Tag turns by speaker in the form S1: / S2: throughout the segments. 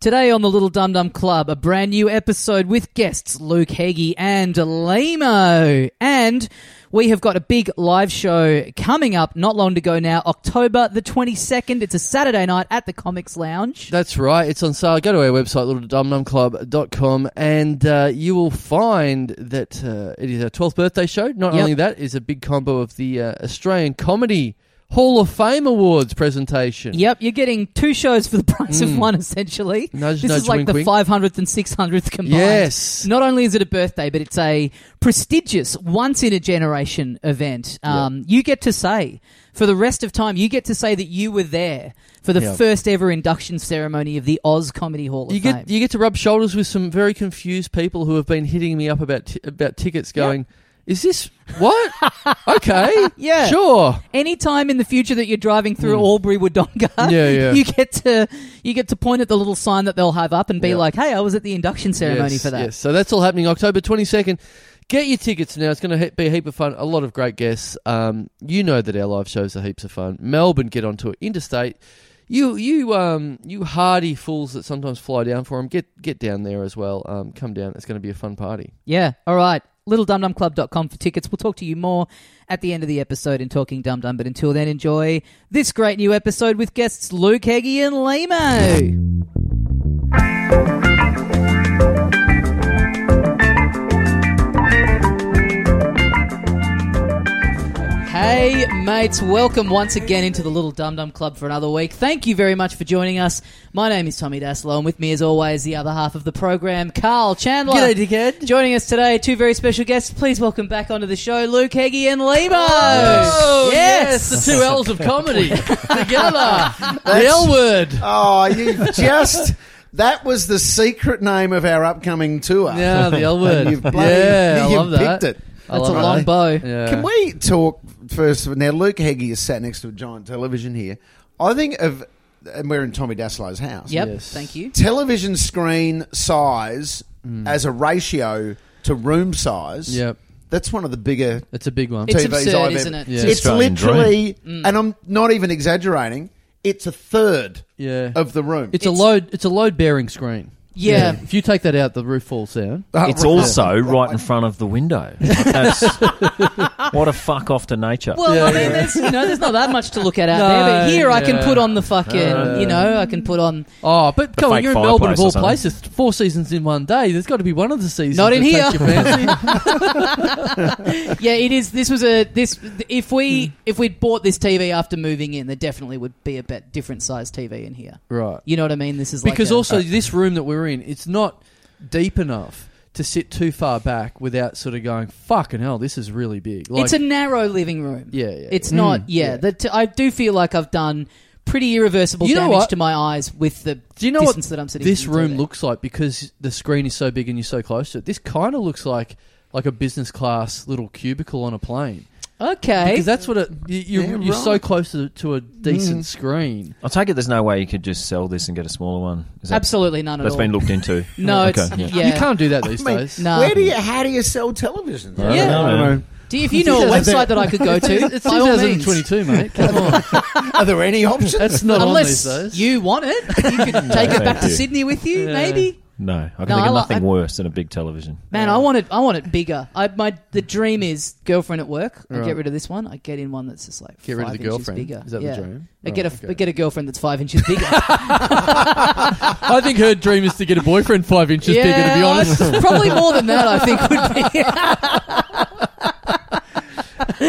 S1: Today on the Little Dum Dum Club, a brand new episode with guests Luke Heggie and Lemo. And we have got a big live show coming up not long to go now, October the 22nd. It's a Saturday night at the Comics Lounge.
S2: That's right. It's on sale. Go to our website, littledumdumclub.com, and uh, you will find that uh, it is our 12th birthday show. Not
S1: Yep.
S2: only that, is a big combo of the uh, Australian Comedy Hall of Fame Awards presentation.
S1: Yep, you're getting two shows for the price
S2: Mm.
S1: of one, essentially.
S2: Nudge,
S1: this
S2: nudge,
S1: is like
S2: wink,
S1: the
S2: wink.
S1: 500th and 600th combined.
S2: Yes.
S1: Not only is it a birthday, but it's a prestigious, once in a generation event. Um, You get to say, for the rest of time, you get to say that you were there for the
S2: Yep.
S1: first ever induction ceremony of the Oz Comedy Hall of
S2: You
S1: Fame.
S2: get you get to rub shoulders with some very confused people who have been hitting me up about t- about tickets, going, "Is this what? okay,
S1: Yeah.
S2: sure."
S1: Any time in the future that you're driving through
S2: Mm.
S1: Albury Wodonga,
S2: Yeah, yeah.
S1: you get to you get to point at the little sign that they'll have up and be
S2: Yeah.
S1: like, "Hey, I was at the induction ceremony
S2: Yes,
S1: for that."
S2: Yes, so that's all happening October 22nd. Get your tickets now. It's going to be a heap of fun. A lot of great guests. Um, you know that our live shows are heaps of fun. Melbourne, get onto it. Interstate. You, you, um, you hardy fools that sometimes fly down for them. Get, get down there as well. Um, come down. It's going to be a fun party.
S1: Yeah. All right. LittleDumDumClub.com for tickets. We'll talk to you more at the end of the episode in Talking Dum Dum. But until then, enjoy this great new episode with guests Luke Heggie and Lemo. Hey, mates, welcome once again into the Little Dum Dum Club for another week. Thank you very much for joining us. My name is Tommy Daslow, and with me, as always, the other half of the program, Carl Chandler.
S2: G'day, dickhead.
S1: Joining us today, two very special guests. Please welcome back onto the show, Luke Heggie and Lebo.
S2: Oh,
S1: yes.
S2: the two L's of comedy together. the L word.
S3: Oh, you just. That was the secret name of our upcoming tour.
S2: Yeah, the L word.
S3: And you've bloody-
S2: yeah, I
S3: you've
S2: love that.
S3: picked it.
S2: I
S1: That's a
S2: love it.
S1: long bow.
S2: Yeah.
S3: Can we talk first? Now, Luke Heggie is sat next to a giant television here. I think of. And we're in Tommy Daslow's house.
S1: Yep.
S2: Yes.
S1: Thank you.
S3: Television screen size
S2: Hmm.
S3: as a ratio to room size.
S2: Yep,
S3: That's one of the bigger
S2: it's a big one.
S1: It's
S3: TVs
S1: absurd,
S3: I've ever-
S1: isn't it?
S2: Yeah.
S3: It's
S4: Australian
S3: literally,
S2: Mm.
S3: and I'm not even exaggerating, it's a third
S2: yeah.
S3: of the room.
S2: It's,
S1: It's-
S2: a load. It's a load bearing screen.
S1: Yeah.
S2: If you take that out, the roof falls down.
S4: It's also right in front of the window. That's, what a fuck off to nature.
S1: Well,
S2: Yeah,
S1: I mean,
S2: yeah.
S1: there's you know, there's not that much to look at out
S2: No,
S1: there, but here I can
S2: yeah. Uh.
S1: put on the fucking, you know, I can put on.
S2: Oh, but come on,
S4: fake
S2: you're in Melbourne of all
S4: fireplace or
S2: places. Four seasons in one day. There's got to be one of the seasons.
S1: Not in
S2: that
S1: here.
S2: takes your fancy.
S1: Yeah, it is. This was a this if we if we'd bought this TV after moving in, there definitely would be a bit different size TV in here.
S2: right.
S1: You know what I mean? This is
S2: Because
S1: like a-
S2: also this room that we're in, it's not deep enough to sit too far back without sort of going, "Fucking hell, this is really big." Like,
S1: it's a narrow living room.
S2: yeah, yeah.
S1: It's
S2: yeah.
S1: not.
S2: Mm,
S1: Yeah, The t- I do feel like I've done pretty irreversible
S2: You know
S1: damage
S2: what?
S1: to my eyes with the
S2: Do you know what
S1: distance that I'm sitting.
S2: this
S1: to the
S2: room
S1: TV.
S2: looks like because the screen is so big and you're so close to it? This kind of looks like like a business class little cubicle on a plane.
S1: okay.
S2: Because that's what it, you, you're,
S3: Yeah,
S2: you're so
S3: right.
S2: close to, to a decent screen.
S4: I take it there's no way you could just sell this and get a smaller one. Is that,
S1: Absolutely none at
S4: That's
S1: all.
S4: been looked into.
S1: no,
S4: Okay,
S1: it's
S4: yeah.
S1: yeah.
S2: You can't do that these
S3: I mean,
S2: days.
S1: No.
S3: Where do you? How do you sell televisions?
S4: I don't
S1: Yeah.
S4: know,
S3: I don't
S4: man.
S3: know.
S1: Do you, if you know a
S3: It's
S1: website that I could go to,
S2: It's
S1: by all means.
S2: 2022, mate. Come on.
S3: Are there any options?
S2: That's not
S1: Unless
S2: on these days.
S1: you want it, you could take it
S4: Thank
S1: back to
S4: you.
S1: Sydney with you,
S2: Yeah.
S1: maybe.
S4: No, I can
S1: No,
S4: think
S1: I
S4: of
S1: li-
S4: nothing
S1: I-
S4: worse than a big television.
S1: Man, I want it. I want it bigger. I my the dream is girlfriend at work. I get
S2: Right.
S1: rid of this one. I get in one that's just like
S2: Get
S1: five
S2: rid of the
S1: inches
S2: girlfriend.
S1: Bigger.
S2: Is that
S1: Yeah.
S2: the dream?
S1: I get a
S2: Right,
S1: I
S2: okay.
S1: get a girlfriend that's five inches bigger.
S2: I think her dream is to get a boyfriend five inches
S1: yeah,
S2: bigger, to be honest.
S1: it's probably more than that. I think would be. no,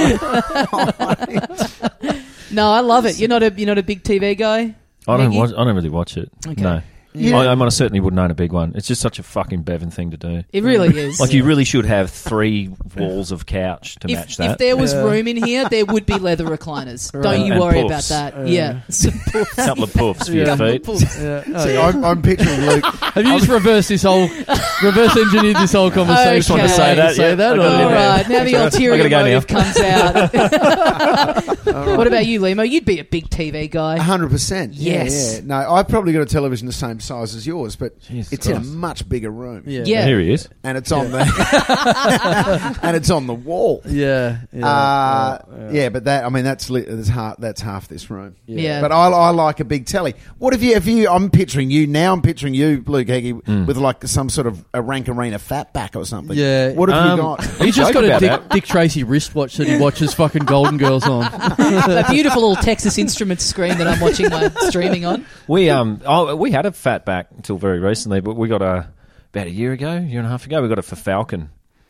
S1: I love it. You're not a you're not a big TV guy.
S4: I don't
S1: Maggie?
S4: watch. I don't really watch it.
S1: Okay.
S4: No,
S3: Yeah.
S4: I, I mean, I certainly wouldn't own a big one. It's just such a fucking Bevan thing to do.
S1: It really is.
S4: Like you really should have three walls of couch to
S1: if,
S4: match
S1: if
S4: that.
S1: there was
S2: Yeah.
S1: room in here, there would be leather recliners. Don't
S2: Right. Oh,
S1: you
S4: And
S1: worry
S4: puffs.
S1: about that. yeah. Some puffs.
S4: A couple of poofs for your
S2: Yeah.
S4: feet.
S2: Yeah. Oh,
S3: See,
S2: yeah.
S3: I'm, I'm picturing Luke.
S2: Have you just reversed this whole, reverse engineered this whole conversation?
S1: just wanted to say
S2: Say
S4: that,
S2: or-
S4: yeah. I got it in
S1: All
S4: there.
S1: right, now the
S4: Sorry. I
S1: ulterior
S4: gotta go
S1: motive
S4: now.
S1: comes out. what about you, Limo? You'd be a big TV guy.
S3: hundred percent.
S1: Yes.
S2: Uh-huh.
S3: Yeah, yeah. No, I've probably got a television the same size as yours, but
S4: Jesus
S3: it's in a
S4: Christ.
S3: much bigger room.
S2: Yeah.
S1: Yeah.
S4: Here he is.
S3: and it's on the and it's on the wall.
S2: Yeah. yeah,
S3: Uh,
S2: yeah,
S3: yeah, but that I mean that's li- that's half that's half this room.
S1: Yeah.
S3: But I, I like a big telly. What if you if you I'm picturing you now I'm picturing you Luke Heggie with like some sort of a Rankarina fatback or something.
S2: Yeah.
S3: What have
S4: Um,
S3: you got?
S2: He's just
S4: Joke
S2: got a
S4: about
S2: Dick,
S4: that.
S2: Dick Tracy wristwatch that he watches fucking Golden Girls on.
S1: a beautiful little Texas Instruments screen that I'm watching my streaming on.
S4: We um oh we had a fat back until very recently, but we got a about a year ago, year and a half ago, we got it for Falcon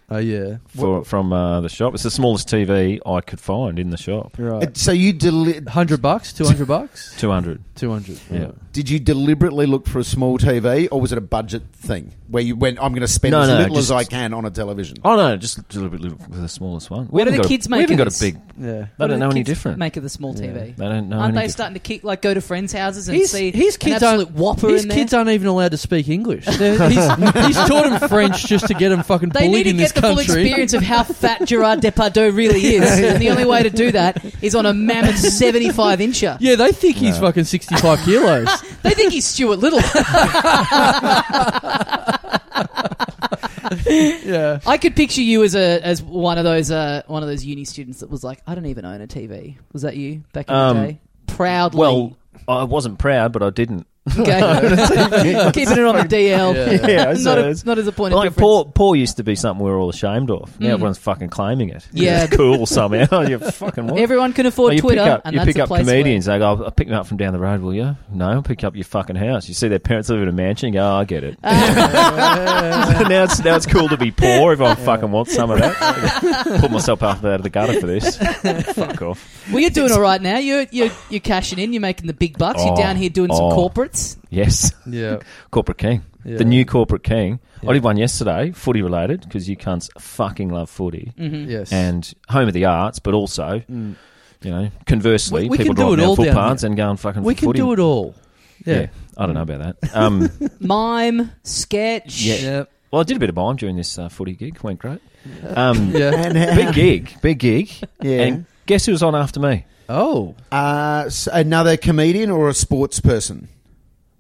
S2: Oh yeah.
S4: for, from uh, the shop. It's the smallest TV I could find in the shop.
S2: Right.
S3: And Uh, So you deli-
S2: Hundred bucks, two hundred bucks,
S4: Two hundred.
S2: two hundred.
S4: Yeah.
S3: did you deliberately look for a small TV or was it a budget thing where you went I'm going to spend
S4: No,
S3: as
S4: no,
S3: little
S4: just-
S3: as I can on a television?
S4: Oh no, just a little bit little, with the smallest one. We
S1: What do
S4: haven't
S1: the
S4: got
S1: kids
S4: a,
S1: make
S4: We haven't
S1: of
S4: got
S1: this?
S4: a big.
S2: Yeah.
S4: They don't
S1: What do
S4: know
S1: the
S4: any
S1: kids
S4: different.
S1: Make of the small TV.
S4: They don't know.
S1: Aren't
S4: any
S1: they
S4: different.
S1: starting to keep like go to friends' houses and
S2: His-
S1: see
S2: his
S1: an
S2: kids
S1: absolute whopper
S2: His
S1: in there?
S2: kids aren't even allowed to speak English. They're- He's, he's taught him French just to get him fucking
S1: they need
S2: bullied
S1: to
S2: in this
S1: get the
S2: country.
S1: full experience of how fat Gerard Depardieu really is, and the only way to do that is on a mammoth seventy-five incher.
S2: Yeah, they think he's
S4: No.
S2: fucking sixty-five kilos.
S1: They think he's Stuart Little.
S2: Yeah.
S1: I could picture you as a as one of those uh, one of those uni students that was like, I don't even own a TV. Was that you back in
S4: Um,
S1: the day? Proudly,
S4: Well, I wasn't proud, but I didn't.
S1: okay. keeping it on the DL.
S2: Yeah.
S4: Yeah, I
S1: not, a,
S4: suppose.
S1: not as a point
S4: Like
S1: of difference.
S4: Paul, Paul used to be something we were all ashamed of. Now
S1: Mm.
S4: everyone's fucking claiming it.
S1: Yeah.
S4: it's cool somehow. You're fucking what?
S1: Everyone can
S4: Well,
S1: afford
S4: you
S1: Twitter,
S4: pick up,
S1: and
S4: you
S1: that's
S4: pick
S1: a
S4: up
S1: place
S4: comedians. They go, I'll, I'll pick them up from down the road, will you? No, I'll pick up your fucking house. You see their parents live in a mansion. You go, oh, I get it.
S1: Where, Ah,
S4: now it's now it's cool to be poor. Everyone fucking wants some of that. Put myself up out of the gutter for this. Fuck off.
S1: well, you're doing all right now. You're you're you're cashing in. You're making the big bucks. you're
S4: Oh,
S1: down here doing some
S4: oh.
S1: corporates.
S4: Yes,
S2: Yeah.
S4: corporate king,
S2: yeah.
S4: the new corporate king.
S2: Yeah.
S4: I did one yesterday, footy related, because you cunts fucking love footy
S1: Mm-hmm.
S2: Yes.
S4: and home of the arts, but also
S2: Mm.
S4: you know, conversely,
S2: We- we
S4: people
S2: can do
S4: drive
S2: it
S4: down
S2: all down
S4: footpaths and go and fucking
S2: we can
S4: footy.
S2: do it all.
S4: Yeah.
S2: Yeah. Mm.
S4: I don't know about that. Um,
S1: Mime, sketch.
S4: Yeah.
S2: Yeah.
S4: well, I did a bit of mime during this uh, footy gig. Went great. Um,
S2: Yeah.
S3: And how-
S4: Big gig, big gig.
S3: yeah.
S4: And guess who was on after me?
S2: Oh.
S3: Uh, s- another comedian or a sports person?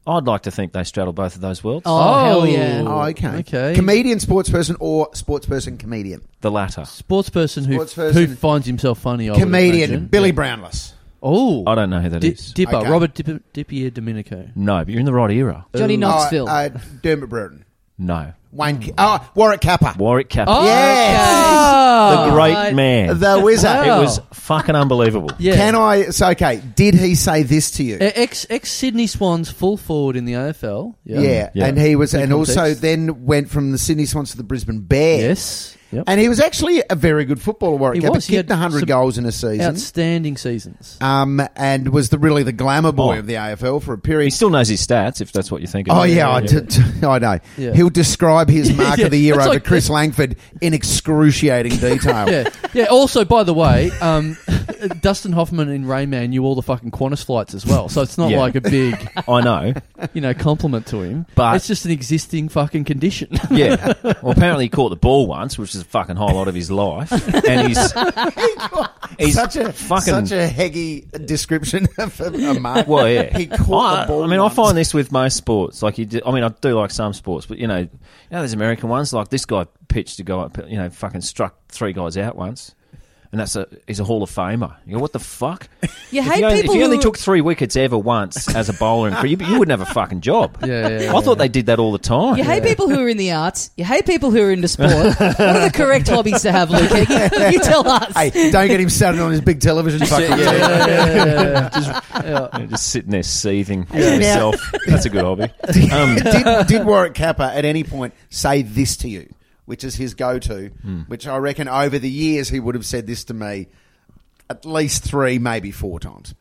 S4: I'd like to think they straddle both of those worlds.
S1: Oh, hell yeah.
S3: Oh, okay.
S2: Okay.
S3: Comedian, sports person, or sports person, comedian.
S4: The latter.
S2: Sports person who
S3: Sports person.
S2: who finds himself funny. I would
S3: comedian,
S2: imagine.
S3: Billy Brownless.
S2: Oh.
S4: I don't know who that
S2: Di-
S4: is.
S2: Dipper.
S3: Okay.
S2: Robert Dipper, Dippier Dominico.
S4: No, but you're in the right era.
S1: Johnny
S2: Ooh.
S1: Knoxville.
S3: Uh, uh, Dermot Brereton.
S4: No,
S3: Wayne. Ki- oh, Warwick Kappa.
S4: Warwick Capper,
S2: Oh,
S1: Yes.
S2: okay.
S4: the great
S1: right.
S4: man.
S3: The wizard.
S2: Wow.
S4: it was fucking unbelievable.
S2: Yeah. E,
S3: Can I? So, okay. Did he say this to you?
S2: Ex ex Sydney Swans full forward in the AFL.
S3: yeah.
S2: Yeah.
S4: Yeah.
S3: And he was,
S2: In
S3: and also
S2: context.
S3: then went from the Sydney Swans to the Brisbane Bears.
S2: Yes. Yep.
S3: And he was actually a very good footballer, Warwick
S2: He
S3: Kappa.
S2: was. He
S3: Kicked
S2: had
S3: 100
S2: some
S3: goals in a season.
S2: Outstanding seasons.
S3: Um, and was the really the glamour boy
S4: Oh.
S3: of the AFL for a
S4: He
S3: period.
S4: still knows his stats, if that's what you're thinking.
S3: Oh yeah, I d- t- I know.
S2: Yeah.
S3: He'll describe his mark
S2: Yeah,
S3: of the year
S2: that's
S3: over
S2: like-
S3: Chris Langford in excruciating detail.
S2: Yeah. Yeah. Also, by the way, um, Dustin Hoffman in Rayman knew all the fucking Qantas flights as well, so it's not
S4: Yeah.
S2: like a big,
S4: I know.
S2: you know, compliment to him.
S4: But-
S2: it's just an existing fucking condition.
S4: Yeah. Well, apparently he caught the ball once, which is a fucking highlight of his life, and he's he's
S3: such a
S4: fucking-
S3: such a heggy description of a, a mark.
S4: well, yeah.
S3: He caught
S4: I,
S3: the ball
S4: I mean,
S3: once.
S4: I find this with most sports. Like you, do, I mean, I do like some sports, but you know, you know, there's American ones. Like this guy pitched a guy, you know, fucking struck three guys out once. And that's a he's a Hall of Famer. You go, what the fuck?
S1: You
S4: if
S1: hate
S4: you only,
S1: people
S4: if you only
S1: who-
S4: took three wickets ever once as a bowler, and you, you wouldn't have a fucking job.
S2: Yeah, yeah,
S4: I thought they did that all the time.
S1: You hate people who are in the arts. You hate people who are into sport. what are the correct hobbies to have, Luke? Heggie? you tell us.
S3: Hey, don't get him started on his big television. fucking
S2: yeah,
S3: thing.
S2: yeah, yeah, yeah.
S4: You know, just sitting there seething to
S3: Yeah.
S4: yourself. That's a good hobby. Um,
S3: did, did Warwick Kappa at any point say this to you, which is his go to,
S4: Hmm.
S3: which I reckon over the years he would have said this to me at least three, maybe four times.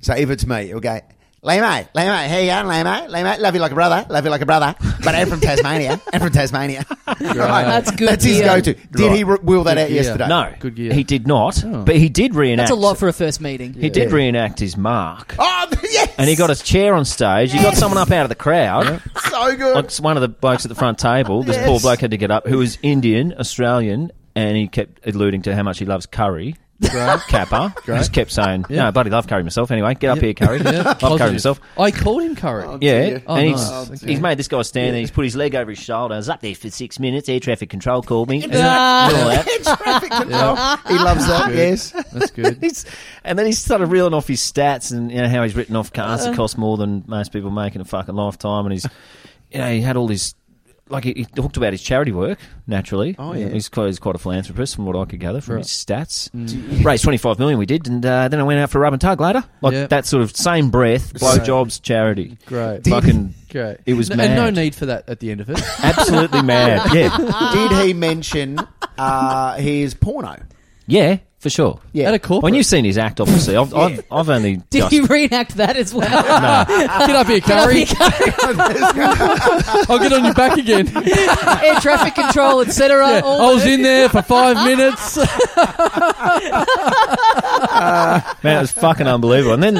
S3: So if it's me, he'll go, Lamo, Lamo, how you going, Lamo? Lamo, love you like a brother, love you like a brother, but I'm from Tasmania, I'm from Tasmania. Right.
S1: That's good
S3: That's his
S1: gear.
S3: go to. Did he re- wheel that out
S2: gear.
S3: yesterday?
S4: no,
S2: Good year.
S4: he did not.
S2: Oh.
S4: But he did reenact.
S1: That's a lot for a first meeting.
S4: He did
S3: Yeah.
S4: reenact his mark.
S3: Oh, yes!
S4: And he got his chair on stage. He got someone up out of the crowd.
S3: so good.
S4: Like it's one of the blokes at the front table. This
S3: Yes.
S4: poor bloke had to get up, who was Indian, Australian, and he kept alluding to how much he loves curry.
S2: Great.
S4: Kappa.
S2: Great.
S4: Just kept saying,
S2: Yeah.
S4: no, buddy, love Curry myself anyway. Get up
S2: Yeah.
S4: here, Curry.
S2: Yeah,
S4: Love
S2: positive.
S4: Curry myself.
S2: I called him Curry.
S3: Oh,
S4: Yeah,
S3: dear.
S2: Oh,
S4: and
S2: nice.
S4: he's,
S2: Okay.
S4: he's made this guy stand there. He's put his leg over his shoulder. I was up there for six minutes. Air traffic control called me. and all that.
S3: Traffic control. He loves that. Yes.
S2: That's good.
S4: He's- and then he started reeling off his stats and you know how he's written off cars that cost more than most people make in a fucking lifetime. And he's, you know, he had all these, like he, he talked about his charity work naturally.
S3: Oh, yeah.
S4: he's quite, he's quite a philanthropist from what I could gather from his stats.
S2: Mm.
S4: Raised twenty five million, we did, and uh, then I went out for a rub and tug later. Like
S2: Yeah.
S4: that sort of same breath, blowjobs, charity,
S2: Great.
S4: fucking
S2: Great.
S4: It was
S2: N- And no
S4: mad.
S2: need for that at the end of it.
S4: absolutely mad. Yeah,
S3: Did he mention uh, his porno?
S4: yeah, for sure.
S3: Yeah.
S2: At a corporate.
S4: When you've seen his act, obviously, I've, I've, I've only
S1: Did
S4: just
S1: he reenact that as well?
S2: Get up here, Curry. I'll get on your back again.
S1: Air traffic control, etc.
S2: Yeah,
S1: all
S2: I was
S1: the-
S2: in there for five minutes.
S4: Man, it was fucking unbelievable. And then,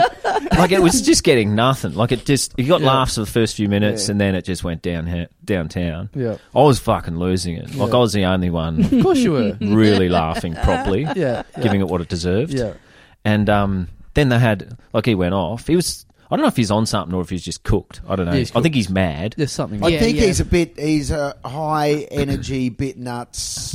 S4: like, it was just getting nothing. Like, it just, you got laughs for the first few minutes, and then it just went down downtown.
S2: Yeah.
S4: I was fucking losing it. Like,
S2: Yeah.
S4: I was the only one
S2: Of course you were.
S4: really laughing properly,
S2: Yeah.
S4: giving it what it deserved.
S2: Yeah.
S4: And um, then they had, like, he went off. He was, I don't know if he's on something or if he's just cooked. I don't know.
S2: Yeah, he's
S4: I think
S2: cooked.
S4: he's mad.
S2: There's something.
S3: I
S1: Yeah,
S3: think
S1: yeah.
S3: he's a bit. He's a high energy, bit nuts.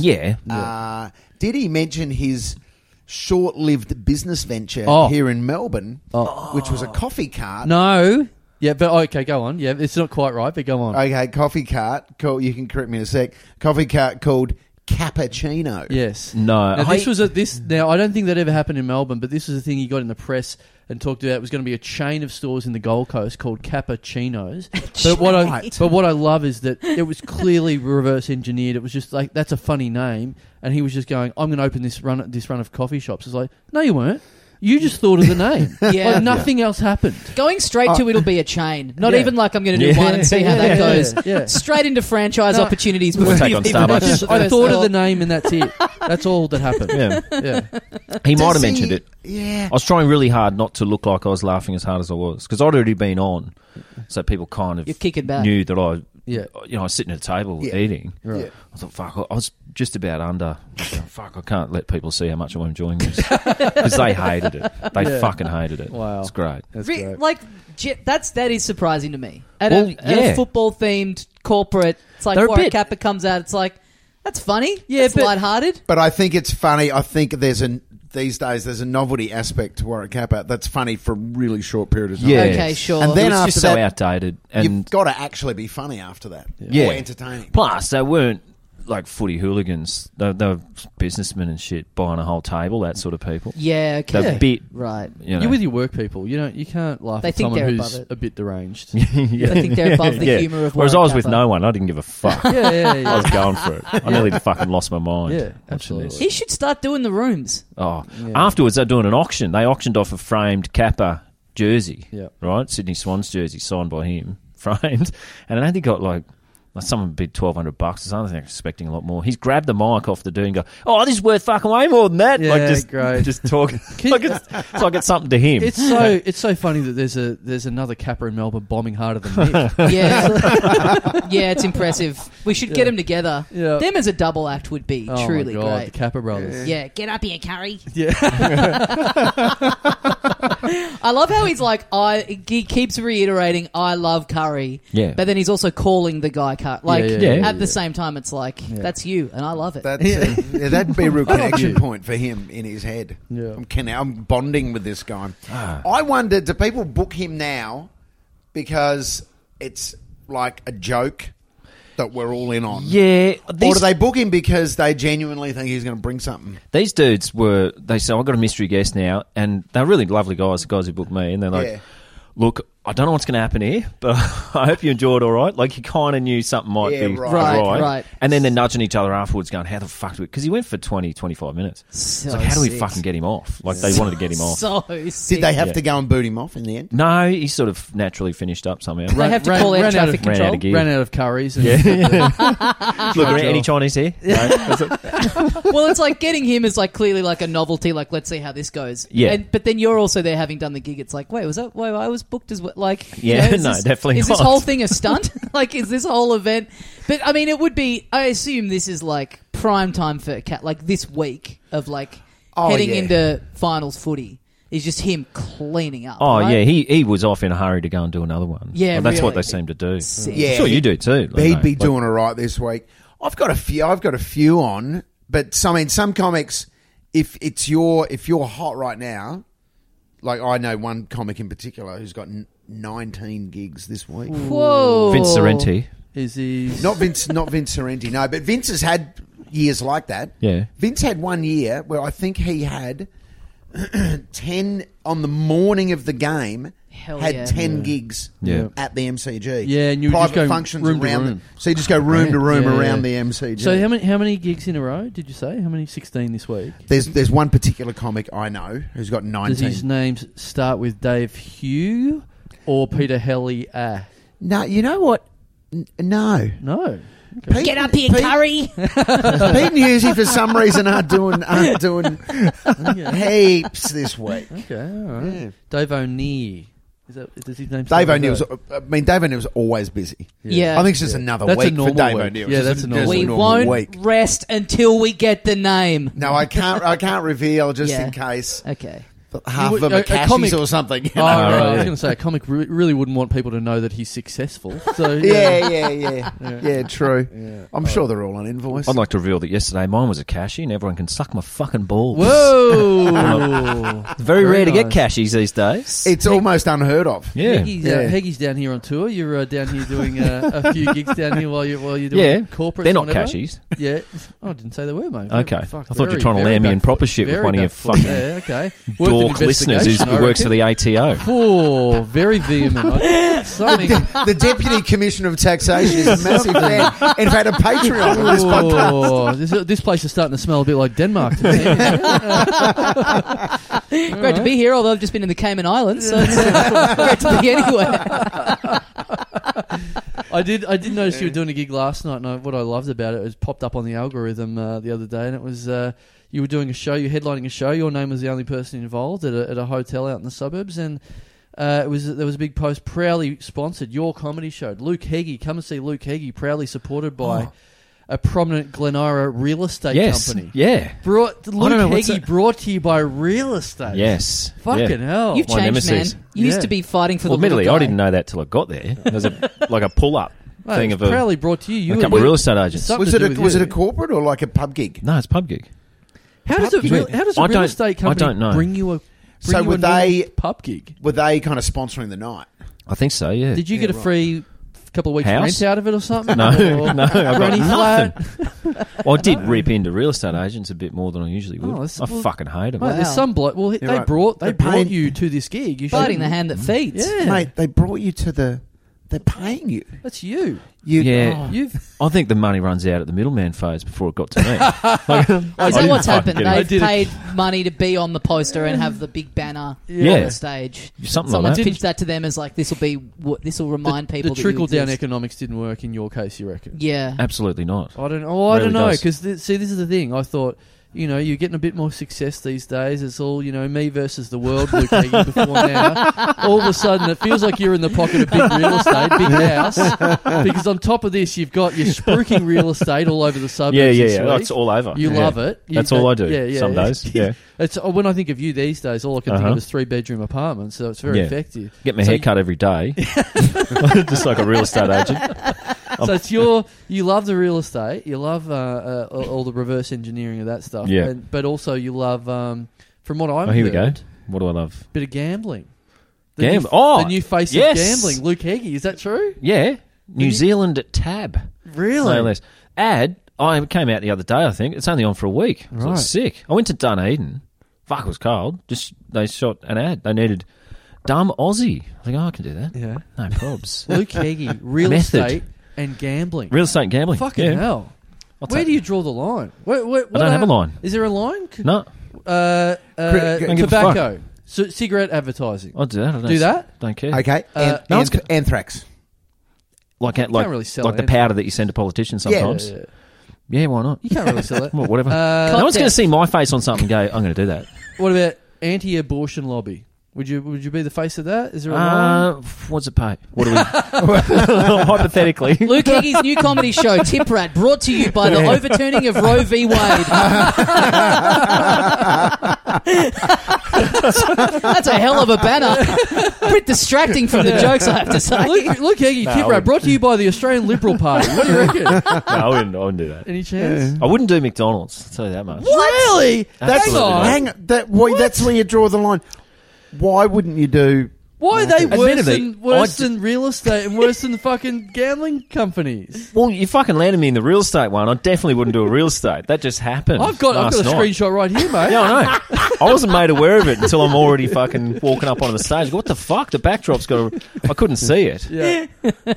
S4: Yeah.
S3: Uh, did he mention his short-lived business venture
S2: Oh.
S3: here in Melbourne,
S2: Oh.
S3: which was a coffee cart?
S2: No. Yeah, but oh, okay, go on. Yeah, it's not quite right, but go on.
S3: Okay, coffee cart. Call, you can correct me in a sec. Coffee cart called Cappuccino.
S2: yes.
S4: No.
S2: Now, this
S4: I-
S2: was a, this. Now I don't think that ever happened in Melbourne, but this was a thing he got in the press and talked about. It was going to be a chain of stores in the Gold Coast called Cappuccinos. but what I
S3: Right.
S2: but what I love is that it was clearly reverse engineered. It was just like that's a funny name, and he was just going, "I'm going to open this run this run of coffee shops." It's like, no, you weren't. You just thought of the name.
S1: Yeah.
S2: Like nothing else happened.
S1: Going straight to it'll be a chain. Not
S2: Oh. Yeah.
S1: even like I'm going to do
S4: Yeah.
S1: one and see how
S2: Yeah,
S1: that goes.
S2: Yeah. yeah.
S1: Straight into franchise
S2: No.
S1: opportunities.
S4: We'll
S1: before
S4: take
S1: you
S4: on
S1: even
S4: Starbucks.
S1: finish the
S2: I
S1: first
S2: thought of the
S1: thought.
S2: name, and that's it. That's all that happened.
S4: yeah.
S2: Yeah.
S4: He
S3: Does
S4: might have mentioned
S3: he-
S4: it. Oh,
S3: Yeah.
S4: I was trying really hard not to look like I was laughing as hard as I was because I'd already been on, so people kind of
S1: You're kicking back.
S4: knew that I,
S2: Yeah.
S4: you know, I was sitting at a table
S3: Yeah.
S4: eating.
S3: Right. Yeah.
S4: I thought, fuck, I was just about under. fuck, I can't let people see how much I'm enjoying this because they hated it. They
S2: Yeah.
S4: fucking hated it.
S2: Wow.
S4: it's great.
S2: That's
S1: Re-
S2: great.
S1: like ge- that's that is surprising to me. At,
S4: Well,
S1: a, at
S4: yeah.
S1: a football themed corporate, it's like
S4: They're a
S1: Warwick
S4: bit-
S1: Kappa comes out. It's like that's funny.
S2: Yeah,
S1: Yeah, it's
S2: but-
S1: lighthearted.
S3: But I think it's funny. I think there's a these days there's a novelty aspect to Warwick Kappa that's funny for a really short period of time.
S4: Yeah.
S1: Okay, sure.
S3: And then
S4: It's
S3: after
S4: just
S3: that,
S4: so outdated
S3: you've
S4: and
S3: got to actually be funny after that.
S4: Yeah.
S3: Or entertaining.
S4: Plus, they weren't like footy hooligans. They, they were businessmen and shit buying a whole table. That sort of people.
S1: yeah, okay,
S4: They're a bit.
S1: right.
S4: You know,
S2: You're with your work people. You don't. You can't laugh
S1: They
S2: at
S1: think
S2: someone
S1: they're
S2: who's
S1: above it.
S2: a bit deranged.
S4: yeah.
S1: I think they're above the humour of
S4: Whereas I
S1: Warwick
S4: was with
S1: Kappa.
S4: no one, I didn't give a fuck.
S2: yeah, yeah,
S4: I
S2: yeah.
S4: was going for it. I nearly fucking lost my mind.
S2: Yeah,
S4: watching
S2: absolutely.
S4: this.
S1: He should start doing the rooms.
S4: Oh,
S2: Yeah.
S4: afterwards they're doing an auction. They auctioned off a framed Kappa jersey,
S2: Yeah.
S4: right? Sydney Swans jersey signed by him, framed, and I think he got like. Like someone bid twelve hundred bucks or something. They're expecting a lot more. He's grabbed the mic off the dude and go, "Oh, this is worth fucking way more than that." like
S2: Yeah,
S4: just,
S2: great.
S4: just talking.
S2: Can-
S4: like it's, it's like it's something to him.
S2: It's so it's so funny that there's a there's another capper in Melbourne bombing harder than me.
S1: Yeah, yeah, it's impressive. We should get
S2: Yeah.
S1: them together.
S2: Yeah.
S1: Them as a double act would be
S2: oh
S1: truly
S2: my god, the
S1: great.
S2: Kappa brothers.
S1: Yeah, get up here, Curry.
S2: Yeah.
S1: I love how he's like, I. He keeps reiterating, "I love curry,"
S4: yeah,
S1: but then he's also calling the guy curry. Like
S2: yeah,
S4: yeah,
S1: at the same time, it's like that's you, and I love it.
S3: That's, uh, yeah, that'd be a real connection point for him in his head.
S2: Yeah.
S3: I'm, can, I'm bonding with this guy.
S4: Ah.
S3: I wonder, do people book him now because it's like a joke that we're all in on?
S4: yeah.
S3: Or
S4: these-
S3: do they book him because they genuinely think he's going to bring something?
S4: these dudes were they said I've got a mystery guest now and they're really lovely guys the guys who booked me and they're like
S3: Yeah.
S4: look I don't know what's going to happen here but I hope you enjoyed all right like you kind of knew something might
S3: Yeah,
S4: be
S3: right.
S1: Right,
S4: awry.
S1: right.
S4: and then they're nudging each other afterwards going how the fuck do we because he went for 20 25 minutes
S1: So
S3: Oh,
S4: it's like how do we
S1: sick.
S4: fucking get him off like they wanted to get him off
S1: So
S3: Did
S1: sick.
S3: they have
S4: Yeah.
S3: to go and boot him off in the end?
S4: no he sort of naturally finished up somehow
S1: They have to
S2: ran-
S1: call air
S2: ran out
S1: traffic
S2: of-
S4: ran
S1: control.
S4: out of gear
S2: Ran out of curries. And
S4: look are there any Chinese here No?
S1: well, it's like getting him is like clearly like a novelty. Like, let's see how this goes.
S4: Yeah.
S1: And, but then you're also there having done the gig. It's like, wait, was that? Wait, I was booked as well. Like, you
S4: Yeah,
S1: know, is
S4: no,
S1: this-
S4: definitely
S1: Is this
S4: not.
S1: whole thing a stunt? like, is this whole event? But I mean, it would be. I assume this is like prime time for cat. Like this week of like
S3: Oh,
S1: heading
S3: yeah.
S1: into finals footy is just him cleaning up.
S4: Oh
S1: right?
S4: yeah, he he was off in a hurry to go and do another one.
S1: Yeah,
S4: Well, that's what
S1: really.
S4: they seem to do.
S1: Sick.
S3: Yeah.
S4: I'm sure
S3: he-
S4: you do too.
S3: But he'd
S4: Leno.
S3: be
S4: Like,
S3: doing all right this week. I've got a few. I've got a few on, but some I mean, some comics. If it's your if you're hot right now, like I know one comic in particular who's got n- 19 gigs this week.
S1: Whoa.
S4: Vince Sorrenti.
S2: Is he?
S3: Not Vince, not Vince Sorrenti, no. But Vince has had years like that.
S4: Yeah.
S3: Vince had one year where I think he had 10 on the morning of the game.
S1: Hell
S3: had
S1: yeah.
S3: 10 gigs
S4: Yeah.
S3: at the MCG.
S2: Yeah, and you would
S3: private
S2: just go
S3: functions
S2: room to
S3: around.
S2: room.
S3: The, so you just go room to room
S2: Yeah,
S3: around
S2: yeah.
S3: the MCG.
S2: So how many how many gigs in a row did you say? How many? Sixteen this week.
S3: there's there's one particular comic I know who's got
S2: Does
S3: 19.
S2: his names start with Dave Hugh or Peter Helly? Ah,
S3: no, you know what? N- no.
S2: no.
S3: Pete-
S1: Get up here,
S3: Pete-
S1: Curry.
S3: Pete and Husey for some reason aren't doing aren't doing heaps this week.
S2: Okay, all right.
S3: Yeah.
S2: Dave O'Neill. Is that does his name? start
S3: Dave
S2: with
S3: O'Neill's.
S2: that?
S3: I mean, Dave O'Neill's always busy.
S1: Yeah.
S3: I think it's just another
S2: That's a
S3: week for
S2: normal
S3: Dave
S2: week.
S3: O'Neill.
S2: Yeah,
S3: It's
S2: that's
S3: just
S2: a normal
S3: just
S1: we
S3: normal
S1: won't
S3: week.
S1: rest until we get the name.
S3: No, I can't. I can't reveal just
S1: Yeah.
S3: in case
S1: Okay.
S3: half
S2: You would-
S3: of them are
S2: a- a comic-
S3: Cashies or something. you
S2: Oh,
S3: know?
S2: right. I
S4: right,
S2: was
S4: yeah.
S2: going to say a comic re- really wouldn't want people to know that he's successful. So
S3: Yeah, yeah, yeah, yeah, True. I'm sure they're all on invoice.
S4: I'd like to reveal that yesterday mine was a cashy, and everyone can suck my fucking balls.
S2: Whoa!
S4: It's very,
S2: Very
S4: rare to get
S2: nice.
S4: cashies these days.
S3: it's almost unheard of.
S4: yeah.
S2: Heggy's,
S3: Yeah.
S2: Uh, Heggy's down here on tour. You're uh, down here doing uh, a few gigs down here while you're while you're doing
S4: Yeah.
S2: corporate.
S4: They're not cashies.
S2: Yeah, oh, I didn't say they were, mate.
S4: Okay. I
S2: Fuck,
S4: thought you were
S2: very,
S4: trying to
S2: very
S4: land me in
S2: backfoot.
S4: proper shit with
S2: Very
S4: one of your
S2: backfoot.
S4: fucking
S2: yeah, okay. Worth an
S4: Dork listeners is,
S2: investigation, I
S4: who works for
S2: reckon.
S4: the ATO.
S2: Oh, very vehement. I- Something.
S3: The deputy commissioner of taxation is a massive fan. In fact, a Patreon on this podcast.
S2: Oh, this, this place is starting to smell a bit like Denmark. To me.
S1: Great to be here, although I've just been in the Cayman Islands, so it's uh, great to be anywhere.
S2: I did. I did notice you were doing a gig last night, and I, what I loved about it was popped up on the algorithm uh, the other day, and it was uh, you were doing a show, you were headlining a show. Your name was the only person involved at a, at a hotel out in the suburbs, and uh, it was there was a big post proudly sponsored your comedy show. Luke Heggie, come and see Luke Heggie, proudly supported by. A prominent Glenira real estate
S4: Yes.
S2: company.
S4: Yeah.
S2: Brought Luke
S4: know, what's
S2: Heggie
S4: that?
S2: brought to you by real estate.
S4: Yes.
S2: Fucking
S4: Yeah.
S2: hell.
S1: You've
S4: Oh, My
S1: changed, man.
S4: nemesis.
S1: You used
S2: Yeah.
S1: to be fighting for
S4: Well,
S1: the little
S4: admittedly, I
S1: guy.
S4: didn't know that till I got there. There's a like a pull up
S2: Mate,
S4: thing
S2: it
S4: of
S2: was
S4: a,
S2: proudly brought to you. You
S4: a
S2: were-
S4: couple of real estate agents.
S2: Something
S3: Was
S2: to
S3: it
S2: do
S3: a,
S2: with
S3: was
S2: you.
S3: it a corporate or like a pub gig?
S4: No, it's pub gig.
S2: How does, it
S3: Pub
S2: real,
S3: gig.
S2: how does a
S4: I
S2: real
S4: don't-
S2: estate
S4: I
S2: company
S4: don't know.
S2: bring you a bring
S3: So
S2: you
S3: were
S2: a normal
S3: they-
S2: pub gig?
S3: Were they kind of sponsoring the night?
S4: I think so. Yeah.
S2: Did you get a free couple of weeks
S4: House?
S2: rent out of it or something?
S4: no,
S2: Or-
S4: no, I got
S2: Granny flat.
S4: nothing. well, I did rip into real estate agents a bit more than I usually would.
S2: Oh, that's-
S4: I
S2: well-
S4: fucking hate them.
S2: Mate, there's some bloke. Well, they
S3: right.
S2: brought they
S3: They're
S2: brought
S3: paying-
S2: you to this gig. You
S1: Biting the
S2: shouldn't-
S1: hand that
S4: Mm.
S1: feeds.
S2: Yeah,
S3: Mate, they brought you to the. They're paying you.
S2: that's you.
S3: You
S4: Yeah.
S2: You've
S4: I think the money runs out at the middleman phase before it got to me. Like, I
S1: Oh, Is that
S4: didn't
S1: what's
S4: fucking
S1: happened?
S4: get it.
S1: They've
S2: did it.
S1: paid money to be on the poster and have the big banner
S2: Yeah.
S1: on the stage.
S4: Something like
S1: Someone's
S4: that.
S1: pitched that to them as like this will be what this will remind
S2: the,
S1: people
S2: the
S1: that you
S2: trickle down
S1: exist.
S2: economics didn't work in your case. You reckon?
S1: Yeah.
S4: Absolutely not.
S2: I don't. Oh, I
S4: Really
S2: don't know.
S4: does.
S2: Because see, this is the thing. I thought. You know, you're getting a bit more success these days. It's all, you know, me versus the world, Luke Hagee, before now. All of a sudden, it feels like you're in the pocket of big real estate, big house. Because on top of this, you've got your spruiking real estate all over the suburbs.
S4: Yeah, yeah,
S2: this
S4: yeah.
S2: week.
S4: That's all over.
S2: You
S4: Yeah.
S2: love it. You-
S4: That's all I do.
S2: Yeah, yeah.
S4: Some days. Yeah.
S2: It's, oh, when I think of you these days, all I can think
S4: Uh-huh.
S2: of is three bedroom apartments, so it's very
S4: Yeah.
S2: effective.
S4: Get my
S2: So
S4: hair
S2: you-
S4: cut every day, just like a real estate agent. Oh.
S2: so it's your you love the real estate, you love uh, uh, all all the reverse engineering of that stuff.
S4: Yeah.
S2: and, but also you love um, from what I'm
S4: Oh, here we go. What do I love?
S2: Bit of gambling.
S4: Gamb-
S2: New,
S4: oh,
S2: the new face
S4: yes.
S2: of gambling, Luke Heggie. Is that true?
S4: Yeah, New
S2: you-
S4: Zealand tab.
S2: Really?
S4: No less. Ad. I came out the other day. I think it's only on for a week. So
S2: Right.
S4: it's sick. I went to Dunedin. Fuck, it was cold. Just they shot an ad. They needed dumb Aussie. I think oh, I can do that.
S2: Yeah.
S4: No probs.
S2: Luke Heggie, real
S4: Method.
S2: estate and gambling.
S4: Real estate gambling.
S2: Fucking
S4: yeah.
S2: hell.
S4: I'll
S2: Where
S4: take-
S2: do you draw the line? Where, where,
S4: I don't have a line.
S2: Is there a line? C-
S4: No,
S2: Uh, uh,
S3: Don't
S4: give a fuck. Oh,
S2: tobacco, so, cigarette advertising.
S4: I'll do that. I don't
S2: Do that?
S4: Don't care.
S3: Okay.
S2: Uh,
S3: Anth-
S4: no, it's
S3: anth- anthrax.
S4: Like, like,
S2: really sell
S4: like the
S2: it.
S4: powder that you send to politicians sometimes. Yeah,
S2: Yeah.
S4: why not?
S2: You can't really sell it.
S4: Well, whatever.
S2: Uh,
S4: no one's
S1: Cocktail.
S4: going to see my face on something. and Go. I'm going to do that.
S2: What about anti-abortion lobby? Would you Would you be the face of that? Is there a line?
S4: Uh, what's it pay? What do we hypothetically?
S1: Luke Higgy's new comedy show, Tip Rat, brought to you by the overturning of Roe v. Wade. That's a hell of a banner. Pretty distracting from the jokes, I have to say.
S2: Look, look, Heggy,
S4: No,
S2: tip rap
S4: I wouldn't.
S2: brought to you by the Australian Liberal Party. What do you reckon?
S4: no, I wouldn't. I wouldn't do that.
S2: Any chance?
S4: I wouldn't do McDonald's. I'll tell you that much.
S2: Really?
S4: That's-
S2: Hang on.
S4: Absolutely
S3: Hang on, that why, that's where you draw the line. Why wouldn't you do?
S2: Why are they worse
S4: Admittedly,
S2: than, worse
S4: I'd-
S2: than real estate and worse than fucking gambling companies?
S4: Well, you fucking landed me in the real estate one. I definitely wouldn't do a real estate. That just happened.
S2: I've got I've
S4: last
S2: got a
S4: night.
S2: screenshot right here, mate.
S4: Yeah, I know. I wasn't made aware of it until I'm already fucking walking up onto the stage. What the fuck? The backdrop's got. A, I couldn't see it.
S2: Yeah.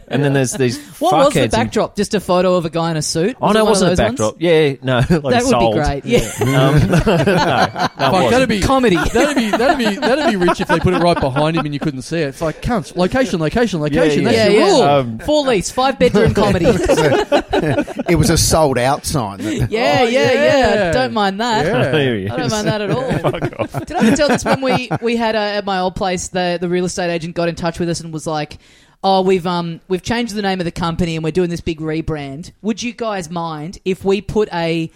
S4: And then there's these.
S1: What was the
S4: fuckheads in-
S1: backdrop? Just a photo of a guy in a suit?
S4: Oh
S1: Was it
S4: no,
S1: one of
S4: wasn't a
S1: those ones?
S4: backdrop. Yeah, no, like
S1: That would
S4: sold.
S1: be great. Yeah.
S4: Um, no, no, it
S2: Fuck,
S4: wasn't. Oh,
S2: that'd be
S1: Comedy.
S2: That'd be that'd be that'd be rich if they put it right behind him and you couldn't see it. It's like cunts, location, location, location.
S4: yeah.
S2: That's
S1: Yeah,
S2: your
S1: yeah.
S2: rule.
S4: Um,
S1: Four lease, five bedroom comedy. yeah,
S3: It was a sold out sign. that-
S1: yeah, yeah,
S2: yeah.
S1: Don't mind that.
S2: Yeah.
S4: There he
S1: I don't
S4: is.
S1: mind that at all.
S4: Fuck off.
S1: Did I ever tell this when we we had uh, at my old place the the real estate agent got in touch with us and was like, "Oh, we've um we've changed the name of the company and we're doing this big rebrand. Would you guys mind if we put a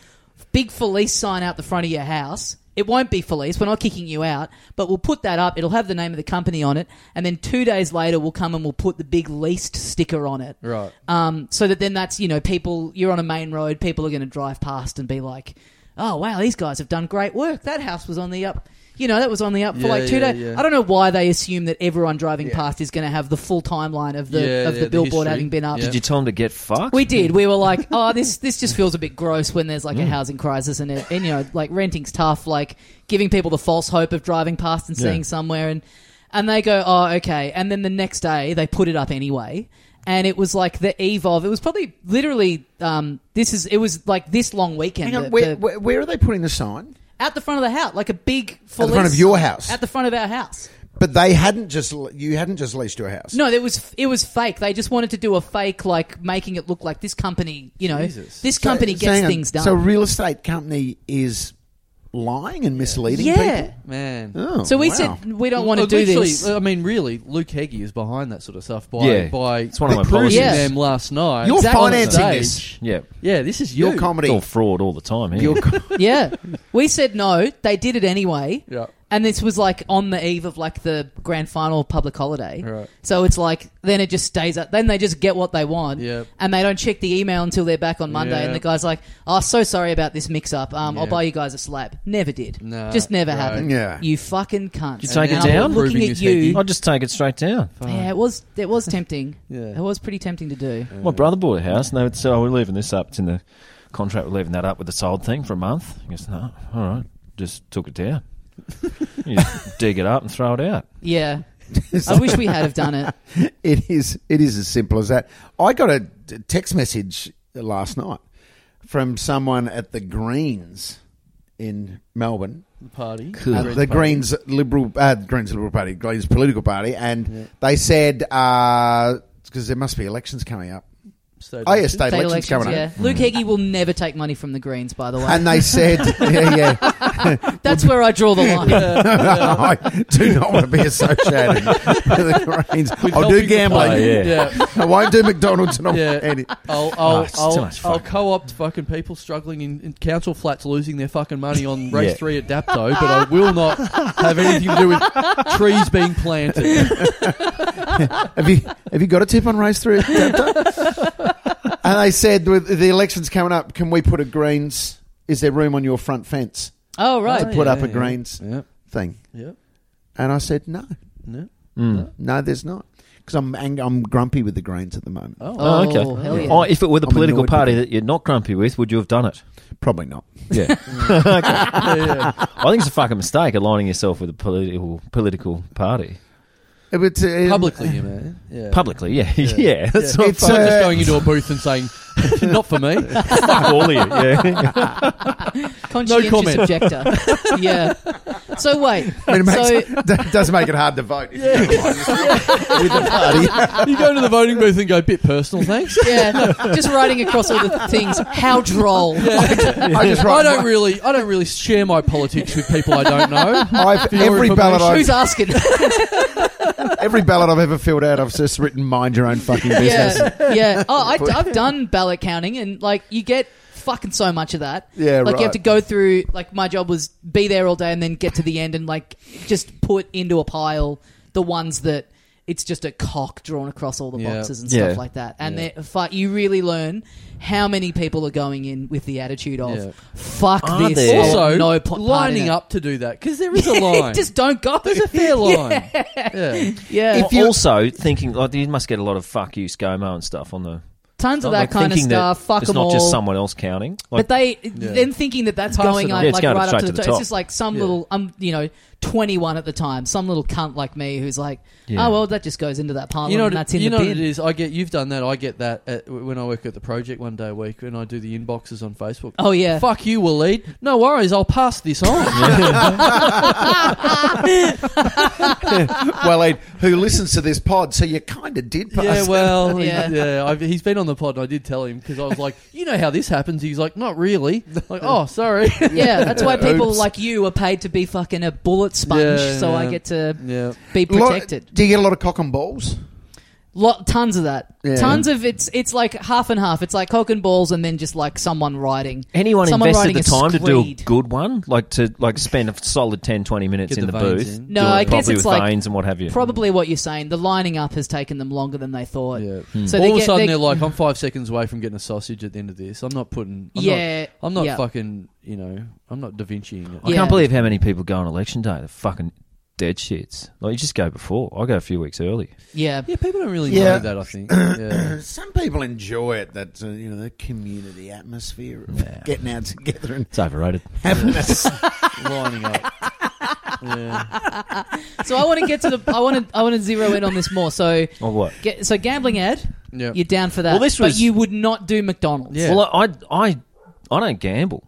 S1: big Felice sign out the front of your house?" It won't be Felice. We're not kicking you out, but we'll put that up. It'll have the name of the company on it, and then two days later, we'll come and we'll put the big leased sticker on it.
S2: Right.
S1: Um, so that then that's you know people you're on a main road, people are going to drive past and be like, "Oh wow, these guys have done great work. That house was on the up." You know, that was on the up for
S2: Yeah,
S1: like two
S2: yeah,
S1: days.
S2: yeah.
S1: I don't know why they assume that everyone driving past is going to have the full timeline of the
S2: Yeah,
S1: of
S2: yeah,
S1: the
S2: the
S1: billboard
S2: history.
S1: having been up.
S2: Yeah.
S4: Did you tell him to get fucked?
S1: We did. We were like, "Oh, this this just feels a bit gross when there's like
S4: Mm.
S1: a housing crisis and, it, and you know, like renting's tough. Like giving people the false hope of driving past and seeing
S4: Yeah.
S1: somewhere, and and they go, "Oh, okay." And then the next day they put it up anyway, and it was like the eve of. It was probably literally um, this is it was like this long weekend
S3: Hang on,
S1: the-
S3: where,
S1: the-
S3: where, where are they putting the sign?
S1: at the front of the house, like a big
S3: At the front of your house.
S1: at the front of our house.
S3: But they hadn't just you hadn't just leased your house.
S1: No, it was it was fake. They just wanted to do a fake, like making it look like this company, you know,
S2: Jesus.
S1: this company
S3: So-
S1: gets
S3: hang on,
S1: things done.
S3: So a real estate company is lying and misleading
S1: yeah.
S3: people.
S2: Man.
S3: Oh,
S1: So we
S3: wow.
S1: said we don't want to
S2: Look,
S1: do
S2: literally,
S1: this.
S2: I mean, really, Luke Heggie is behind that sort of stuff by
S4: Yeah.
S2: by
S4: It's one of my
S2: recruiting
S4: policies.
S1: Yes.
S2: them last night.
S3: You're
S2: Exactly.
S3: financing
S2: On
S3: this.
S2: stage.
S4: Yeah.
S2: Yeah, this is
S3: Your
S2: you.
S4: It's all
S3: comedy.
S4: fraud all the time. Here.
S3: Your co-
S1: yeah, we said no. They did it anyway.
S2: Yeah.
S1: And this was like on the eve of like the grand final public holiday.
S2: Right.
S1: So it's like then it just stays up. Then they just get what they want.
S2: Yep.
S1: And they don't check the email until they're back on Monday.
S2: Yeah.
S1: And the guy's like, "Oh, so sorry about this mix-up. Um, I'll
S2: Yeah.
S1: buy you guys a slab." Never did.
S2: Nah,
S1: just never
S2: right.
S1: happened.
S3: Yeah.
S1: You fucking cunt.
S4: you
S1: And
S4: take it
S1: I'm
S4: down?
S1: Looking
S2: Proving
S1: at
S2: his
S1: you.
S4: I'll just take it straight down.
S1: Yeah, it was it was tempting.
S2: Yeah.
S1: It was pretty tempting to do.
S4: My brother bought a house, and they would say, "Oh, we're leaving this up. It's in the contract. We're leaving that up with the sold thing for a month." I guess no. All right, just took it down. you just dig it up and throw it out.
S1: Yeah. I wish we had have done it.
S3: It is. It is as simple as that. I got a d- text message last night from someone at the Greens in Melbourne,
S2: Party.
S3: uh,
S2: Greens
S3: the
S2: party.
S3: Greens Liberal, uh, Greens Liberal Party, Greens Political Party, and they said because there must be elections coming up.
S2: State
S3: Oh yeah,
S2: election.
S3: state, elections, coming
S1: yeah.
S3: up.
S1: Luke Heggie will never take money from the Greens, by the way.
S3: And they said, yeah, yeah.
S1: That's where I draw the line.
S3: I do not want to be associated with the Greens. I'll do
S2: Helping the
S3: gambling.
S2: party.
S4: Oh, yeah.
S2: yeah.
S3: I won't do McDonald's and I'll
S2: Yeah.
S3: and it-
S2: I'll I'll,
S3: Ah,
S4: Oh, it's too
S2: I'll,
S4: much fun.
S2: I'll co-opt fucking people struggling in, in council flats losing their fucking money on race
S4: Yeah.
S2: three at Dapto, but I will not have anything to do with trees being planted.
S3: Have you have you got a tip on race three? and they said, with the elections coming up, can we put a Greens? Is there room on your front fence
S1: Oh right.
S3: to put
S2: yeah,
S3: up a
S2: yeah.
S3: Greens
S2: Yep.
S3: thing?
S2: Yep.
S3: And I said, no,
S2: No.
S4: Mm.
S3: no, there's not, because I'm ang- I'm grumpy with the Greens at the moment.
S2: Oh.
S4: Oh, okay.
S1: Oh, hell yeah.
S4: Oh, if it were the
S3: I'm
S4: political
S3: annoyed
S4: party
S3: with
S4: that you're not grumpy with, would you have done it?
S3: Probably not.
S4: Yeah.
S2: Yeah, yeah.
S4: I think it's a fucking mistake aligning yourself with a political political party
S3: It was, uh,
S2: Publicly, you man. Yeah.
S4: publicly. Yeah, yeah. That's
S2: Yeah.
S4: what
S3: It's,
S2: I'm
S3: uh,
S2: just going into a booth and saying, "Not for me."
S4: fuck all of you. Yeah.
S1: conscientious
S2: comment.
S1: objector. yeah. So wait.
S3: I mean, it makes,
S1: so
S3: that does make it hard to vote. if you don't mind. With the party.
S2: you go to the voting booth and go, bit personal, thanks.
S1: yeah, just writing across all the things. How droll.
S3: I just write.
S2: I don't really, I don't really share my politics with people I don't know.
S3: I've,
S2: For your
S3: every ballot I've
S1: Who's asking?
S3: Every ballot I've ever filled out, I've just written "mind your own fucking business."
S1: yeah, yeah. Oh, I, I've done ballot counting, and like you get fucking so much of that.
S3: Yeah,
S1: like you have
S3: right.
S1: to go through. Like my job was be there all day, and then get to the end, and like just put into a pile the ones that it's just a cock drawn across all the
S2: Yeah.
S1: boxes and
S4: Yeah.
S1: stuff like that. And
S2: Yeah.
S1: they're fu- you really learn how many people are going in with the attitude of
S2: Yeah.
S1: "fuck
S4: Are
S1: this."
S4: there?
S1: I want
S2: Also,
S1: no po- part in
S2: lining
S1: it."
S2: up to do that because there is a line.
S1: just don't go.
S2: There's a fair line. Yeah.
S1: yeah,
S4: Al- also thinking like you must get a lot of fuck you ScoMo and stuff on the
S1: tons of
S4: like,
S1: that kind of
S4: thinking
S1: stuff. Fuck
S4: it's
S1: them
S4: not
S1: all.
S4: just someone else counting.
S1: but
S4: Like,
S1: they
S2: Yeah.
S1: then thinking that that's
S2: Pass
S1: going
S2: it
S1: on
S2: on. Yeah,
S4: it's
S1: like
S4: going
S1: right up
S4: straight
S1: to the,
S4: to the
S1: top. It's
S4: top.
S1: just like some
S2: Yeah.
S1: little I'm you know 21 at the time, some little cunt like me who's like,
S4: Yeah.
S1: oh well, that just goes into that pile
S2: You know,
S1: and
S2: what,
S1: that's in
S2: you
S1: the
S2: know what
S1: bin.
S2: it is. I get you've done that. I get that at, when I work at the project one day a week, and I do the inboxes on Facebook.
S1: Oh yeah,
S2: Fuck you, Waleed. No worries, I'll pass this on.
S3: well, Ed, who listens to this pod? So you kind of did pass.
S2: yeah, well,
S1: Yeah.
S2: yeah. I've, he's been on the pod, and I did tell him because I was like, you know how this happens. He's like, not really. Like, oh, sorry.
S1: yeah. That's why people
S3: Oops.
S1: like you are paid to be fucking a bullet sponge,
S2: Yeah,
S1: so I
S2: yeah.
S1: get to
S2: yeah.
S1: be
S3: Lot-
S1: protected.
S3: do you get a lot of cock and balls?
S1: Lot, tons of that.
S3: Yeah.
S1: Tons of it's it's like half and half. It's like cock and balls, and then just like someone riding.
S4: anyone
S1: Someone
S4: invested the
S1: writing a
S4: time to do a
S1: screed.
S4: good one, like to like spend a solid 10, 20 minutes
S2: Get
S4: in
S2: the
S4: the,
S2: veins
S4: booth.
S2: in.
S1: No,
S4: do it
S1: I guess
S4: properly
S1: it's
S4: with
S1: like-
S4: veins and what have you.
S1: Probably what you're saying. The lining up has taken them longer than they thought.
S2: Yeah.
S1: So
S2: All
S1: they
S2: of
S1: get-
S2: a sudden,
S1: they-
S2: they... are like, I'm five seconds away from getting a sausage at the end of this. I'm not putting. I'm
S1: yeah,
S2: Not, I'm not
S1: yeah.
S2: fucking. You know, I'm not Da Vinciing it.
S4: I
S1: Yeah.
S4: can't believe how many people go on election day. They're fucking dead shits. Like you just go before. I go a few weeks early.
S1: Yeah,
S2: Yeah, people don't really
S3: Yeah.
S2: know that. I think. Yeah.
S3: Some people enjoy it. That uh, you know the community atmosphere of
S4: Yeah.
S3: getting out together and
S4: It's overrated.
S3: having a
S2: lining up. Yeah.
S1: So I want to get to the. I want to. I want to zero in on this more. So,
S4: Or what?
S1: get, so gambling ad.
S2: Yeah.
S1: You're down for that.
S4: Well, this
S1: but
S4: was-
S1: you would not do McDonald's.
S2: Yeah.
S4: Well, I, I I don't gamble,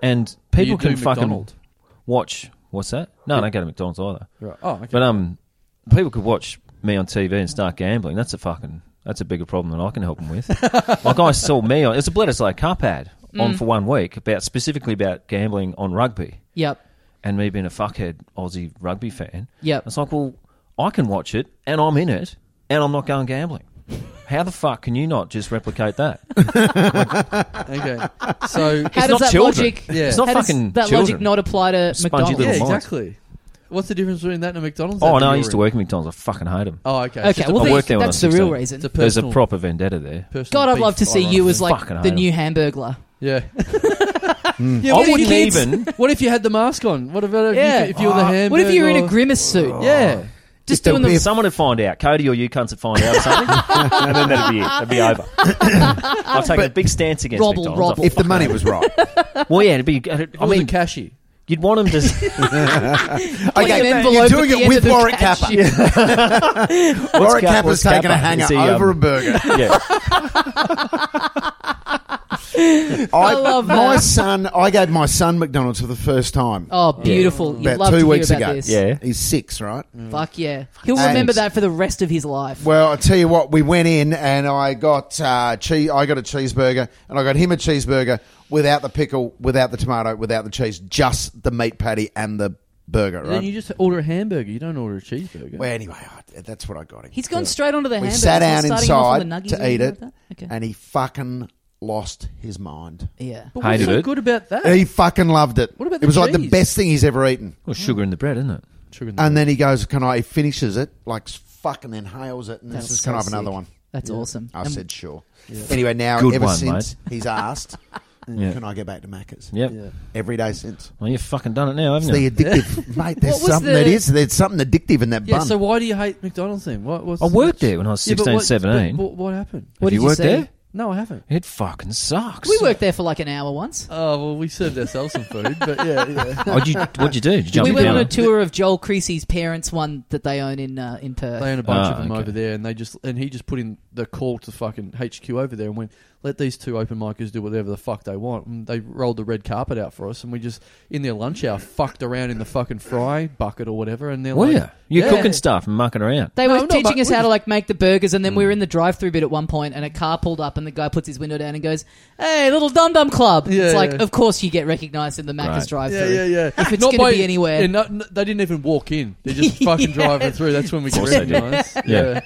S4: and people
S2: You do
S4: can fucking
S2: McDonald.
S4: watch. What's that? No, I don't go to McDonald's either.
S2: Right. Oh, okay.
S4: But um, people could watch me on TV and start gambling. That's a fucking that's a bigger problem than I can help them with. like I saw me on it's a Bledisloe Cup ad
S2: Mm.
S4: on for one week about specifically about gambling on rugby
S1: Yep.
S4: and me being a fuckhead Aussie rugby fan.
S1: Yep.
S4: It's like, well, I can watch it and I'm in it and I'm not going gambling. How the fuck can you not just replicate that?
S2: okay.
S1: How
S2: So
S4: It's
S1: does
S4: not
S1: that
S4: children.
S1: logic?
S2: Yeah. It's
S4: not
S1: how does
S4: fucking
S1: that logic
S4: children.
S1: not apply to
S4: Spongy
S1: McDonald's?
S2: yeah,
S4: little minds.
S2: exactly. What's the difference between that and McDonald's?
S4: oh
S2: That
S4: no, I
S2: you're
S4: used to
S2: in.
S4: work at McDonald's. I fucking hate them.
S2: Oh, okay.
S1: Okay.
S2: So
S1: Well,
S4: I
S1: the,
S4: worked there when I
S1: that's
S4: was
S1: the real
S4: 16.
S1: reason.
S2: it's a
S4: There's a
S2: personal-
S4: proper vendetta there.
S2: personal
S1: God, I'd
S2: beef
S1: love to see
S2: I
S1: you
S2: reckon.
S1: as like
S4: Fucking
S1: the
S4: hate
S1: new Hamburglar.
S2: Yeah.
S4: I
S2: what if
S4: wouldn't
S2: you-
S4: even.
S2: What if you had the mask on? What about if,
S1: Yeah. Ah.
S2: you, if you were the hamburger?
S1: What if you're in a
S2: or-
S1: grimace suit?
S3: Oh.
S4: Oh.
S2: Yeah.
S1: Just
S3: If
S1: doing
S3: they'll
S1: the.
S4: Someone would find out. Cody or you cunts would find out or something. and then that'd be it. That'd be over. I've taken a big stance against
S1: Robble,
S4: McDonald's.
S1: robble.
S3: if the money was right.
S4: Well, yeah, it'd be. It'd,
S2: If
S4: I
S2: it was a
S4: mean,
S2: cashy.
S4: you'd want them to.
S1: Like an envelope
S3: you're
S1: at
S3: doing
S1: the
S3: it
S1: end of
S3: with
S1: the
S3: Warwick
S1: cash.
S3: Kappa.
S4: What's
S3: Warwick
S4: Cap-
S3: Kappa's
S4: what's
S3: taking a
S4: Kappa?
S3: hanger
S4: Is he, um,
S3: over a burger.
S4: Yeah.
S3: I,
S1: love
S3: my
S1: that.
S3: son. I gave my son McDonald's for the first time
S1: Oh, beautiful! You'd
S3: about
S1: love to
S3: two
S1: hear
S3: weeks
S1: about
S3: ago.
S1: This.
S4: Yeah.
S3: He's six, right?
S1: Fuck yeah! He'll
S3: And-
S1: remember that for the rest of his life.
S3: Well, I tell you what, we went in and I got uh, che- I got a cheeseburger and I got him a cheeseburger without the pickle, without the tomato, without the cheese, just the meat patty and the burger.
S2: Then you
S3: Right?
S2: just order a hamburger. You don't order a cheeseburger.
S3: Well, anyway, I, that's what I got him.
S1: He's gone straight onto the
S3: we
S1: hamburger.
S3: sat down
S1: He's not starting off on
S3: inside
S1: the nuggies or
S3: to eat
S1: anything
S3: it,
S1: like that? Okay.
S3: and he fucking lost his mind.
S1: Yeah.
S2: but what's
S4: Hated
S2: so
S4: it.
S2: good about that?
S3: He fucking loved it.
S2: What about
S3: it
S2: the
S3: was like the
S2: cheese?
S3: best thing he's ever eaten.
S4: Well, sugar in the bread, isn't it?
S2: Sugar in the
S3: And then he goes, "Can I?" He finishes it, like fucking inhales it, and
S1: That's
S3: says, "Can I have
S1: so
S3: another
S1: sick.
S3: one?"
S1: That's awesome.
S3: I
S2: Um,
S1: And-
S3: said, "Sure." Anyway, now
S4: Good
S3: ever
S4: one,
S3: since he's asked,
S4: Yeah.
S3: "Can I go back to Macca's?"
S4: Yep.
S2: Yeah.
S3: Every day since.
S4: Well, you've fucking done it now,
S3: It's
S4: haven't you?
S3: the addictive, mate. There's
S1: What was
S3: something
S1: the-
S3: that is. There's something addictive in that
S2: Yeah,
S3: bun.
S2: so why do you hate McDonald's then? What, what's
S4: I worked there when I was
S2: Yeah, but
S4: 16,
S2: what-
S4: 17.
S2: but What, what happened?
S1: What
S4: Have
S1: did
S4: you
S1: you
S4: worked
S1: say?
S4: there?
S2: No, I haven't.
S4: It fucking sucks.
S1: We worked there for like an hour once.
S2: Oh well, we served ourselves some food, but yeah, yeah.
S4: What'd you, what'd you do? Did you jump
S1: we
S4: in
S1: went on
S4: the
S1: a
S4: tower?
S1: tour of Joel Creasy's parents' one that they own in uh, in Perth.
S2: They own a bunch
S4: Ah,
S2: of them
S4: okay.
S2: over there, and they just and he just put in the call to fucking HQ over there and went, let these two open micers do whatever the fuck they want. And they rolled the red carpet out for us, and we just in their lunch hour fucked around in the fucking fry bucket or whatever, and they're
S4: Were
S2: like,
S4: you? You're
S2: Yeah.
S4: cooking stuff and mucking around.
S1: They
S2: No,
S1: were
S2: no,
S1: teaching
S2: but
S1: us
S2: we
S1: how to
S2: just-
S1: like make the burgers, and then we were in the drive-through bit at one point, and a car pulled up, and the guy puts his window down and goes, "Hey, little Dum Dum Club."
S2: Yeah,
S1: it's like,
S2: yeah.
S1: of course, you get recognised in the Macca's
S4: Right.
S1: drive-through.
S2: Yeah, yeah, yeah.
S1: If it's gonna be anywhere.
S2: yeah, no, no, they didn't even walk in. They're just fucking driving through. That's when we get
S4: course they did.
S2: recognised.
S4: Yeah.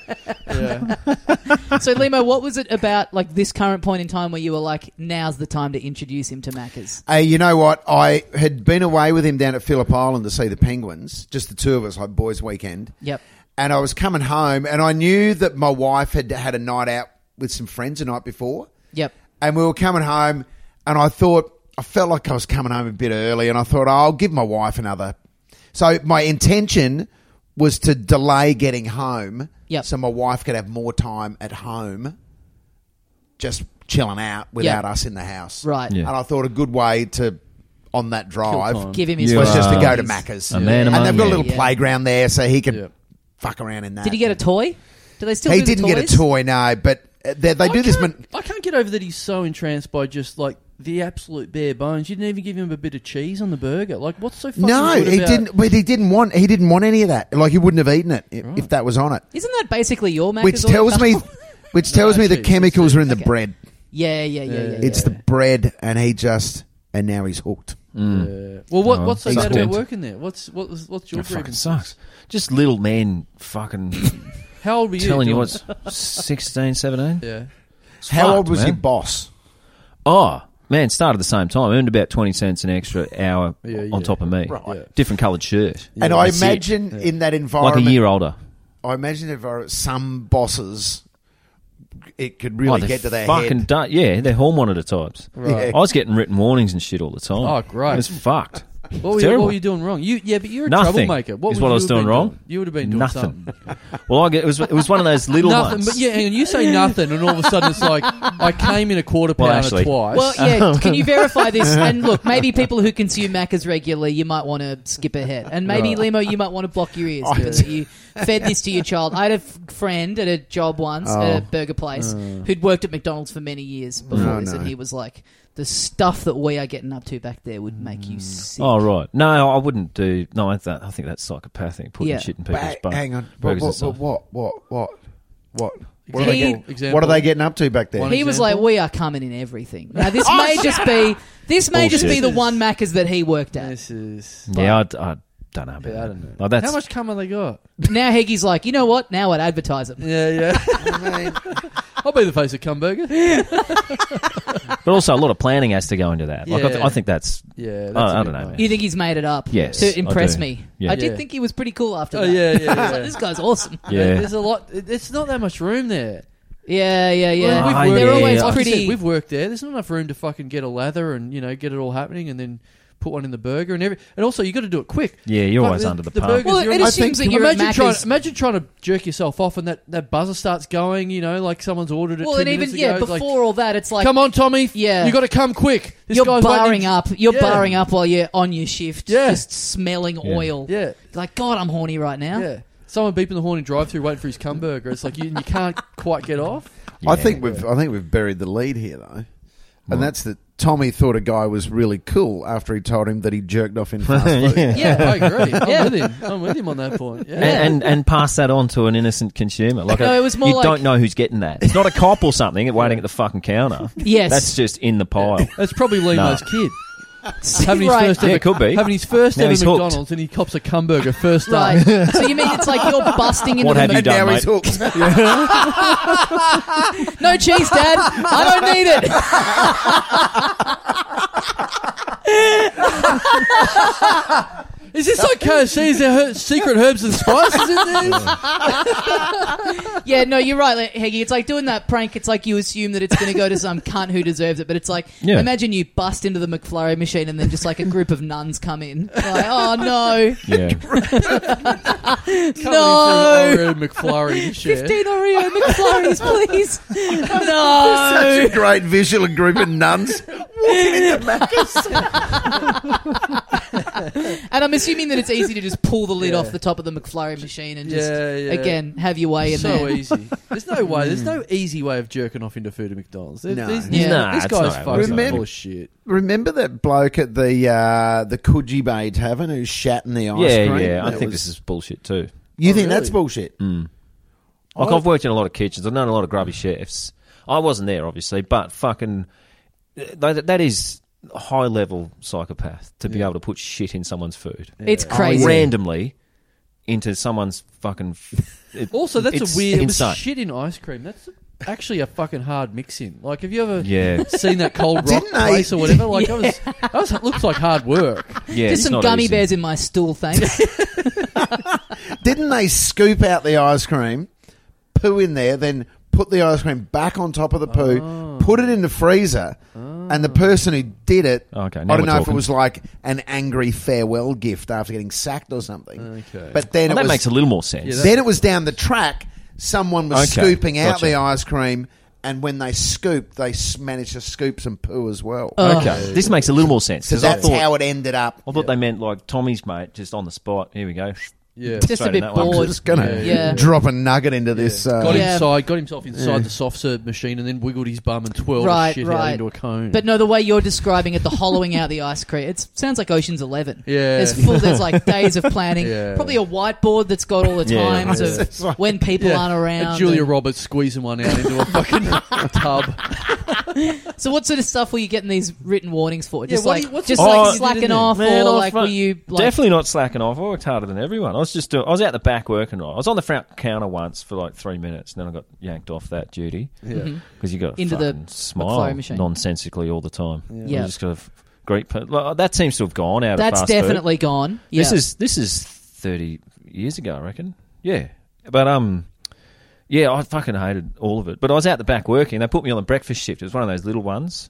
S2: yeah.
S1: So, Limo, what was it about like this current point in time where you were like, "Now's the time to introduce him to Macca's"?
S3: Hey, you know what? I had been away with him down at Phillip Island to see the Penguins, just the two of us, like boys' weekend.
S1: Yep.
S3: And I was coming home, and I knew that my wife had had a night out with some friends the night before.
S1: Yep.
S3: And we were coming home, and I thought, I felt like I was coming home a bit early, and I thought, "Oh, I'll give my wife another. So my intention was to delay getting home
S1: Yep.
S3: so my wife could have more time at home just chilling out without us in the house.
S1: Right.
S4: Yeah.
S3: And I thought a good way to, on
S2: time.
S3: that drive,
S1: Give him his.
S4: You
S3: was just to
S4: are
S3: go to
S1: He's-
S3: Macca's.
S4: a man
S3: and
S4: among
S3: they've got a
S4: men.
S3: little
S1: Yeah.
S3: playground there so he can
S2: Yeah.
S3: fuck around in that.
S1: Did he get a toy? Do they still?
S3: He
S1: do the
S3: didn't get
S1: toys?
S3: a toy, no, but uh, they, they do
S2: I
S3: this.
S2: can't-
S3: Man-
S2: I can't get over that he's so entranced by just like the absolute bare bones. You didn't even give him a bit of cheese on the burger. Like, what's so fucking
S3: no,
S2: good
S3: he
S2: about-
S3: didn't. But he didn't want. He didn't want any of that. Like he wouldn't have eten it i- if that was on it.
S1: Isn't that basically your Macca's?
S3: Which
S1: all the
S3: tells
S1: time?
S3: me, which
S2: No,
S3: tells me the
S2: cheese,
S3: chemicals are in the
S1: Okay.
S3: bread.
S1: yeah, yeah, yeah, yeah. yeah.
S3: It's the bread, and he just and now he's hooked.
S2: Yeah. Uh, Well, what,
S4: Oh,
S2: what's so
S3: he's
S2: bad about
S4: hooked.
S2: working there? What's what was, what's your
S4: It fucking
S2: grievance?
S4: sucks. Just little men fucking
S2: How old were you?
S4: telling you
S2: Dylan?
S4: what's 16, 17?
S2: Yeah.
S4: It's
S3: How
S4: fucked,
S3: old was
S4: man.
S3: your boss?
S4: Oh, man, started at the same time. Earned about 20 cents an extra hour
S2: Yeah, yeah.
S4: on top of me.
S2: Yeah.
S4: Different coloured shirt.
S3: and I
S4: That's it.
S3: imagine in that
S4: Like a
S3: environment,
S4: year older.
S3: I imagine if I- some bosses, it could really
S4: Oh, they're
S3: get to their
S4: fucking
S3: head.
S4: done- yeah, they're hall monitor types.
S2: Right.
S3: Yeah.
S4: I was getting written warnings and shit all the time.
S2: Oh, great.
S4: It's fucked.
S2: What were, you,
S4: Terrible.
S2: what were you doing wrong? You yeah, but you're a
S4: Nothing
S2: troublemaker. What
S4: is
S2: would
S4: what I
S2: you
S4: was
S2: have
S4: doing
S2: been
S4: wrong.
S2: You would have been doing
S4: nothing.
S2: something.
S4: well, I get, it was it was one of those little
S2: Nothing.
S4: ones.
S2: But yeah, and you say nothing, and all of a sudden it's like I came in a quarter
S4: Well,
S2: pounder
S4: actually-
S2: twice.
S1: Well, yeah. Can you verify this? And look, maybe people who consume Macca's regularly, you might want to skip ahead. And maybe Limo, you might want to block your ears. given that you fed this to your child. I had a f- friend at a job once at a burger place who'd worked at McDonald's for many years before
S3: Oh. Uh. No,
S1: this,
S3: no.
S1: and he was like, "The stuff that we are getting up to back there would make
S3: Mm.
S1: you sick."
S4: Oh right, no, I wouldn't do. No, I, th- I think that's psychopathic. Putting
S1: Yeah.
S4: shit in
S3: Ba-
S4: people's butt.
S3: hang on, what,
S4: burgers and
S3: what,
S4: stuff.
S3: what, what, what, what, what? What are,
S2: Example,
S3: they
S1: He-
S3: getting,
S2: example.
S3: what are they getting up to back there?
S2: One-
S1: He was like,
S2: example?
S1: "We are coming in everything." Now this may just be this may just be
S4: Oh, Bullshit.
S1: the one Macca's that he worked at.
S2: This is
S4: Yeah, I, I don't know about
S2: Yeah, I
S4: that.
S2: don't know.
S4: Like, that's
S2: How much cum have they got?
S1: Now Heggy's like, "You know what? Now I'd advertise it."
S2: Yeah, yeah. I'll be the face of cum burger.
S4: But also, a lot of planning has to go into that. Like, I, th-
S2: Yeah.
S4: I think that's.
S2: Yeah, that's
S4: Oh, I-
S2: a
S4: I
S2: bit
S4: don't know,
S2: much.
S1: You think he's made it up?
S4: Yes, I
S1: To impress
S4: do.
S1: me.
S4: Yeah.
S1: I did
S2: Yeah.
S1: think he was pretty cool after
S2: Oh
S1: that.
S2: yeah,
S1: I was
S2: yeah,
S1: like,
S2: yeah.
S1: this guy's awesome.
S4: Yeah.
S2: There's a lot. it- It's not that much room there.
S1: Yeah, yeah, yeah.
S4: Well, we've
S1: They're
S4: worked-
S1: always
S4: yeah.
S2: Like you said,
S1: pretty.
S2: we've worked there. There's not enough room to fucking get a lather and you know get it all happening, and then put one in the burger and every. And also, you got to do it quick.
S4: Yeah, you're
S2: Fuck,
S4: always
S2: the,
S4: under the,
S2: the
S4: pump.
S2: burgers,
S1: Well,
S2: you're
S1: it
S2: on-
S1: assumes that you're at
S2: imagine trying,
S1: Macca's.
S2: imagine trying to jerk yourself off, and that, that buzzer starts going. You know, like someone's ordered it.
S1: well,
S2: two
S1: and even
S2: minutes
S1: yeah,
S2: ago. It's
S1: before
S2: like,
S1: all that, it's like
S2: come on, Tommy.
S1: Yeah.
S2: you got to come quick. This
S1: you're
S2: guy's
S1: barring
S2: waiting.
S1: up. You're
S2: Yeah.
S1: barring up while you're on your shift,
S2: Yeah.
S1: just smelling
S4: Yeah.
S1: oil.
S2: Yeah,
S1: Like God, I'm horny right now.
S2: yeah. Someone beeping the horn in drive-through, waiting for his cum burger. It's like you, you can't quite get off.
S3: I think we've I think we've buried the lead here though, and that's that Tommy thought a guy was really cool after he told him that he jerked off in fast food.
S4: yeah.
S2: Yeah, I agree. I'm
S1: Yeah.
S2: with him. I'm with him on that point. Yeah.
S4: And, and and pass that on to an innocent consumer. Like
S1: No,
S4: a-
S1: it was more
S4: you
S1: like-
S4: don't know who's getting that. It's not a cop or something waiting at the fucking counter.
S1: Yes.
S4: that's just in the pile.
S2: That's probably Limo's kid.
S1: See,
S2: Having his
S1: right.
S2: first
S4: Yeah,
S2: ever,
S4: it could be.
S2: having his first
S4: Now
S2: ever
S4: he's hooked.
S2: McDonald's, and he cops a cum burger first
S1: Right.
S2: up.
S1: so you mean it's like you're busting into
S4: What
S1: the
S4: have you
S1: Mac-
S3: And
S4: done,
S3: now
S4: mate?
S3: he's hooked.
S1: No cheese, Dad. I don't need it.
S2: Is this like KFC? Is there her- secret herbs and spices in this?
S1: Yeah, no, you're right, like, Heggy. It's like doing that prank. It's like you assume that it's going to go to some cunt who deserves it, but it's like
S4: Yeah.
S1: imagine you bust into the McFlurry machine and then just like a group of nuns come in. Like, oh no,
S4: Yeah,
S1: no,
S2: Oreo McFlurry. and share.
S1: fifteen Oreo McFlurries, please. no, you.
S3: Great visual and group of nuns walking in the Macca's.
S1: And I'm assuming that it's easy to just pull the lid off the top of the McFlurry machine and just
S2: Yeah, yeah.
S1: again have your way in
S2: so
S1: there.
S2: easy. There's no way. There's no easy way of jerking off into food at McDonald's. There-
S3: No.
S2: there's-
S1: Yeah.
S4: Hmm. Nah,
S2: this
S4: it's
S2: guy's
S4: not-
S2: fucking
S3: Remember-
S2: bullshit.
S3: Remember that bloke at the uh, the Coogee Bay Tavern who shat in the ice
S4: yeah,
S3: cream?
S4: yeah. I
S3: That
S4: think
S3: was-
S4: this is bullshit too.
S3: You
S2: Oh,
S3: think that's
S2: really?
S3: bullshit?
S4: Like
S2: What?
S4: I've worked in a lot of kitchens. I've known a lot of grubby chefs. I wasn't there, obviously, but fucking that, that is high level psychopath to be
S2: Yeah.
S4: able to put shit in someone's food
S1: It's
S3: Oh,
S1: crazy.
S4: randomly into someone's fucking. f- it-
S2: Also, that's
S4: it's
S2: a weird it was
S4: insane.
S2: shit in ice cream. That's actually a fucking hard mix in. Like, have you ever
S4: Yeah,
S2: seen that cold rock
S3: Didn't they-
S2: place or whatever? Like, that was that was it looks like hard work.
S4: yeah.
S1: Just
S4: it's
S1: some
S4: not
S1: gummy
S4: easy.
S1: bears in my stool, thanks.
S3: Didn't they scoop out the ice cream, poo in there, then put the ice cream back on top of the poo,
S4: Oh.
S3: put it in the freezer, and the person who did it,
S4: Okay,
S3: I
S4: now
S3: don't
S4: we're
S3: know if it
S4: talking.
S3: was like an angry farewell gift after getting sacked or something.
S2: Okay.
S3: But then
S4: Uh.
S3: it
S4: Well, that
S3: was,
S4: makes a little more sense.
S2: Yeah,
S3: then it was down the track. Someone was
S4: Okay,
S3: scooping out
S4: gotcha.
S3: the ice cream, and when they scooped, they s- managed to scoop some poo as well.
S2: Oh.
S4: okay, this makes a little more sense
S3: so
S4: because I
S3: that's
S4: thought
S3: how it ended up.
S4: I thought they meant like Tommy's mate, just on the spot. Here we go.
S2: Yeah,
S1: just a
S4: Straight in
S1: bit
S4: that one.
S1: bored.
S3: I'm just gonna
S2: Yeah,
S1: yeah.
S3: drop a nugget into this. Uh,
S2: got
S1: Yeah.
S2: inside, got himself inside the soft serve machine, and then wiggled his bum and twirled
S1: Right,
S2: his shit
S1: right.
S2: out into a cone.
S1: But no, the way you're describing it, the hollowing out the ice cream, it sounds like Ocean's Eleven.
S2: Yeah.
S1: there's full. There's like days of planning.
S2: Yeah.
S1: Probably a whiteboard that's got all the
S4: Yeah.
S1: times of
S3: That's right.
S1: when people
S2: Yeah.
S1: aren't
S2: And
S1: around.
S2: Julia
S1: and-
S2: Roberts squeezing one out into a fucking tub.
S1: so what sort of stuff were you getting these written warnings for? Just
S2: what
S1: like
S2: do you- what's
S1: just
S4: the
S1: like
S4: stuff you did
S1: slacking
S2: in there?
S1: off,
S4: Man, I
S1: or
S4: was
S1: like
S4: fu-
S1: were you like
S4: Definitely not slacking off. I worked harder than everyone. I was just doing. I was out the back working. right. I was on the front counter once for like three minutes, and then I got yanked off that duty
S1: Mm-hmm.
S2: Yeah.
S4: because you got
S1: Into the
S4: smile
S1: McFlurry machine.
S4: nonsensically all the time.
S1: Yeah.
S4: You just got to greet. pe- Well, that seems to have gone out.
S1: that's
S4: of fast food.
S1: definitely gone? Yeah.
S4: This is this is thirty years ago, I reckon. Yeah, but um, yeah, I fucking hated all of it. But I was out the back working. They put me on the breakfast shift. It was one of those little ones,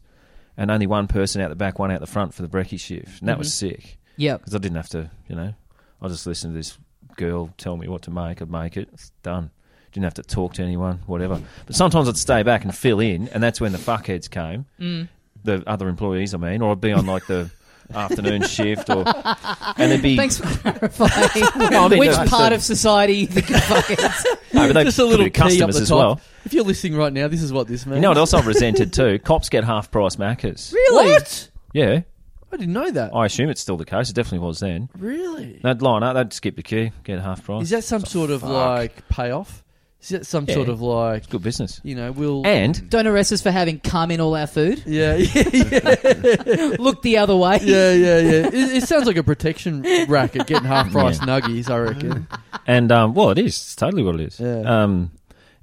S4: and only one person out the back, one out the front for the brekkie shift, and that was sick
S1: yep.
S4: because I didn't have to, you know, I just listened to this girl tell me what to make. I'd make it. It's done. Didn't have to talk to anyone, whatever. But sometimes I'd stay back and fill in, and that's when the fuckheads came. Mm. The other employees, I mean, or I'd be on like the afternoon shift, or and there'd be
S1: Thanks for clarifying
S4: No, I mean,
S1: which
S4: no,
S1: part of society you think fucking
S4: No, but they
S2: Just a
S4: put
S2: little
S4: it to
S2: key up
S4: customers
S2: the
S4: as
S2: top.
S4: well.
S2: If you're listening right now, this is what this means.
S4: You know what else I've resented too? Cops get half price Maccas.
S1: really?
S2: What?
S4: Yeah,
S2: I didn't know that.
S4: I assume it's still the case. It definitely was then.
S2: really?
S4: They'd line up, they'd skip the queue, get half price.
S2: Is that some sort of like payoff? Is that some
S4: Yeah.
S2: sort of like
S4: good business?
S2: you know we'll
S4: And
S1: Don't arrest us for having cum in all our food.
S2: yeah yeah yeah
S1: Look the other way.
S2: yeah yeah. yeah. It, it sounds like a protection racket getting half price
S4: Yeah.
S2: nuggies. I reckon.
S4: and um, well, it is. It's totally what it is.
S2: Yeah.
S4: Um,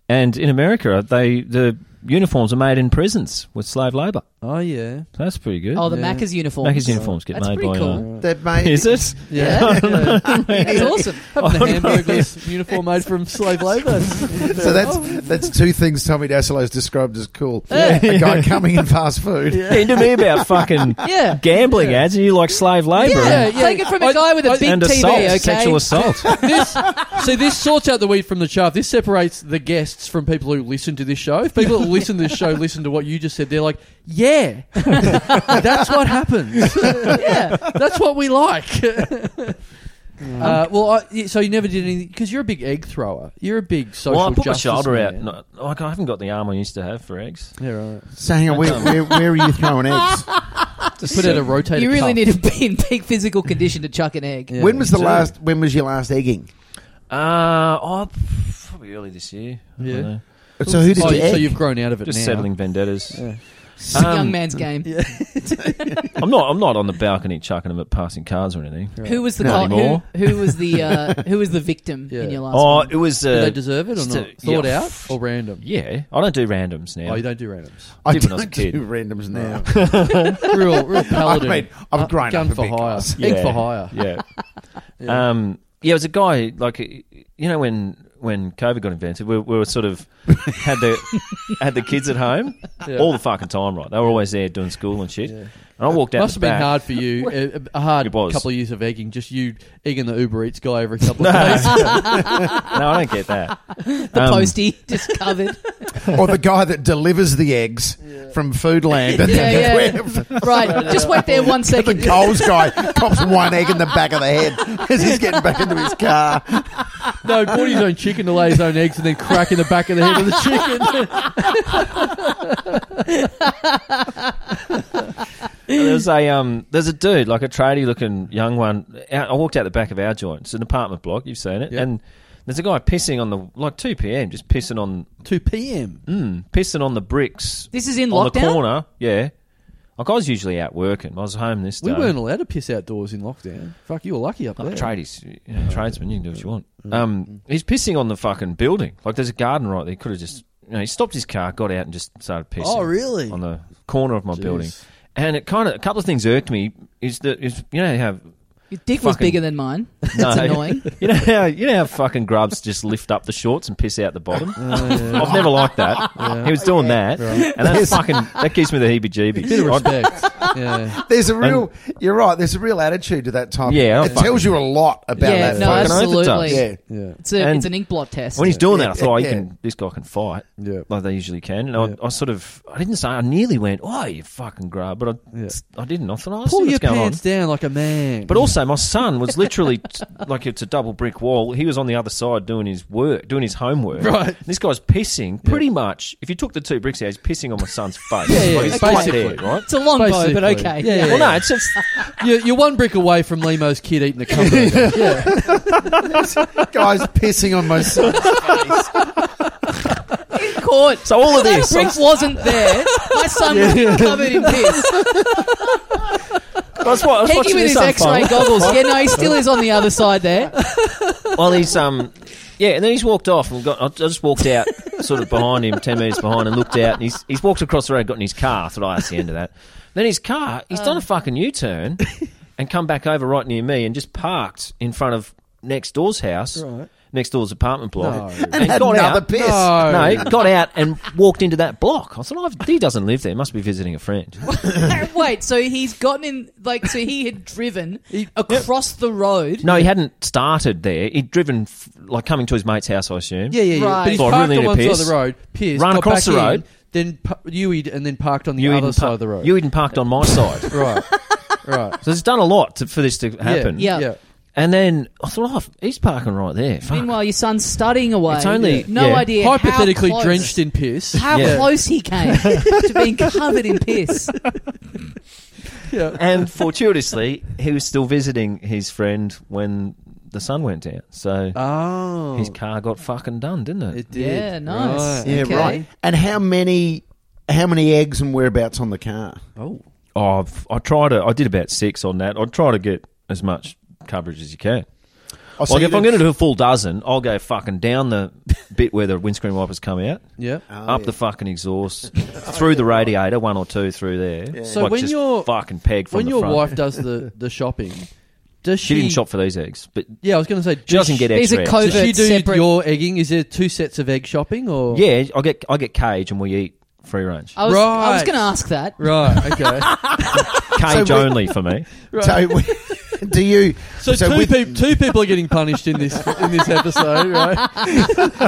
S4: and in America, they the uniforms are made in prisons with slave labor.
S2: Oh yeah.
S4: So that's pretty good.
S1: Oh, the
S2: Yeah.
S1: Macca's uniform.
S4: Macca's uniforms get
S1: That's
S4: made
S1: pretty
S4: by.
S1: cool.
S3: that made
S4: Uh, is it?
S1: Yeah.
S2: yeah.
S1: That's awesome.
S2: Having a hamburger's uniform made from slave labour.
S3: So that's that's two things Tommy Dassolo's described as cool. A guy coming in fast food.
S4: Talking to me about fucking
S1: Yeah.
S4: gambling ads, and you like slave labor
S1: Yeah,
S4: and,
S2: yeah.
S1: take it from a
S2: I-
S1: guy with a
S2: I-
S1: big
S4: and
S1: TV,
S4: assault,
S1: okay?
S4: sexual assault.
S2: this, so this sorts out the wheat from the chaff. This separates the guests from people who listen to this show. If people that listen to this show listen to what you just said, they're like, yeah, that's what happens.
S1: yeah.
S2: That's what we like. Uh, well, I, yeah, so you never did anything because you're a big egg thrower. You're a big social.
S4: Well, I put my
S2: justice
S4: shoulder out.
S2: man.
S4: Not, like I haven't got the arm I used to have for eggs.
S2: Yeah, right.
S3: So hang on, where, where, where are you throwing eggs?
S2: Just put out a rotator.
S1: You really
S2: cuff.
S1: need to be in peak physical condition to chuck an egg.
S2: Yeah.
S3: when was the
S4: you do.
S3: last? When was your last egging?
S4: Uh, oh, probably early this year. I don't
S2: Yeah.
S4: know.
S3: So who did
S2: Oh,
S3: you
S2: so
S3: egg?
S2: you've grown out of it
S4: Just
S2: now.
S4: settling vendettas.
S2: Yeah.
S1: It's a young
S4: Um,
S1: man's game.
S4: I'm not. I'm not on the balcony chucking them at passing cars or anything.
S1: Who was the
S4: Not
S1: guy-
S4: anymore.
S1: who, who was the uh, who was the victim
S2: Yeah.
S1: in your last
S4: Oh,
S1: one?
S4: it was.
S2: Do
S4: Uh,
S2: they deserve it or
S4: just a-
S2: not? Thought
S4: yeah.
S2: out or random?
S4: yeah, I don't do randoms now.
S2: Oh, you don't do randoms.
S3: I
S4: did when I was a
S3: don't do
S4: kid.
S3: randoms now.
S2: real, real
S3: I
S2: paladin.
S3: mean, I've
S2: Uh,
S3: grown
S2: gun
S3: up a
S2: for
S3: bit,
S2: hire.
S3: guys.
S2: Egg for hire.
S4: Yeah. Um. Yeah, it was a guy like you know when when COVID got invented, we, we were sort of had the had the kids at home
S2: Yeah.
S4: all the fucking time, right? They were always there doing school and shit. And I walked out.
S2: Must
S4: the
S2: have been
S4: back.
S2: hard for you. A, a- a hard
S4: It was.
S2: couple of years of egging, just you egging the Uber Eats guy every couple of days.
S4: No, I don't get that.
S1: the
S4: Um,
S1: postie just covered.
S3: or the guy that delivers the eggs from Foodland. And
S1: Yeah, yeah.
S3: where-
S1: Right, just wait there one
S3: the
S1: second.
S3: Coles guy cops one egg in the back of the head as he's getting back into his car.
S2: No, bought his own chicken to lay his own eggs and then crack in the back of the head of the chicken.
S4: There's a um, there's a dude like a tradie looking young one. out- I walked out the back of our joint. It's an apartment block. You've seen it.
S2: Yeah.
S4: And there's a guy pissing on the like 2 p.m. Just pissing on
S2: 2 p.m.
S4: mm, pissing on the bricks
S1: This is in
S4: on the
S1: lockdown.
S4: corner. Yeah. Like I was usually out working. I was home this
S2: We
S4: day.
S2: weren't allowed to piss outdoors in lockdown. Fuck, you were lucky up
S4: Like
S2: there. Mm-hmm.
S4: tradies, you know, tradesmen, you can do what you want. Um, he's pissing on the fucking building. Like there's a garden right there. He could have just, you know, he stopped his car, got out, and just started pissing.
S2: Oh, really?
S4: On the corner of my
S2: Jeez.
S4: building. And it kind of a couple of things irked me. Is that is you know how
S1: Your dick was
S4: Fucking-
S1: bigger than mine. That's
S4: No.
S1: annoying.
S4: you know how you know how fucking grubs just lift up the shorts and piss out the bottom.
S2: Oh,
S4: I've never liked that. He was doing that, and that's fucking that gives me the heebie-jeebies.
S2: Bit of
S4: I'd-
S2: respect. yeah.
S3: There's a real, you're right. There's a real attitude to that type.
S4: Yeah, I
S3: it
S4: fucking-
S3: tells you a lot about
S1: yeah,
S3: that.
S1: no,
S3: bloke.
S4: fucking oath it does.
S1: absolutely.
S3: yeah.
S2: Yeah.
S1: It's, a,
S4: And
S1: it's an ink blot test.
S4: When he's doing that, I thought, oh, you
S3: yeah.
S4: can, this guy can fight.
S2: Yeah.
S4: Like they usually can. And
S2: Yeah.
S4: I, I sort of, I didn't say, I nearly went, oh, you fucking grub. But I,
S2: Yeah.
S4: I didn't. I thought, oh, I see
S2: Pull
S4: what's
S2: your
S4: going on.
S2: pants down like a man.
S4: But also, my son was literally t- like it's a double brick wall. He was on the other side doing his work, doing his homework.
S2: Right.
S4: This guy's pissing pretty much. If you took the two bricks out, he's pissing on my son's face.
S2: Yeah, yeah,
S4: Like, he's
S2: basically.
S4: quite there, right?
S1: It's a long bow, but
S2: Basically.
S1: okay.
S2: Yeah, yeah,
S4: Well, no, it's just
S2: you're, you're one brick away from Limo's kid eating the cupboard. yeah.
S3: Guys pissing on my son.
S1: In court.
S4: so all of
S1: that
S4: this.
S1: brick wasn't there. My son was covered in piss.
S4: I was, wa- I was
S1: Heggy
S4: watching
S1: with
S4: this
S1: his X-ray
S4: unfold.
S1: goggles. Yeah, no, he still is on the other side there.
S4: Well, he's um, yeah, and then he's walked off, and got, I just walked out, sort of behind him, ten meters behind, and looked out, and he's he's walked across the road, got in his car. I thought, oh, that's the end of that. Then his car, he's done a fucking U turn, and come back over right near me, and just parked in front of next door's house,
S2: Right.
S4: next door's apartment block,
S2: No.
S4: and
S3: Had
S4: got
S3: another
S4: out.
S3: piss.
S2: No.
S4: No, he got out and walked into that block. I thought, I've, he doesn't live there. Must be visiting a friend.
S1: Wait, so he's gotten in, like, so he had driven across the road.
S4: No, he hadn't started there. He'd driven, f- like, coming to his mate's house, I assume.
S2: Yeah, yeah, yeah.
S1: Right.
S2: But he's
S4: So I
S2: parked
S4: really
S2: on
S4: need
S2: one
S4: to
S2: side of
S4: piss.
S2: the road, pissed,
S4: Run
S2: got
S4: across
S2: back
S4: the
S2: in,
S4: roid.
S2: then pu- Ewied and then parked on the
S4: You
S2: other
S4: even
S2: side of the road.
S4: You even parked on my side.
S2: right, right.
S4: So it's done a lot to, for this to happen.
S1: Yeah.
S2: yeah.
S4: And then I thought, oh, he's parking right there. Fuck.
S1: Meanwhile, your son's studying away.
S4: It's only-
S1: no
S4: yeah.
S1: idea how
S2: Hypothetically
S1: close-
S2: drenched in piss.
S1: How
S4: Yeah.
S1: close he came to being covered in piss.
S2: Yeah.
S4: and fortuitously, he was still visiting his friend when the sun went down. So
S2: Oh,
S4: his car got fucking done, didn't it?
S2: it did.
S1: Yeah, nice.
S2: Right.
S3: Yeah,
S1: Okay.
S3: right. And how many, how many eggs and whereabouts on the car?
S2: Oh,
S4: oh, I've- I tried to, I did about six on that. I try to get as much coverage as you can.
S3: Oh,
S4: like,
S3: you
S4: if I'm
S3: did-
S4: going to do a full dozen, I'll go fucking down the bit where the windscreen wipers come out.
S2: yeah.
S3: Oh,
S4: up
S3: yeah.
S4: the fucking exhaust, through the radiator, one or two through there.
S2: So when
S4: just
S2: your-
S4: fucking pegged from
S2: When
S4: the
S2: your
S4: front.
S2: wife does the the shopping, does she?
S4: She didn't shop for these eggs, but
S2: Yeah, I was going to say does
S4: she doesn't get
S1: These
S4: extra.
S1: are COVID
S4: eggs.
S2: Does she do
S1: separate.
S2: your egging? Is there two sets of egg shopping or?
S4: Yeah, I get I get cage and we eat free range.
S1: I was, I was
S2: Right.
S1: going to ask that.
S2: Right. Okay.
S1: Oh,
S4: Cage
S3: we-
S4: only for me.
S2: Right.
S3: So, we- do you?
S2: So, two,
S3: with-
S2: peop two people are getting punished in this in this episode, right?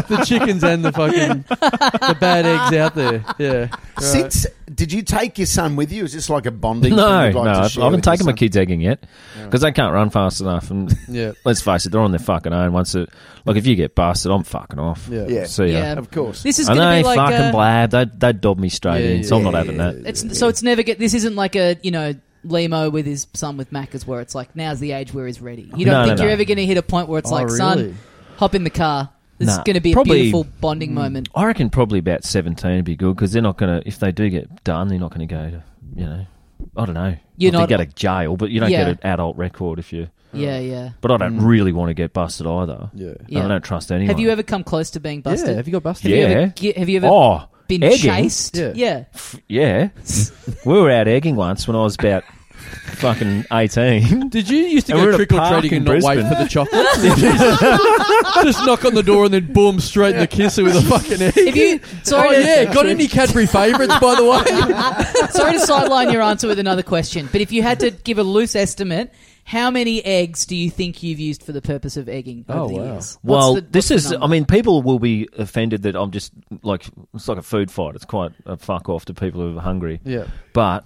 S2: the chickens and the fucking the bad eggs out there. Yeah. Right.
S3: Since did you take your son with you? Is this like a bonding?
S4: No,
S3: thing you'd
S4: no,
S3: like to
S4: I've-
S3: share
S4: I haven't
S3: with your
S4: taken my
S3: son?
S4: kids egging yet because they can't run fast enough. And
S2: Yeah.
S4: let's face it, they're on their fucking own. Once it, like if you get busted, I'm fucking off.
S2: Yeah.
S3: Yeah.
S4: See ya.
S1: Yeah.
S3: Of course.
S1: This is
S4: I
S1: going to
S4: know,
S1: be like
S4: fucking
S1: a-
S4: blab. They'd, they'd dob me straight
S2: Yeah,
S4: in, so I'm not
S3: yeah,
S4: having that.
S1: It's so it's never get. This isn't like a you know Limo with his son with Macca's where it's like now's the age where he's ready. You don't
S4: No, no,
S1: think you're
S4: no.
S1: ever going to hit a point where it's
S2: Oh,
S1: like
S2: really?
S1: son, hop in the car. This is
S4: Nah.
S1: going to be a
S4: Probably- Mm.
S1: beautiful bonding moment.
S4: I reckon probably about 17 would be good because they're not going to, if they do get done, they're not going to go to, you know, I don't know.
S1: You're
S4: Not
S1: not-
S4: they go to jail, but you don't
S1: Yeah. Mm.
S4: get an adult record if you.
S1: Yeah, yeah.
S4: But I don't really want to get busted either.
S2: Yeah.
S1: Yeah.
S4: And I don't trust anyone.
S1: Have you ever come close to being busted?
S2: Yeah. Have you got busted?
S1: Have you ever
S4: Yeah.
S1: ge- have you ever
S4: oh,
S1: been
S4: egging?
S1: chased?
S2: Yeah.
S1: yeah.
S4: F- Yeah. we were out egging once when I was about fucking 18.
S2: Did you used to
S4: And we're
S2: go
S4: in a
S2: trick or treating
S4: park in
S2: and not wait
S4: Brisbane.
S2: for the chocolates? Just knock on the door and then boom, straight in the kisser with a fucking egg.
S1: If you
S2: oh
S1: sorry,
S2: yeah,
S1: to,
S2: got any Cadbury favourites by the way?
S1: sorry to sideline your answer with another question, but if you had to give a loose estimate, How many eggs do you think you've used for the purpose of egging over
S2: Oh,
S1: the
S2: wow.
S1: years? What's
S4: Well,
S1: the-
S4: this
S1: what's
S4: is.
S1: the
S4: I
S1: number?
S4: mean, people will be offended that I'm just like it's like a food fight. It's quite a fuck off to people who are hungry.
S2: Yeah.
S4: But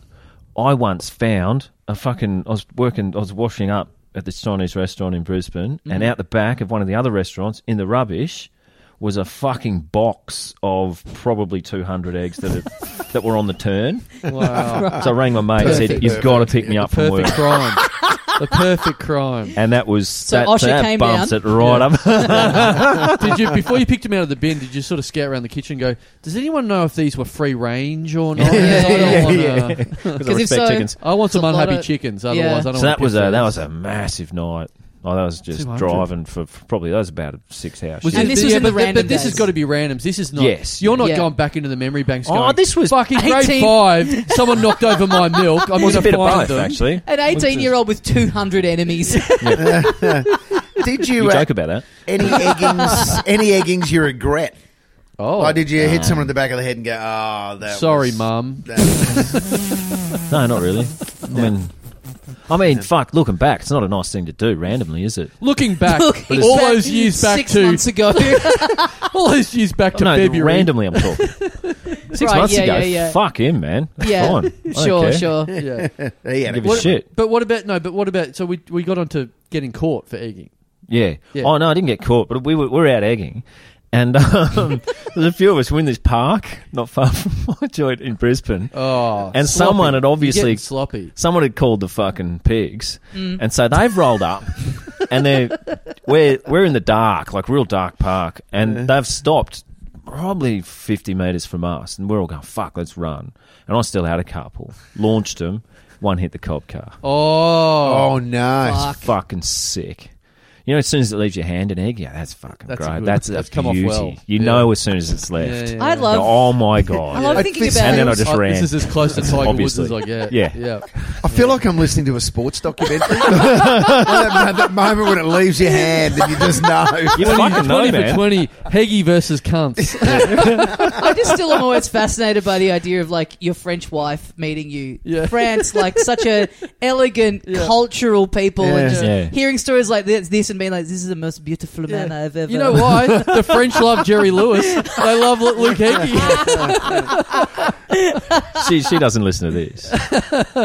S4: I once found a fucking. I was working. I was washing up at this Chinese restaurant in Brisbane,
S1: Mm-hmm.
S4: and out the back of one of the other restaurants in the rubbish was a fucking box of probably 200 eggs that had, that were on the turn.
S2: Wow.
S4: So I rang my mate and said,
S2: Perfect.
S4: "You've got to pick me
S2: the
S4: up from work."
S2: perfect crime. the perfect crime.
S4: And that was that,
S1: Osher
S4: that
S1: came
S4: bumps
S1: down.
S4: it right
S2: Yeah.
S4: up.
S2: Did you before you picked him out of the bin? Did you sort of scout around the kitchen? and Go. Does anyone know if these were free range or not?
S1: Yeah,
S2: I don't
S1: yeah,
S2: wanna-
S4: Because I
S1: if
S4: respect
S1: so-
S4: chickens.
S2: I want some
S1: It's a lot
S2: unhappy
S1: of-
S2: chickens. Otherwise,
S1: Yeah.
S2: I don't.
S4: So
S2: wanna
S4: that was
S2: pick
S4: a that
S2: these.
S4: was a massive night. Oh, that was just
S2: 200.
S4: driving for, for probably that was about a six hour
S2: Was
S4: shift.
S1: And
S2: it-
S1: this was in the
S2: but, th-
S1: random
S2: but this has
S1: days.
S2: got to be randoms. This is not.
S4: Yes.
S2: you're not
S1: Yeah.
S2: going back into the memory banks.
S4: Oh,
S2: going,
S4: this was
S2: fucking
S1: 18.
S2: grade five. Someone knocked over my milk. I'm
S4: it was a
S2: gonna
S4: bit of
S2: find
S4: both
S2: them.
S4: actually.
S1: An 18 year old with 200 enemies.
S3: Did
S4: You
S3: you uh,
S4: joke about that.
S3: any eggings? any eggings you regret?
S2: Oh,
S3: Like, did you hit someone in the back of the head and go, "Oh, that
S2: sorry,
S3: was,
S2: mum.
S3: that was-
S4: No, not really. I mean, I mean, fuck. Looking back, it's not a nice thing to do randomly, is it?
S2: Looking back,
S1: Looking
S2: all
S1: back
S2: those years back
S1: six
S2: to
S1: months ago.
S2: all those years back to
S4: no,
S2: February.
S4: randomly. I'm talking six
S1: Right,
S4: months
S1: yeah,
S4: ago.
S1: yeah, yeah.
S4: Fuck him, man. That's
S1: Yeah.
S4: fine. I don't
S1: sure,
S4: care.
S1: sure.
S2: Yeah.
S3: he had a
S4: Give a
S3: good-
S4: shit.
S2: But what about no? But what about so we we got onto getting caught for egging.
S4: Yeah.
S2: Yeah.
S4: Oh no, I didn't get caught, but we were, we were out egging, and um, there's a few of us were in this park not far from my joint in Brisbane.
S2: Oh,
S4: And
S2: sloppy.
S4: someone had
S2: You're
S4: obviously-
S2: getting sloppy.
S4: someone had called the fucking pigs, and so they've rolled up, and they we're we're in the dark, like real dark park, and they've stopped probably fifty meters from us, and we're all going fuck, let's run, and I still had a couple, launched them, one hit the cop car,
S2: Oh,
S3: Oh no!
S1: Fuck.
S4: fucking sick. You know, as soon as it leaves your hand and egg, yeah, that's fucking
S2: That's a
S4: great.
S2: good-
S4: that's,
S2: that's
S4: a
S2: come off
S4: beauty.
S2: well.
S4: You
S2: Yeah.
S4: know, as soon as it's left.
S2: Yeah, yeah,
S1: I
S2: yeah.
S1: love-
S4: oh my
S1: I
S4: god!
S1: love
S3: I
S1: thinking
S3: think-
S1: about
S4: and then I
S1: it.
S4: just
S2: Oh,
S4: ran.
S2: This is as close to Tiger Woods
S4: Obviously.
S2: as I get.
S4: Yeah.
S2: yeah.
S3: I feel like I'm listening to a sports documentary. that, that moment when it leaves your hand and you just know.
S4: you fucking know,
S2: Twenty for
S4: man.
S2: twenty, Heggy versus cunts.
S1: I just still am always fascinated by the idea of like your French wife meeting you.
S2: Yeah.
S1: France, like such a elegant,
S2: Yeah.
S1: cultural people, and
S3: Yeah.
S1: just
S4: Yeah.
S1: hearing stories like this, this and being like, "This is the most beautiful man I've ever."
S2: You know why? The French love Jerry Lewis. They love Lu- Luke Heggie.
S4: she she doesn't listen to this.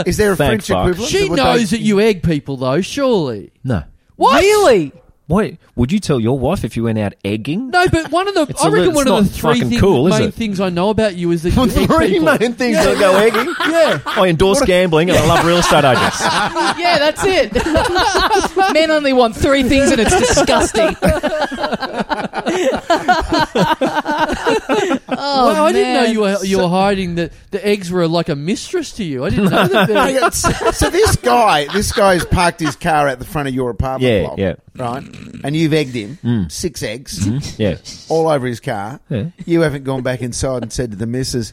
S3: Is there a
S4: Thank
S3: French
S4: fuck.
S3: equivalent?
S2: She
S3: Would
S2: knows
S3: they-
S2: that you egg people, though. Surely.
S4: No.
S1: What? Really?
S4: What would you tell your wife if you went out egging?
S2: No, but one of the
S4: It's
S2: I
S4: a li-
S2: reckon
S4: it's
S2: one of
S4: not
S2: the three
S4: fucking
S2: thing-
S4: cool, is
S2: main
S4: it?
S2: things I know about you is that you egg
S3: three
S2: people.
S3: main things
S2: Yeah.
S3: that go egging.
S2: Yeah.
S4: I endorse gambling and I love real estate agents.
S1: yeah, that's it. Men only want three things, and it's disgusting. oh,
S2: well, I didn't know
S1: man.
S2: you were you were hiding that the eggs were like a mistress to you. I didn't know that. they
S3: Hang on, so so this guy, this guy's parked his car at the front of your apartment
S4: Yeah,
S3: block,
S4: yeah.
S3: right? And you've egged him six eggs
S4: Hmm? Yeah.
S3: all over his car.
S4: Yeah.
S3: You haven't gone back inside and said to the missus,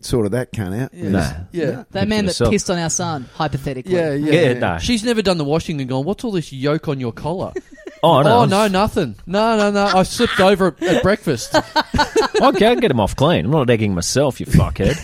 S3: "Sort of that cunt out."
S2: Yeah.
S4: Nah.
S2: Yeah.
S1: that man that
S4: Yourself.
S1: pissed on our son, hypothetically.
S2: Yeah, yeah.
S4: Yeah, no.
S2: She's never done the washing and gone, what's all this yolk on your collar?
S4: Oh, no.
S2: oh, no, nothing. No, no, no. I slipped over at- at breakfast.
S4: I can get him off clean. I'm not egging myself, you fuckhead.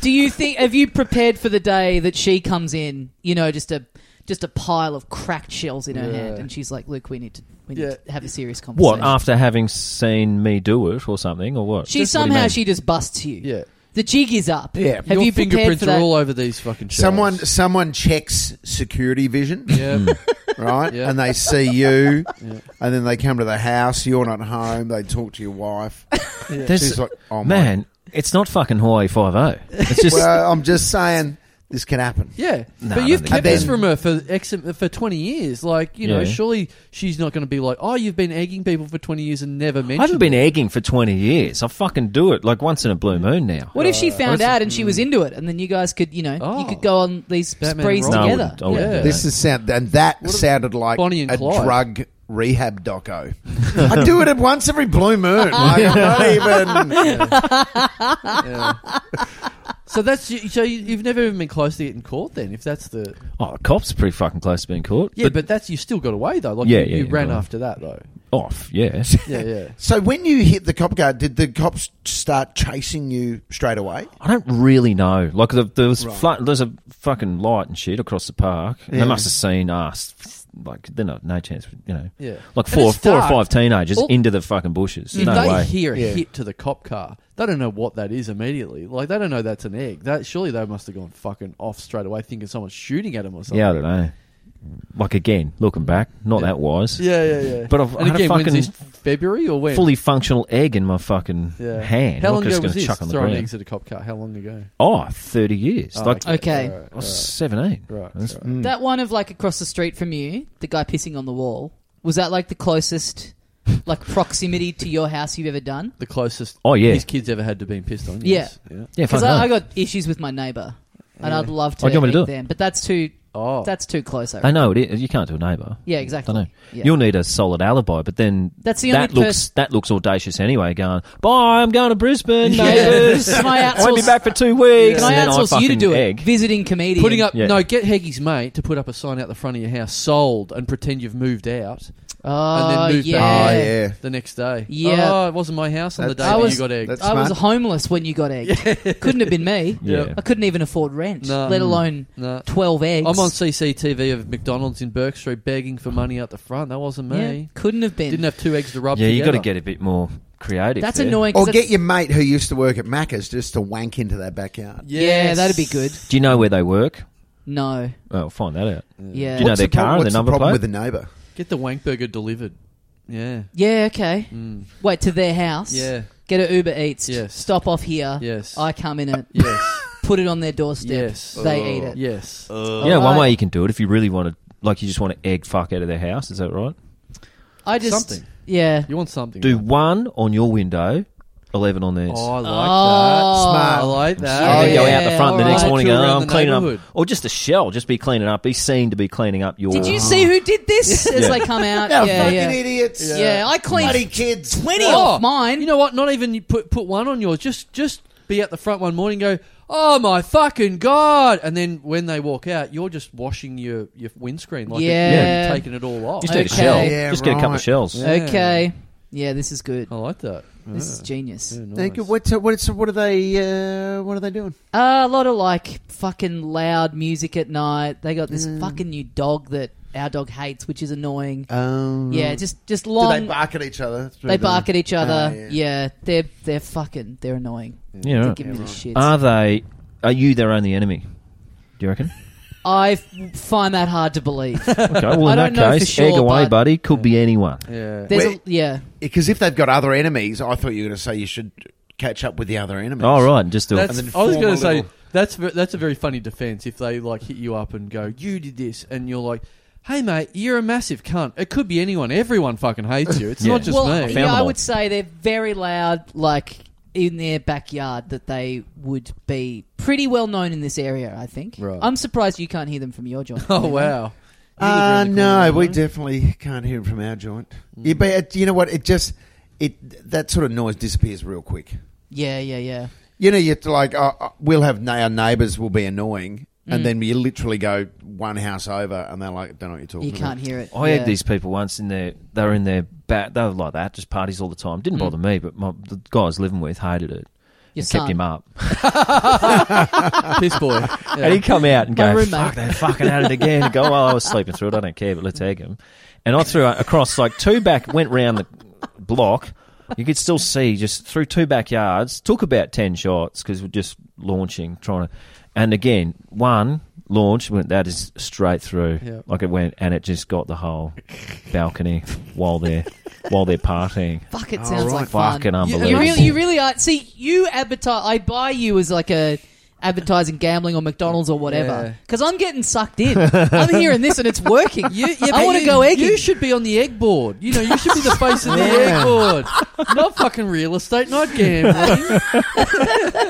S1: Do you think have you prepared for the day that she comes in, you know, just a just a pile of cracked shells in her
S2: Yeah.
S1: hand and she's like, Look, we need to we need
S2: Yeah.
S1: to have a serious conversation.
S4: what, after having seen me do it or something, or what?
S1: she
S4: What do you
S1: somehow
S4: mean?
S1: she just busts you.
S2: Yeah.
S1: The jig is up.
S3: Yeah.
S1: Have
S2: Your
S1: you prepared
S2: fingerprints
S1: for that?
S2: are all over these fucking shells.
S3: Someone, someone checks security vision,
S2: Yeah.
S3: right?
S2: Yeah.
S3: And they see you, and then they come to the house. You're not home. They talk to your wife.
S4: There's-
S3: She's like, "Oh my
S4: Man, it's not fucking Hawaii 5 It's just.
S3: Well, I'm just saying this can happen.
S2: Yeah.
S4: No, I
S2: but you've
S4: don't
S2: kept
S4: think
S2: this
S3: so.
S2: from her for ex- for 20 years. Like, you know,
S4: Yeah.
S2: surely she's not going to be like, oh, you've been egging people for 20 years and never mentioned
S4: I haven't been
S2: it.
S4: egging for 20 years. I fucking do it like once in a blue moon now.
S1: what if she found
S4: Honestly-
S1: out and she was into it and then you guys could, you know, you
S2: Oh.
S1: could go on these
S2: Batman
S1: sprees
S2: and
S4: No, I
S2: Robin.
S1: together.
S4: wouldn't. I wouldn't
S2: Yeah.
S4: do that.
S3: This is sound, and that
S2: What a-
S3: sounded like
S2: Bonnie and
S3: a
S2: Clyde.
S3: drug rehab doco. I do it at once every blue moon. Like, I'm not even.
S2: So that's you- so you- you've never even been close to getting caught then, if that's the
S4: Oh, the cops are pretty fucking close to being caught.
S2: yeah, but, that's you still got away though. Like
S4: Yeah,
S2: you,
S4: yeah,
S2: you
S4: yeah,
S2: ran
S4: well.
S2: after that though.
S4: off. Yeah,
S2: Yeah, yeah.
S3: So when you hit the cop guard, did the cops start chasing you straight away?
S4: I don't really know. Like the, there was
S3: Right.
S4: fla- there's a fucking light and shit across the park. And
S3: Yeah.
S4: They must have seen us. Like they're not no chance. You know,
S2: Yeah.
S4: like
S2: And
S4: four
S2: it's
S4: four or
S2: dark. Oh.
S4: five teenagers
S2: All-
S4: into the fucking bushes.
S2: If
S4: no
S2: they
S4: way.
S2: hear a
S3: Yeah.
S2: hit to the cop car, they don't know what that is immediately. Like they don't know that's an egg. That surely they must have gone fucking off straight away, thinking someone's shooting at them or something.
S4: yeah, I don't know. Like again, looking back, not that wise.
S2: yeah, yeah, yeah.
S4: But I've I
S2: and
S4: had
S2: again,
S4: a
S2: when's
S4: fucking
S2: this February or when?
S4: fully functional egg in my fucking
S2: yeah.
S4: hand.
S2: How
S4: I'm
S2: long
S4: just
S2: ago was
S4: gonna
S2: this?
S4: chuck on the
S2: Throwing
S4: ground.
S2: eggs at a cop car. How long ago?
S4: Oh, 30 years.
S2: Oh,
S4: like
S1: Okay.
S2: All right,
S4: I
S2: all
S4: was
S2: right.
S4: 7, 8.
S2: Right.
S4: That's-
S2: right.
S1: That one of like across the street from you, the guy pissing on the wall, was that like the closest like proximity to your house you've ever done?
S2: The closest
S4: Oh, yeah.
S2: his kids ever had to being pissed on.
S1: Yeah.
S2: Yes. Yeah.
S4: Yeah,
S1: Because
S4: fuck
S1: I,
S4: no.
S1: I got issues with my neighbour, and
S2: Yeah.
S1: I'd love to
S4: Oh, do you want me to
S1: meet
S4: do it?
S1: them, but that's too
S2: Oh.
S1: that's too close. I
S4: They
S1: reckon.
S4: know it is. You can't do a neighbour.
S1: Yeah, exactly.
S4: Dunno.
S1: Yeah.
S4: You'll need a solid alibi, but then
S1: That's the
S4: that
S1: only
S4: looks
S1: pers-
S4: that looks audacious anyway. Going, bye, I'm going to Brisbane,
S1: Yeah.
S4: neighbours.
S1: Can I
S4: I won't be
S1: outsource-
S4: back for two weeks.
S1: Can I
S4: and then
S1: outsource
S4: I
S1: you to
S4: fucking
S1: do it?
S4: egg.
S1: Visiting comedian.
S2: Putting up
S4: Yeah.
S2: no, get Heggy's mate to put up a sign out the front of your house, sold, and pretend you've moved out
S1: Oh,
S2: and then move
S1: yeah.
S2: back.
S3: Oh, yeah.
S2: the next day.
S1: Yeah.
S2: oh, it wasn't my house on the day
S3: That's-
S2: that
S1: I was-
S2: you got egged.
S3: that's
S1: I was
S3: smart.
S1: homeless when you got egged. Couldn't have been me.
S4: Yeah.
S1: I couldn't even afford rent,
S2: No.
S1: let alone
S2: No.
S1: twelve eggs.
S2: I'm on CCTV of McDonald's in Burke Street begging for money out the front. That wasn't
S1: Yeah,
S2: me.
S1: couldn't have been.
S2: Didn't have two eggs to rub.
S4: Yeah, you got
S2: together.
S4: to get a bit more creative.
S1: that's
S4: there.
S1: annoying. 'cause
S3: Or
S1: that's-
S3: get your mate who used to work at Macca's just to wank into their backyard.
S1: yeah, that'd be good.
S4: Do you know where they work?
S1: No,
S4: Well, find that out.
S1: yeah,
S4: Do you know
S3: What's
S4: their
S3: the prob-
S4: car and their
S3: what's the
S4: number
S3: problem
S4: plate?
S3: with the neighbour?
S2: Get the wank burger delivered. Yeah.
S1: yeah, okay.
S2: Mm.
S1: Wait to their house.
S2: Yeah.
S1: Get an Uber Eats.
S2: Yes.
S1: Stop off here.
S2: Yes.
S1: I come in it.
S2: Yes.
S1: Put it on their doorstep.
S2: Yes.
S1: They
S3: Oh.
S1: eat it.
S2: yes.
S4: Yeah, one
S1: Alright.
S4: way you can do it if you really want to, like, you just want to egg fuck out of their house. Is that right?
S1: I just
S2: Something.
S1: yeah.
S2: You want something?
S4: Do one on your window, eleven on theirs.
S2: Oh, I like
S1: Oh.
S2: that. Smart. I
S1: Oh.
S2: like that.
S4: Oh, they go
S1: yeah.
S4: out the front the
S1: Alright.
S4: next morning.
S2: Tour
S4: and,
S2: around
S4: Oh, I'm
S2: the
S4: cleaning up,
S2: neighbourhood.
S4: or just a shell. Just be cleaning up. Be seen to be cleaning up your.
S1: Did you see who did this as
S4: Yeah.
S1: they come out?
S3: Yeah,
S1: yeah,
S3: fucking
S1: yeah.
S3: idiots.
S1: Yeah, I cleaned
S3: Bloody kids.
S1: twenty
S2: Oh,
S1: off mine.
S2: You know what? Not even you put put one on yours. Just just be at the front one morning. And go. Oh my fucking god! And then when they walk out, you're just washing your your windscreen. Like
S1: Yeah.
S2: you're taking it all off.
S4: Just need a
S1: Okay.
S4: shell.
S3: Yeah,
S4: just get a couple
S3: right.
S4: of shells.
S2: Yeah.
S1: Okay. Yeah, this is good.
S2: I like that.
S1: This is genius.
S2: Yeah, nice.
S3: Thank you. What, what, what are they? Uh, what are they doing?
S1: Uh, a lot of like fucking loud music at night. They got
S3: Mm.
S1: this fucking new dog that our dog hates, which is annoying.
S3: Um,
S1: yeah, just just
S3: do
S1: long.
S3: they bark at each other? through
S1: They
S3: the-
S1: bark at each other.
S3: Ah,
S1: yeah. they're they're fucking they're annoying.
S4: Yeah,
S1: They're
S4: right. Uh,
S1: giving me the shits.
S4: Are they? Are you their only enemy? Do you reckon?
S1: I f- find that hard to believe.
S4: Okay. Well,
S1: I don't
S4: in that
S1: know for
S4: case,
S1: sure,
S4: egg away,
S1: but-
S4: buddy. Could be anyone.
S2: Yeah.
S1: There's a,
S3: Wait.
S1: yeah,
S3: Because if they've got other enemies, I thought you were going to say you should catch up with the other enemies.
S1: Oh,
S4: All right, just do it.
S2: That's,
S3: And then
S2: I was
S3: form
S2: going
S3: a
S2: to say
S3: little-
S2: that's ve- that's a very funny defense if they like hit you up and go, "You did this," and you're like, "Hey, mate, you're a massive cunt. It could be anyone. Everyone fucking hates you. It's
S4: Yeah.
S2: not just
S1: well,
S2: me."
S1: yeah,
S4: Found
S1: I
S4: them
S1: would
S4: all.
S1: say they're very loud, like in their backyard. That they would be pretty well known in this area. I think.
S2: Right.
S1: I'm surprised you can't hear them from your joint.
S2: Oh wow. You live
S3: Uh,
S2: around the corner,
S3: no, we
S2: right?
S3: definitely can't hear it from our joint.
S1: Mm.
S3: Yeah, but it, you know what? It just it that sort of noise disappears real quick.
S1: Yeah, yeah, yeah.
S3: You know, you're like, oh, oh, we'll have na- our neighbours will be annoying,
S1: Mm.
S3: and then you literally go one house over, and they're like, don't know what you're talking
S1: You can't
S3: about.
S1: hear it.
S4: I
S1: yeah.
S4: had these people once in their they were in their back they were like that just parties all the time didn't bother me but my, the guy I was living with hated it
S1: Mm. Your
S4: and
S1: son.
S4: kept him up
S2: Piss boy.
S4: and he'd come out and
S1: My
S4: go
S1: roommate.
S4: fuck they fucking had it again And go well I was sleeping through it I don't care but let's egg him and I threw it across like two back went round the block you could still see just through two backyards took about ten shots because we're just launching trying to and again one launch went that is straight through
S2: Yeah.
S4: like it went and it just got the whole balcony while they're while they're partying
S1: Fuck,
S2: Oh,
S1: it sounds like fun.
S4: Fucking unbelievable.
S1: You really, you really are. See, you advertise. I buy you as like a advertising gambling or McDonald's or
S2: Yeah.
S1: whatever because I'm getting sucked in. I'm hearing this and it's working.
S2: You, yeah,
S1: I
S2: but
S1: want to
S2: you-
S1: go egging.
S2: You should be on the egg board. You know, you should be the face of the
S3: Yeah.
S2: egg board. Not fucking real estate, not gambling.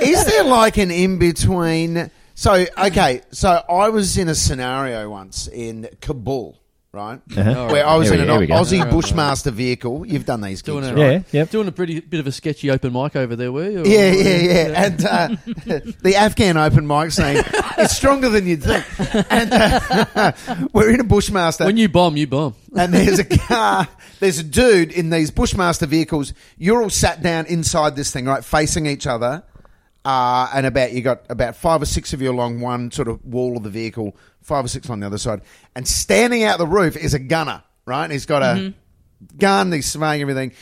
S3: Is there like an in between? So okay, so I was in a scenario once in Kabul. right?
S4: Uh-huh.
S3: Where I was
S4: Here
S3: in
S4: we-
S3: an
S4: here we go.
S3: Aussie
S2: Alright.
S3: Bushmaster vehicle. You've done these
S2: Doing
S3: gigs,
S2: it.
S3: right?
S4: Yeah, yep.
S2: Doing a pretty bit of a sketchy open mic over there, were you?
S3: Yeah, yeah, yeah. And uh, the Afghan open mic scene it's stronger than you'd think. And uh, we're in a Bushmaster.
S2: When you bomb, you bomb.
S3: and there's a car, there's a dude in these Bushmaster vehicles. You're all sat down inside this thing, right, facing each other, uh, and about you got about five or six of you along one sort of wall of the vehicle, five or six on the other side, and standing out the roof is a gunner, right? He's got a gun, he's surveying everything.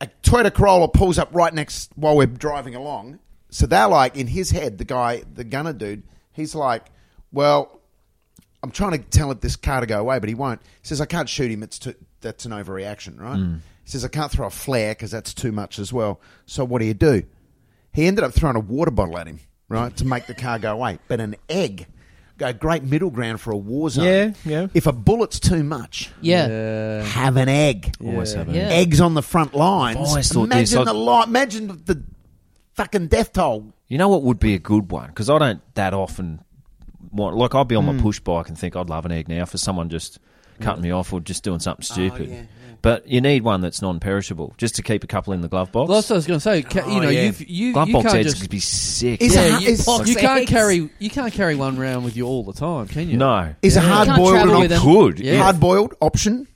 S3: A Toyota Corolla pulls up right next while we're driving along, so they're like in his head, the guy, the gunner dude, he's like, well. I'm trying to tell it- this car to go away, but he won't. He says, I can't shoot him. It's too, that's an overreaction, right?
S4: Mm.
S3: He says, I can't throw a flare because that's too much as well. So what do you do? He ended up throwing a water bottle at him, right, to make the car go away. But an egg, a great middle ground for a war zone.
S4: Yeah, yeah.
S3: If a bullet's too much,
S1: Yeah.
S2: Yeah.
S3: have an egg.
S4: Always have
S1: Yeah.
S3: Eggs on the front lines.
S4: I've always thought this,
S3: imagine
S4: Oh, I-
S3: the light. Imagine the fucking death toll.
S4: You know what would be a good one? Because I don't that often want. Like I'll be on my push bike and think I'd love an egg now for someone just cutting me off or just doing something stupid.
S3: yeah, yeah.
S4: But you need one that's non-perishable, just to keep a couple in the glove box.
S2: Well, that's what I was going to say. Ca- you
S4: Oh,
S2: know,
S4: yeah.
S2: you've, you,
S4: glove
S2: you
S4: box
S2: can't
S4: eggs
S2: just
S4: could be sick.
S3: Is
S2: Yeah,
S3: a,
S2: you,
S3: is,
S1: box
S2: you can't
S1: eggs.
S2: carry you can't carry one round with you all the time, can you?
S4: No,
S3: is a
S2: Yeah.
S3: hard
S1: Can't travel
S3: boiled
S1: with
S3: an
S1: them.
S3: op-
S4: good.
S2: Yeah.
S3: hard boiled option?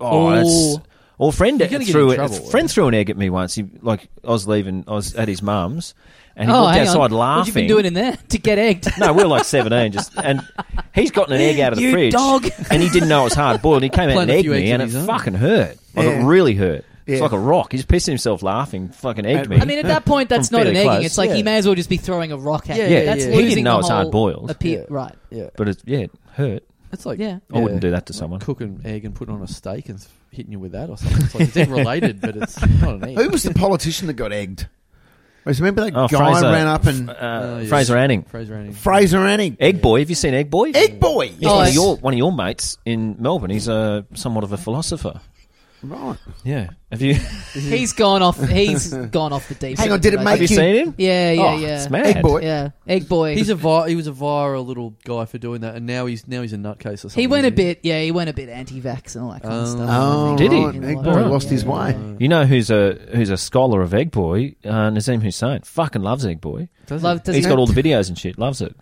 S4: Oh,
S2: Oh.
S4: that's. Well, a friend
S2: You're gonna get
S4: threw
S2: in
S4: it.
S2: trouble,
S4: a
S2: right?
S4: friend threw an egg at me once. He like I was leaving. I was at his mum's, and he
S1: oh,
S4: walked
S1: hang
S4: outside
S1: on.
S4: laughing.
S1: What you been doing in there to get egged?
S4: No, we were like seventeen, just and he's gotten an egg out of the
S1: You
S4: fridge,
S1: dog.
S4: and he didn't know it was hard boiled. He came out
S2: Playing
S4: and
S2: a
S4: egged
S2: few eggs
S4: me,
S2: on
S4: and it
S2: his own.
S4: fucking hurt. Like
S3: Yeah.
S4: it really hurt.
S3: Yeah.
S4: It's like a rock. He's pissing himself laughing. Fucking egged me.
S1: I mean, at that point, that's
S4: From
S1: not an
S4: fairly
S1: egging.
S4: close,
S1: It's like
S2: yeah.
S1: he may as well just be throwing a rock at
S2: Yeah,
S1: you.
S2: yeah,
S1: that's
S2: yeah.
S1: losing
S2: He
S4: didn't
S1: the
S4: know it's
S1: whole
S4: hard-boiled.
S1: appeal-
S2: Yeah.
S1: Right.
S2: Yeah.
S4: but it, yeah, it hurt.
S2: It's like
S1: Yeah.
S4: I wouldn't do that to someone.
S2: Cooking egg and putting on a steak and hitting you with that or something. It's like it's egg related, but it's not an egg.
S3: Who was the politician that got egged? Remember that
S4: Oh,
S3: guy
S4: Fraser.
S3: ran up and
S4: Uh,
S2: Oh, yeah.
S4: Fraser Anning,
S2: Fraser Anning.
S3: Fraser Anning,
S4: Egg Boy. Have you seen Egg Boy?
S3: egg boy.
S4: He's one
S1: Oh,
S4: of
S1: it's-
S4: your one of your mates in Melbourne. He's a somewhat of a philosopher.
S3: Right.
S4: Yeah. Have you
S1: He's gone off. He's gone off the deep.
S3: Hang
S1: end,
S3: on, did it
S1: I
S3: make
S4: have you
S1: think.
S3: you-
S4: seen him?
S1: Yeah, yeah,
S4: Oh,
S1: yeah.
S4: It's mad.
S3: Egg Boy.
S1: Yeah, egg boy.
S2: He's a vi- he was a viral little guy for doing that, and now he's now he's a nutcase or something.
S1: he went a
S2: isn't
S1: bit. Yeah, he went a bit anti-vax and all that kind of
S2: Oh.
S1: stuff.
S3: Oh,
S1: I think,
S4: Did he?
S1: in the
S3: Egg
S1: life.
S3: boy
S4: Oh.
S3: lost his
S1: Yeah.
S3: way.
S4: You know who's a who's a scholar of Egg Boy? Uh, Nazim Hussein. Fucking loves Egg Boy.
S2: Does
S1: Love to
S2: he?
S4: He's got all the videos and shit. Loves it.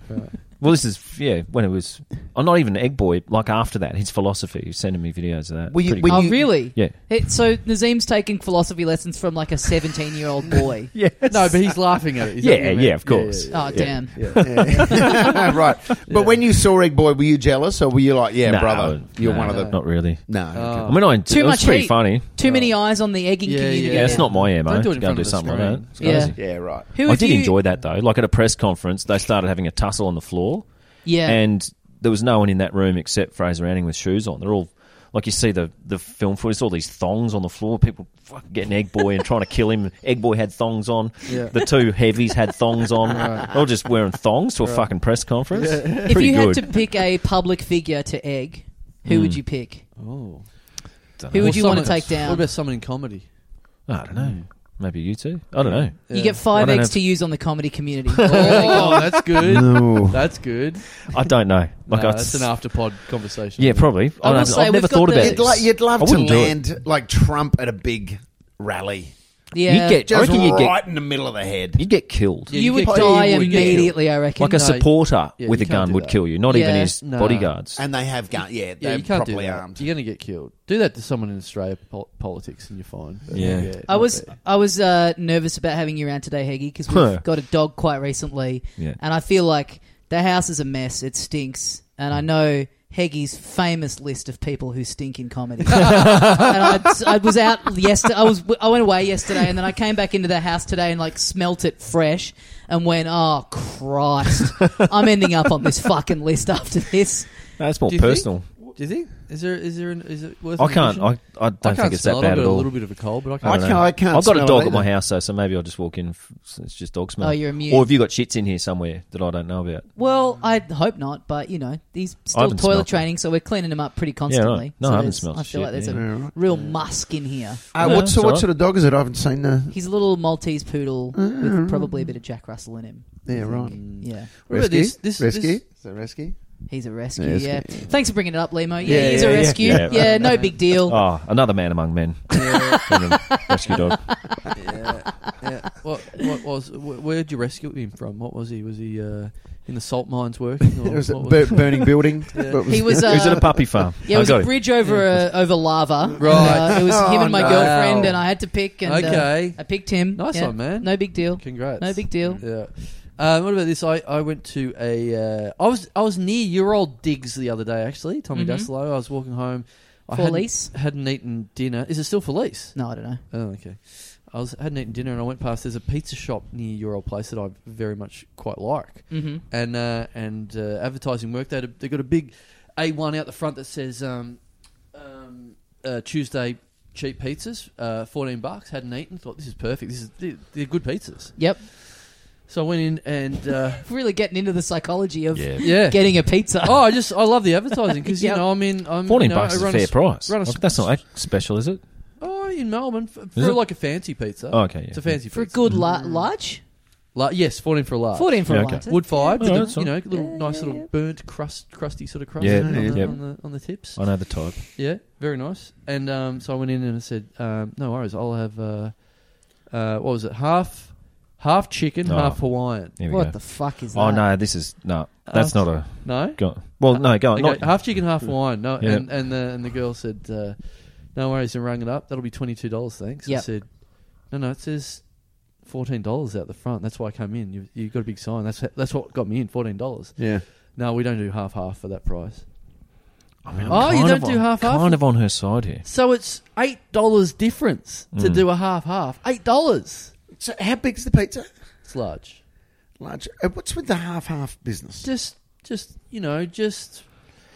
S4: Well, this is yeah. When it was, oh, not even Egg Boy. Like after that, his philosophy. He's sending me videos of that.
S3: Were you-
S4: Pretty
S3: were
S4: cool.
S1: Oh,
S3: you-
S1: really?
S4: Yeah.
S1: It, so Nazim's taking philosophy lessons from like a seventeen-year-old boy.
S4: Yeah.
S2: No, but he's laughing at it. Is that
S4: Yeah,
S2: what you meant?
S4: yeah, of course.
S1: Oh damn!
S3: Yeah. right. But when you saw egg boy, were you jealous or were you like, yeah,
S4: No,
S3: brother, you're
S4: no,
S3: one of the
S4: Not really.
S3: no? okay.
S2: Oh.
S4: I mean, I
S1: Too
S4: it was
S1: much
S4: pretty
S1: heat.
S4: funny.
S1: Too many eyes on the egging
S2: Yeah,
S1: community.
S2: yeah.
S4: Yeah, it's not my MO.
S2: Don't do it
S4: to
S2: in
S4: go
S2: front
S4: and do
S2: of the
S4: something like
S2: screen.
S4: that. It's
S1: Yeah.
S4: crazy.
S3: Yeah, right.
S1: Who
S4: I
S1: have
S4: did
S1: you-
S4: enjoy that though. Like at a press conference, they started having a tussle on the floor.
S1: Yeah,
S4: and there was no one in that room except Fraser Anning with shoes on. They're all like you see the the film footage, all these thongs on the floor. People fucking getting Egg Boy and trying to kill him. Egg Boy had thongs on.
S2: Yeah.
S4: The two heavies had thongs on. They're all just wearing thongs to a fucking press conference.
S1: if
S4: Pretty
S1: you
S4: good. Hmm.
S1: had to pick a public figure to egg, who would you pick?
S2: Oh.
S1: Who
S2: Or
S1: would you want to
S2: someone-
S1: take down?
S2: What about someone in comedy?
S4: I don't know. Maybe you two. I don't know.
S1: You get five
S4: I don't
S1: eggs
S4: have-
S1: to use on the comedy community.
S2: Oh, that's good.
S3: No.
S2: That's good.
S4: I don't know. Like
S2: no,
S4: I,
S2: that's an after pod conversation.
S4: Yeah, probably.
S1: I
S4: I
S1: will
S4: don't,
S1: say
S4: I've never
S1: we've got
S4: thought
S1: the-
S4: about
S3: You'd,
S4: it.
S3: lo- you'd love
S4: I
S3: to
S4: wouldn't do it.
S3: land like Trump at a big rally,
S1: yeah,
S4: You'd get, I
S3: just
S4: reckon you'd
S3: right
S4: get,
S3: in the middle of the head.
S4: you'd get killed.
S2: Yeah,
S1: you would
S2: get-
S1: die
S2: you would get
S1: immediately. I reckon.
S4: like a
S2: No,
S4: supporter
S2: yeah,
S4: with
S2: you
S4: a
S2: can't
S4: gun
S2: do
S4: would
S2: that.
S4: kill you, not even
S1: Yeah.
S4: his
S2: No.
S4: bodyguards.
S3: And they have gun. Yeah,
S2: Yeah,
S3: they're
S2: you can't do
S3: properly
S2: that.
S3: armed.
S2: You're going to get killed. Do that to someone in Australia pol- politics, and you're fine. But,
S4: Yeah.
S1: I
S2: not
S1: was
S2: bad.
S1: I was uh, nervous about having you around today, Heggy, because we've
S4: Huh.
S1: got a dog quite recently,
S4: Yeah.
S1: and I feel like the house is a mess. It stinks, and I know Heggy's famous list of people who stink in comedy. and I, I was out yesterday. I was I went away yesterday, and then I came back into the house today and like smelt it fresh, and went, oh Christ, I'm ending up on this fucking list after this.
S4: No, that's more
S2: Do you think-
S4: personal.
S2: Do you think? Is there? Is there? An, is it worth?
S4: I
S2: an
S4: can't.
S2: addition?
S4: I, I don't
S2: can't
S4: think it's that
S2: smell it. I've
S4: bad
S2: got
S4: at
S2: A
S4: all.
S2: little bit of a cold, but I
S3: I
S2: can't.
S4: don't
S3: can't-
S4: know.
S3: I can't
S4: I've got
S3: smell
S4: a
S3: it
S4: dog at
S3: either.
S4: my house, though, so maybe I'll just walk in. f- so It's just dog smell.
S1: Oh, you're immune.
S4: Or have you got shits in here somewhere that I don't know about?
S1: Well, I hope not, but you know, he's still
S4: haven't smelt
S1: toilet
S4: it.
S1: training, so we're cleaning them up pretty constantly. so
S4: No, I haven't
S1: there's-
S4: smelt
S1: I feel
S4: shit,
S1: like there's
S4: yeah.
S1: a real musk in here.
S3: Uh,
S4: Yeah,
S3: what, so
S4: it's
S3: what
S4: alright.
S3: sort of dog is it? I haven't seen the.
S1: He's a little Maltese poodle with probably a bit of Jack Russell in him. I
S3: Mm-hmm. Yeah,
S1: think.
S3: right.
S1: Yeah.
S2: What about
S3: Rescue?
S2: this- this-
S3: Rescue?
S2: this-
S3: Is that rescue?
S1: He's a rescue.
S3: Yes,
S1: yeah.
S3: yeah.
S1: Thanks for bringing it up, Limo. Yeah,
S3: Yeah,
S1: he's
S3: yeah,
S1: a
S3: yeah.
S1: rescue. Yeah,
S4: Yeah.
S1: no big deal.
S4: Oh, another man among men. From the rescue dog.
S3: yeah. yeah.
S2: What, what was? Where, where'd you rescue him from? What was he? Was he uh, in the salt mines working? Or
S3: It was a
S2: what
S3: bur- burning building.
S2: Yeah.
S3: What
S1: He was.
S4: He
S1: Uh,
S4: was at a puppy farm.
S1: Yeah, it
S4: I
S1: was
S4: got
S1: a
S4: him.
S1: bridge over uh, over lava.
S2: Right.
S1: Uh, it was him
S3: Oh,
S1: and my
S3: no.
S1: girlfriend, and I had to pick. And, uh,
S2: okay,
S1: I picked him.
S2: nice
S1: Yeah.
S2: one, man.
S1: No big deal.
S2: Congrats.
S1: No big deal.
S2: Yeah. Um, what about this? I, I went to a. Uh, I was I was near your old digs the other day actually, Tommy
S1: Mhm.
S2: Daslow. I was walking home. I
S1: For
S2: hadn't-
S1: lease?
S2: hadn't eaten dinner. Is it still Felice?
S1: No, I don't know.
S2: Oh, okay. I was hadn't eaten dinner and I went past. There's a pizza shop near your old place that I very much quite like.
S1: hmm
S4: Mm-hmm.
S2: And uh, and uh, advertising work. They had a, they got a big A1 out the front that says um, um, uh, Tuesday cheap pizzas, uh, fourteen bucks. Hadn't eaten. Thought this is perfect. This is they're, they're good pizzas.
S1: Yep.
S2: So I went in and uh,
S1: Really getting into the psychology of
S4: Yeah.
S2: yeah.
S1: getting a pizza.
S2: oh, I just I love the advertising because
S1: Yep.
S2: you know I'm in I'm
S4: 14
S2: you know,
S4: bucks
S2: I
S4: is a
S2: run
S4: fair
S2: s-
S4: price.
S2: run a
S4: Like,
S2: s-
S4: That's not that special, is it?
S2: Oh, in Melbourne for, for
S4: it?
S2: like a fancy pizza.
S4: Oh, okay.
S2: It's
S4: Yeah.
S2: a fancy
S1: for Uh, a
S2: pizza.
S1: good la- large,
S2: La- yes, fourteen for a large.
S1: fourteen for
S4: Yeah,
S1: a
S4: okay.
S1: large.
S2: Wood fired,
S4: Yeah,
S2: with
S4: Oh, that's
S2: the, you know, little
S1: Yeah,
S2: nice
S1: yeah,
S2: little
S1: yeah.
S2: burnt crust, crusty sort of crust
S4: Yeah,
S2: on, the,
S3: yeah.
S2: on the on the tips.
S4: I know Oh, the type.
S2: Yeah, very nice. And um, so I went in and I said, um, "No worries, I'll have uh, uh, what was it? Half, half chicken,
S4: Oh.
S2: half Hawaiian.
S4: Here we
S1: What
S4: go.
S1: the fuck is that?
S4: oh no, this is no. That's
S2: Uh,
S4: not a
S2: No,
S4: go. Well, no, go. on.
S2: Okay,
S4: Not,
S2: half chicken, half wine. No,
S4: Yeah.
S2: and and the and the girl said, uh, "No worries," and rang it up. That'll be twenty two dollars, thanks.
S1: Yep.
S2: I said, "No, no, it says fourteen dollars out the front. That's why I come in. You you got a big sign. That's that's what got me in. Fourteen dollars.
S3: Yeah.
S2: No, we don't do half half for that price.
S4: I mean, I'm
S2: Oh, you
S4: kind
S2: don't
S4: of
S2: do
S4: on-
S2: half-half?
S4: Kind of on her side here.
S2: So it's eight dollars difference to
S4: Mm.
S2: do a half half. Eight dollars.
S3: So how big's the pizza?
S2: It's large.
S3: Large. Uh, What's with the half half business?
S2: Just just you know just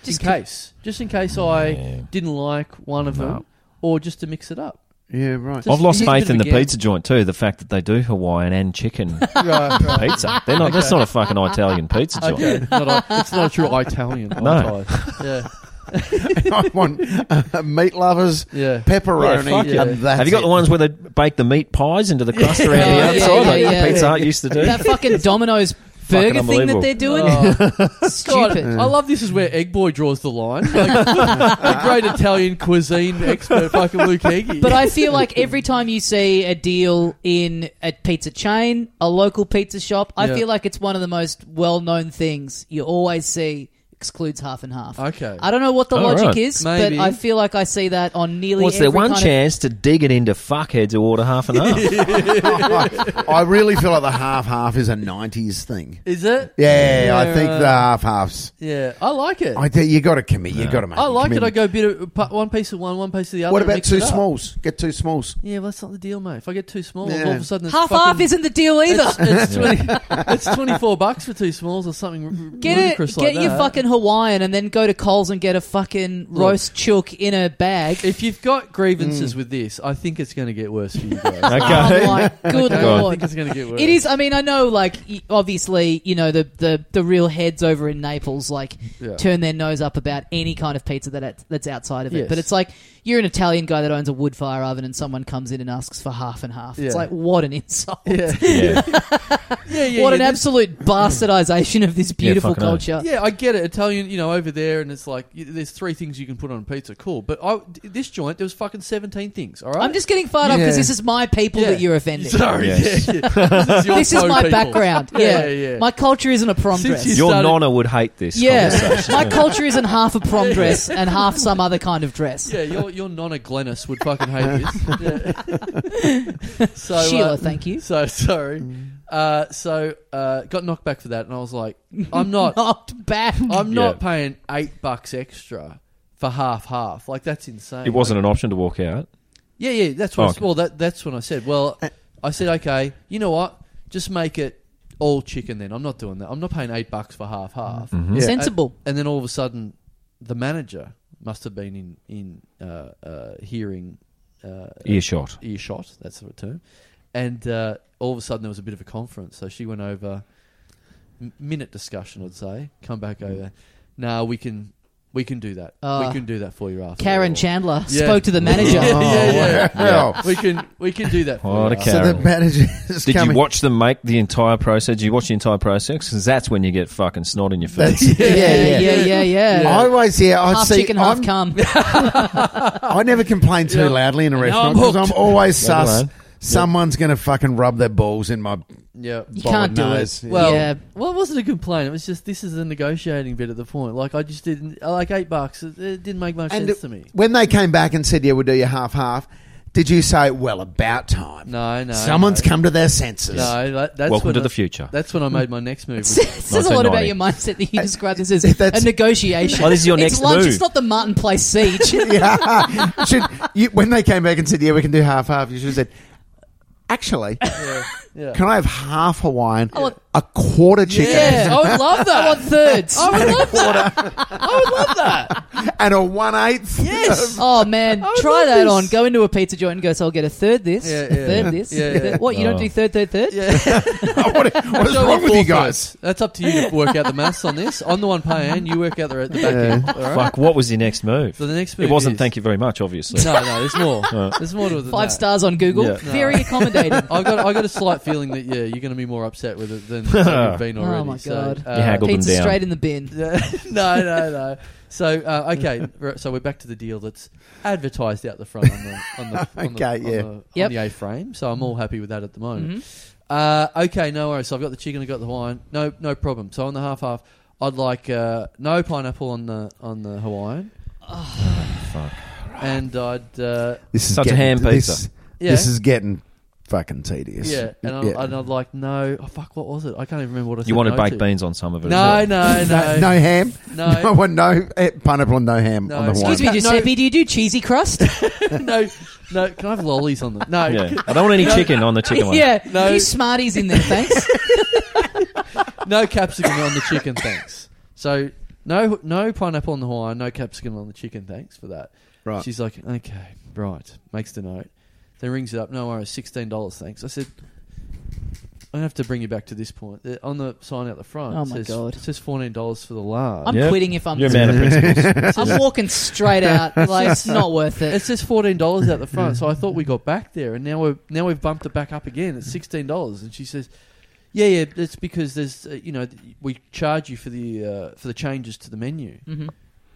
S1: Just
S2: in case, just in case I
S4: Yeah.
S2: didn't like one of
S4: No.
S2: them, or just to mix it up.
S3: Yeah, right.
S2: Just-
S4: I've lost
S2: you get a
S4: faith
S2: bit
S4: in
S2: of
S4: the
S2: a gam-
S4: pizza joint too. The fact that they do Hawaiian and chicken
S3: right, right.
S4: pizza. They're not. That's not a fucking Italian pizza joint.
S2: Okay, not a, it's not a true Italian.
S4: No.
S2: pie. yeah,
S3: I want uh, meat lovers,
S2: yeah.
S4: Yeah, fuck
S3: pepperoni,
S2: yeah.
S3: and that's
S4: Have you got
S3: it.
S4: the ones where they bake the meat pies into the crust around
S1: Yeah,
S4: the
S1: yeah,
S4: outside,
S1: yeah,
S4: like
S1: yeah.
S4: Pizza Hut used to do?
S1: that fucking Domino's burger thing that
S4: unbelievable.
S1: they're doing.
S2: Oh, God,
S1: Stupid.
S2: I love this is where Egg Boy draws the line. Like, the great Italian cuisine expert, fucking Luke Heggie.
S1: But I feel like every time you see a deal in a pizza chain, a local pizza shop, I
S2: Yeah.
S1: feel like it's one of the most well-known things you always see excludes half and half.
S2: okay,
S1: I don't know what the
S4: Oh,
S1: logic
S4: right.
S1: is,
S2: Maybe.
S1: but I feel like I see that on nearly
S4: What's
S1: every
S4: there one
S1: kind
S4: chance to dig it into fuckheads who order half and half?
S3: I, I really feel like the half half is a '90s thing.
S2: is it?
S3: Yeah, I think
S2: Yeah.
S3: the half halves.
S2: Yeah, I like it. I,
S3: I think you got to commit. You got to make. a
S2: like it. I
S3: commitment.
S2: go bit of pu- one piece of one, one piece of the other.
S3: What
S2: and
S3: about
S2: mix
S3: two
S2: it up.
S3: smalls? Get two smalls.
S2: Yeah, well, that's not the deal, mate. If I get two smalls,
S3: Yeah.
S2: all of a sudden
S1: Of,
S2: it's
S1: half
S2: fucking,
S1: half isn't the deal either.
S2: It's, it's, 20, it's 24 bucks for two smalls or something r- r-
S1: Get it?
S2: ludicrous
S1: Get
S2: like
S1: your
S2: that.
S1: fucking Hawaiian and then go to Coles and get a fucking roast chook in a bag.
S2: If you've got grievances with this, I think it's going to get worse for you guys.
S1: I'm
S4: okay.
S1: like, Oh good
S2: Okay, I
S1: lord.
S2: think it's going to get worse.
S1: It is. I mean, I know. Like, y- obviously, you know the the the real heads over in Naples, like,
S2: Yeah.
S1: turn their nose up about any kind of pizza that it's- that's outside of it.
S2: Yes.
S1: But it's like you're an Italian guy that owns a wood fire oven, and someone comes in and asks for half and half. It's
S2: Yeah.
S1: like what an insult!
S2: Yeah,
S4: Yeah.
S2: yeah, yeah.
S1: what an
S2: yeah.
S1: absolute bastardization of this beautiful
S4: fucking
S1: culture.
S2: Yeah, I get it. Italian, you know, over there, and it's like y- there's three things you can put on pizza. Cool, but I, this joint there was fucking seventeen things. All right,
S1: I'm just getting fired up because
S3: Yeah.
S1: this is my people
S2: Yeah.
S1: that you're offending.
S2: Sorry,
S4: Yes.
S2: yeah, yeah. this is, your
S1: This is
S2: own
S1: my
S2: people.
S1: background. Yeah.
S2: Yeah, yeah.
S1: my culture isn't a prom
S2: Since
S1: dress.
S2: you-
S4: Your
S2: started-
S4: nonna would hate this.
S1: Yeah,
S4: conversation.
S1: my culture isn't half a prom dress and half some other kind of dress.
S2: Yeah, your your nonna Glennis would fucking hate this. Yeah. so, uh,
S1: Sheila, thank you.
S2: So sorry.
S1: Mm.
S2: Uh, so uh, got knocked back for that, and I was like, I'm not.
S1: Knocked back.
S2: I'm
S4: Yeah.
S2: not paying eight bucks extra for half half. Like that's insane.
S4: It wasn't an option to walk out.
S2: Yeah, yeah, that's what.
S4: Oh,
S2: I s-
S4: okay.
S2: Well, that that's when I said. Well,
S1: Uh,
S2: I said, okay, you know what? Just make it all chicken. Then I'm not doing that. I'm not paying eight bucks for half half.
S4: Mm-hmm.
S3: Yeah.
S1: Sensible.
S2: And then all of a sudden, the manager must have been in in uh, uh, hearing uh,
S4: Earshot.
S2: earshot. That's the term. And uh, all of a sudden, there was a bit of a conference. So she went over m- minute discussion, I'd say. Come back over. Now we can We can do that.
S1: Uh,
S2: we can do that for you after.
S1: Karen Chandler
S2: Yeah.
S1: spoke to the manager.
S2: Yeah, yeah, yeah.
S3: Wow.
S2: we can we can do that. For
S4: Oh, What
S2: you after.
S4: a
S3: So the
S4: Karen.
S3: manager is
S4: Did
S3: coming.
S4: you watch them make the entire process? Did you watch the entire process? Because that's when you get fucking snot in your
S3: That's,
S4: face.
S3: yeah,
S1: yeah,
S3: yeah,
S1: yeah, yeah, yeah.
S3: I always, yeah, I
S1: half
S3: see.
S1: chicken, half
S3: I'm-
S1: cum.
S3: I never complain too
S2: Yeah.
S3: loudly in a
S1: No, I'm
S3: restaurant because I'm, always
S4: Yeah,
S3: sus.
S4: right.
S3: Someone's going to fucking rub their balls in my.
S2: Yeah.
S1: You
S3: Bold
S1: can't do
S3: nose.
S1: it.
S2: Well,
S1: yeah.
S2: well, it wasn't a complaint. It was just this is the negotiating bit at the point. Like I just didn't I like eight bucks. It, it didn't make much
S3: And
S2: sense to me.
S3: when they came back and said, "Yeah, we'll do you half half," did you say, "Well, about time"?
S2: No, no.
S3: Someone's
S2: no.
S3: come to their senses.
S2: No, that, that's
S4: Welcome
S2: when
S4: to
S2: I-
S4: the future.
S2: That's when I made my next move. which-
S1: This says a lot about
S4: 1990.
S1: your mindset that you describe this as
S3: That's-
S1: a negotiation.
S4: Oh, this is your
S1: it's
S4: next
S1: lunch.
S4: move.
S1: It's not the Martin Place siege.
S3: yeah. Should, you, when they came back and said, "Yeah, we can do half half," you should have said, "Actually,
S2: yeah, yeah.
S3: can I have half Hawaiian,
S2: Oh,
S1: I want-
S3: a quarter chicken,
S1: yeah, I would love that. I want thirds. I would love
S3: and a one eighth?
S1: Yes. Oh man, try
S2: love
S1: that
S2: this.
S1: on. Go into a pizza joint and go. So I'll get a third this, a
S2: Yeah, yeah.
S1: third this.
S2: Yeah,
S1: a
S2: yeah.
S1: third- What you don't
S4: Oh.
S1: do third, third, third?
S2: Yeah.
S3: what what is
S2: So
S3: wrong with you
S2: fourth
S3: guys?
S2: one. That's up to you to work out the maths on this. I'm the one paying. You work out the, the back end. All right?
S4: Fuck, what was your next move?
S2: So the next
S4: it
S2: move
S4: wasn't
S2: is-
S4: thank you very much, obviously.
S2: No, no. There's more.
S4: Right.
S2: There's more to it than
S1: Five
S2: that.
S1: stars on Google.
S4: Yeah.
S2: No.
S1: Very accommodating.
S2: I got I got a slight feeling that yeah, you're going to be more upset with it than than you've been
S1: Oh,
S2: already.
S1: my
S2: so,
S1: God.
S2: uh,
S4: You haggled. Googled them
S1: pizza
S4: down.
S1: straight in the bin.
S2: yeah, no, no, no. So uh, okay, r- so we're back to the deal that's advertised out the front on the on the, on the,
S3: Okay,
S2: on
S3: yeah.
S2: the, on
S1: Yep.
S2: the A frame. So I'm all happy with that at the moment.
S1: Mhm.
S2: Uh, okay, no worries. So I've got the chicken, I've got the wine. No, no problem. So on the half half, I'd like uh, no pineapple on the on the Hawaiian,
S4: Fuck.
S2: and I'd uh,
S3: This is
S4: Such a
S3: getting-
S4: ham
S3: this-
S4: pizza.
S2: yeah.
S3: This is getting fucking tedious.
S2: yeah, and I'd, and I'd like no. Oh, fuck, what was it? I can't even remember what I said.
S4: You wanted
S2: no
S4: baked
S2: to.
S4: beans on some of it.
S2: No,
S4: as
S2: no,
S4: well.
S2: no,
S3: no, no ham.
S2: no,
S3: No, one, no eh, pineapple and no ham
S2: No,
S3: on the
S2: excuse
S3: Hawaiian.
S1: Excuse me,
S2: No.
S1: Giuseppe. Do you do cheesy crust?
S2: no, no. Can I have lollies on them? No,
S4: Yeah. I don't want any chicken on the chicken one.
S1: yeah.
S2: No.
S1: No. You Smarties in there, thanks.
S2: no capsicum on the chicken, thanks. So no, no pineapple on the Hawaiian, no capsicum on the chicken, thanks for that.
S3: Right.
S2: She's like, okay, right, makes the note. Then rings it up. No worries, sixteen dollars, thanks. I said, I have to bring you back to this point. Uh, On the sign out the front,
S1: Oh
S2: it
S1: my
S2: says,
S1: God.
S2: it says fourteen dollars for the large.
S1: I'm
S4: Yeah.
S1: quitting if I'm.
S4: You're a man of principles.
S1: I'm walking straight out. Like it's not worth
S2: it
S1: it.
S2: says fourteen dollars out the front, so I thought we got back there, and now we're now we've bumped it back up again. It's sixteen dollars, and she says, "Yeah, yeah, it's because there's uh, you know th- we charge you for the uh, for the changes to the menu,
S1: Mhm.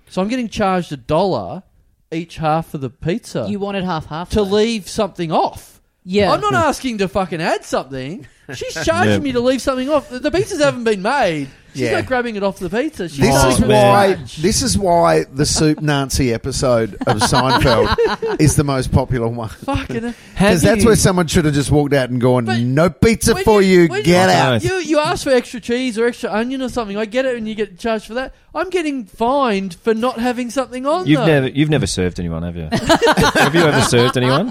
S2: so I'm getting charged a dollar each half of the pizza
S1: You wanted half half
S2: to
S1: though.
S2: leave something off.
S1: Yeah. Mm-hmm.
S2: I'm not asking to fucking add something. She's charging
S4: Yeah.
S2: me to leave something off. The the pizzas haven't been made. She's
S3: Yeah.
S2: not grabbing it off the pizza. She's
S3: This
S4: Oh,
S3: is
S4: man.
S3: why
S2: Charge.
S3: this is why the soup Nancy episode of Seinfeld is the most popular one
S2: fucking
S3: because
S4: Have
S3: that's
S4: you-
S3: where someone should have just walked out and gone,
S2: But
S3: "No pizza
S2: When
S3: for you,
S2: when
S3: get
S2: you,
S3: out."
S4: Nice.
S2: You you ask for extra cheese or extra onion or something. I get it, and you get charged for that. I'm getting fined for not having something on.
S4: You've
S2: though.
S4: never, you've never served anyone, have you? have you ever served anyone?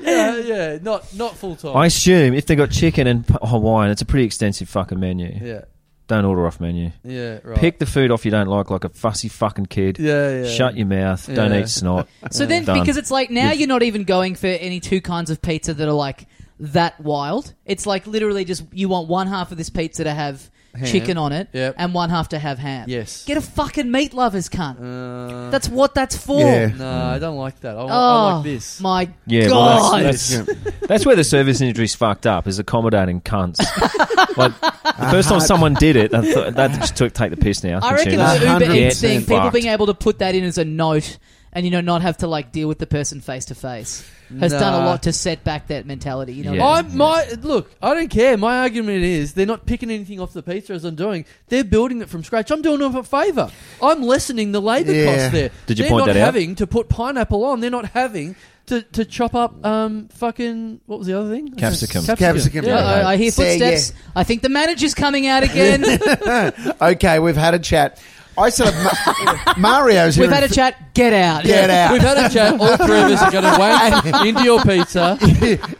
S2: yeah, yeah, not not full time.
S4: I assume if they got chicken and p- Hawaiian, it's a pretty extensive fucking menu.
S2: yeah,
S4: Don't order off menu.
S2: yeah, right.
S4: Pick the food off you don't like, like a fussy fucking kid.
S2: yeah, yeah.
S4: Shut your mouth. Don't
S2: Yeah.
S4: eat snot.
S1: So then,
S4: Done.
S1: because it's like now
S4: You've-
S1: you're not even going for any two kinds of pizza that are like that wild. It's like literally just you want one half of this pizza to have
S2: Ham.
S1: chicken on it
S2: Yep.
S1: and one half to have ham.
S2: Yes.
S1: Get a fucking meat lovers cunt.
S2: Uh,
S1: That's what that's for.
S3: Yeah.
S2: no, I don't like that. I, want- I
S1: Oh,
S2: like this.
S1: my
S4: Yeah, well,
S1: God.
S4: that's- that's- That's where the service industry's fucked up is accommodating cunts. like, the first time someone did it, I thought, that just took take the piss now.
S1: I reckon
S4: consumers.
S1: the Uber Eats
S3: 100%
S1: thing, people
S4: fucked.
S1: being able to put that in as a note and you know not have to like deal with the person face to face has
S2: Nah.
S1: done a lot to set back that mentality. You know,
S4: Yeah.
S2: I my look. I don't care. My argument is they're not picking anything off the pizza as I'm doing. They're building it from scratch. I'm doing them a favour. I'm lessening the labour
S3: Yeah.
S2: cost there.
S4: Did you
S2: they're
S4: point
S2: not
S4: that out?
S2: having to put pineapple on. They're not having to, to chop up um fucking what was the other thing?
S4: Capsicum.
S3: Capsicum.
S1: Uh-oh,
S2: Yeah.
S1: I hear
S3: Say
S1: footsteps. I think the manager's coming out again.
S3: okay, we've had a chat. I said Ma- Mario's here.
S1: We've had a
S3: in-
S1: chat. Get out.
S3: Get out.
S2: We've had a chat. All three of us are going to wank into your pizza.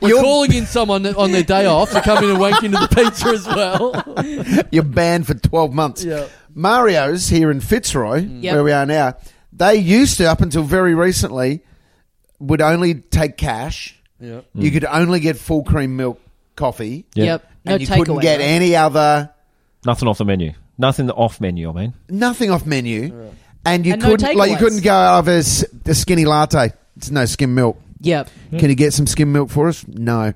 S2: We're
S3: You're-
S2: calling in someone on their day off to come in and wank into the pizza as well.
S3: You're banned for 12 months.
S2: Yeah.
S3: Mario's here in Fitzroy,
S1: Mm. Yep.
S3: where we are now. They used to, up until very recently, would only take cash.
S2: yeah.
S4: Mm.
S3: You could only get full cream milk coffee.
S4: Yeah.
S1: Yep. No
S3: and you
S1: takeaway.
S3: couldn't get
S1: right?
S3: any other,
S4: Nothing off the menu. Nothing off menu, I mean.
S3: nothing off menu. and you
S1: And no
S3: couldn't like you
S1: takeaways.
S3: couldn't go over s- a skinny latte. It's no skim milk.
S1: Yeah.
S3: Can you get some skim milk for us? No. I used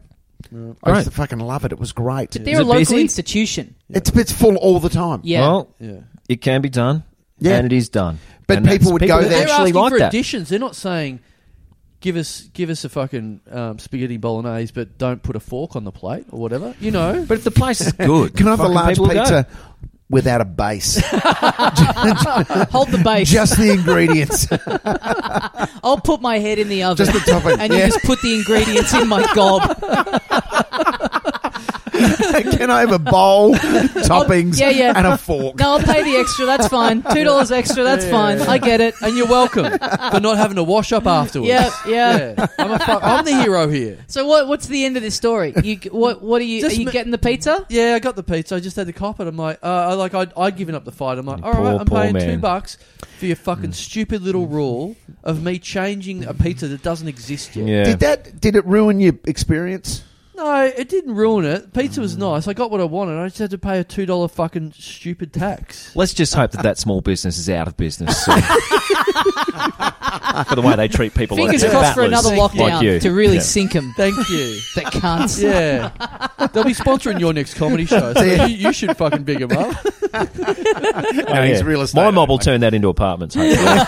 S4: Hmm. Right.
S3: to fucking love it. It was great.
S1: But they're a
S4: it
S1: local
S4: busy?
S1: institution.
S3: It's it's full all the time.
S1: Yeah.
S4: Well,
S2: Yeah.
S4: it can be done,
S3: Yeah.
S4: and it is done.
S3: But
S4: And that's-
S3: people would go there-
S2: They're
S4: Oh, actually
S2: asking
S4: like
S2: for
S4: that.
S2: additions. They're not saying, "Give us, give us a fucking um, spaghetti bolognese," but don't put a fork on the plate or whatever. You know,
S4: But if the place is good,
S3: Can I have a
S4: fucking
S3: large
S4: people will go.
S3: pizza without a base?
S1: Hold the base.
S3: Just the ingredients.
S1: I'll put my head in the oven.
S3: Just the topping.
S1: and
S3: Yeah.
S1: you just put the ingredients in my gob.
S3: Can I have a bowl, toppings,
S1: Oh, yeah, yeah.
S3: and a fork?
S1: No, I'll pay the extra. That's fine. Two dollars extra. That's fine. I get it.
S2: and you're welcome for not having to wash up afterwards.
S1: Yeah, yeah.
S2: I'm, a fu- I'm the hero here.
S1: So what? What's the end of this story? You what? What are you?
S2: Just
S1: are you
S2: ma-
S1: getting the pizza?
S2: Yeah, I got the pizza. I just had to cop it. I'm like, uh, I like, I'd, I'd given up the fight. I'm like,
S4: You
S2: all right,
S4: poor,
S2: I'm
S4: poor
S2: paying two
S4: man. Mm.
S2: bucks for your fucking stupid little rule of me changing a pizza that doesn't exist yet.
S4: Yeah.
S3: Did that? Did it ruin your experience?
S2: No, it didn't ruin it. Pizza was nice. I got what I wanted. I just had to pay a two dollar fucking stupid tax.
S4: Let's just hope that that small business is out of business soon. for the way they treat people
S1: Fingers
S4: like
S1: crossed for
S4: battlers
S1: another
S2: Thank
S1: lockdown
S4: like you.
S1: to really
S4: Yeah.
S1: sink 'em. sink
S2: Thank you.
S1: them. That cunts.
S2: Yeah, they'll be sponsoring your next comedy show. So
S3: Yeah.
S2: you, you should fucking big them up.
S4: Oh,
S3: No, he's
S4: yeah.
S3: real estate.
S4: My mob will turn that into apartments. Hopefully.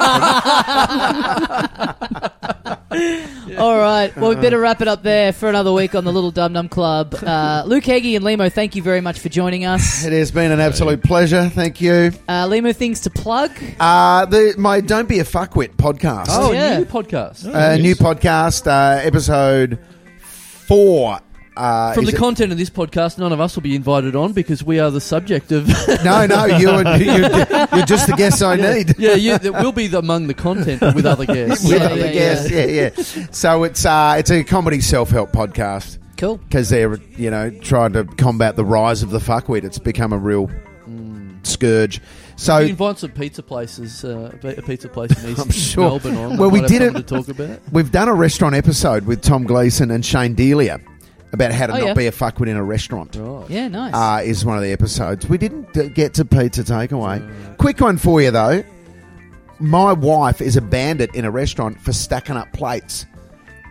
S1: All right. Well, we better wrap it up there for another week on the Little Dum Dum Club. Uh, Luke Heggie and Limo, thank you very much for joining us.
S3: It has been an absolute pleasure. Thank you.
S1: Uh, Limo, things to plug.
S3: Uh, the, my Don't Be a Fuckwit podcast.
S2: Oh,
S1: Yeah.
S2: a new podcast
S3: a new podcast, uh, episode four. Uh,
S2: From
S3: is
S2: the
S3: it-
S2: content of this podcast, none of us will be invited on because we are the subject of.
S3: no, no, you're, you're, you're just the guest I need.
S2: yeah, you, that we'll be the, among the content with other guests.
S1: Yeah,
S3: With other
S1: yeah,
S3: guests, yeah, yeah. So it's uh, it's a comedy self help podcast
S1: Cool.
S3: because they're you know trying to combat the rise of the fuckwit. It's become a real scourge. So
S2: We Mm. invite some pizza places, uh, a pi- a pizza place in East
S3: I'm sure.
S2: Melbourne. On.
S3: Well, we
S2: might have
S3: did
S2: something to talk about.
S3: We've done a restaurant episode with Tom Gleason and Shane Delia about how to
S1: Oh,
S3: not
S1: yeah.
S3: be a fuckwit in a restaurant.
S2: Right.
S1: Yeah, nice.
S3: Uh, is one of the episodes. We didn't uh, get to pizza takeaway. Quick one for you though. My wife is a bandit in a restaurant for stacking up plates,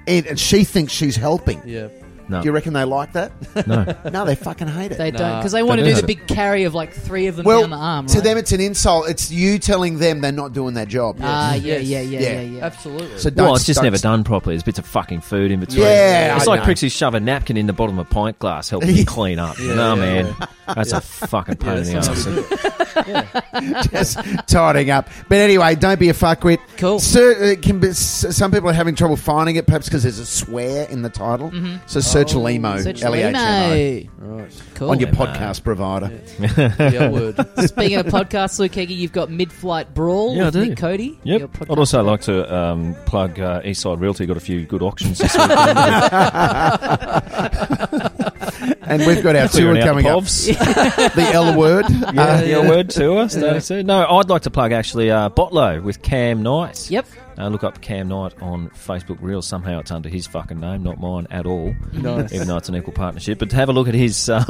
S3: and, and she thinks she's helping.
S2: Yeah.
S4: No,
S3: Do you reckon they like that?
S4: no.
S3: no, they fucking hate it.
S1: they don't
S2: Nah,
S1: because they want to
S4: don't
S1: do
S4: do
S1: the big
S4: it.
S1: carry of like three of them
S3: well,
S1: down the arm.
S3: to
S1: right?
S3: them it's an insult. It's you telling them they're not doing their job.
S1: Ah, yeah,
S2: Yes.
S1: yeah, yeah, yeah,
S3: Yeah.
S1: yeah.
S2: Absolutely.
S3: So don't,
S4: Well, it's just
S3: don't-
S4: never done properly. There's bits of fucking food in between.
S3: Yeah,
S4: it's
S3: I
S4: like
S3: know.
S4: Prixie shove a napkin in the bottom of a pint glass, helping you clean up.
S2: Yeah,
S4: no,
S2: yeah,
S4: man, that's a fucking pain
S2: Yeah,
S4: in the
S2: that's
S4: ass.
S2: not good.
S3: just tidying up. But anyway, don't be a fuckwit.
S1: Cool.
S3: Sir, it can be, s- some people are having trouble finding it, perhaps because there's a swear in the title. So search
S2: Oh.
S3: Limo,
S1: Mm-hmm.
S3: E
S1: Search
S3: L-E-H-M-O,
S1: Limo.
S2: Right.
S1: Cool.
S3: on your
S4: Limo.
S3: podcast provider.
S2: The L word.
S1: Speaking of podcasts, Luke Heggie, you've got Mid Flight Brawl
S4: Yeah, I
S1: with
S4: do.
S1: Nick Cody. Your
S4: Yep.
S1: podcast.
S4: I'd also like to um, plug uh, Eastside Realty. Got a few good auctions this weekend.
S3: And we've got our tour
S4: Clearing out
S3: coming
S4: the
S3: up.
S4: povs.
S3: The L word.
S4: Yeah,
S3: Uh,
S4: your word to us. don't say. No, I'd like to plug actually uh, Botlow with Cam Knight.
S1: Yep.
S4: Uh, look up Cam Knight on Facebook Reels. Somehow it's under his fucking name, not mine at all.
S2: Nice.
S4: Even though it's an equal partnership. But have a look at his um,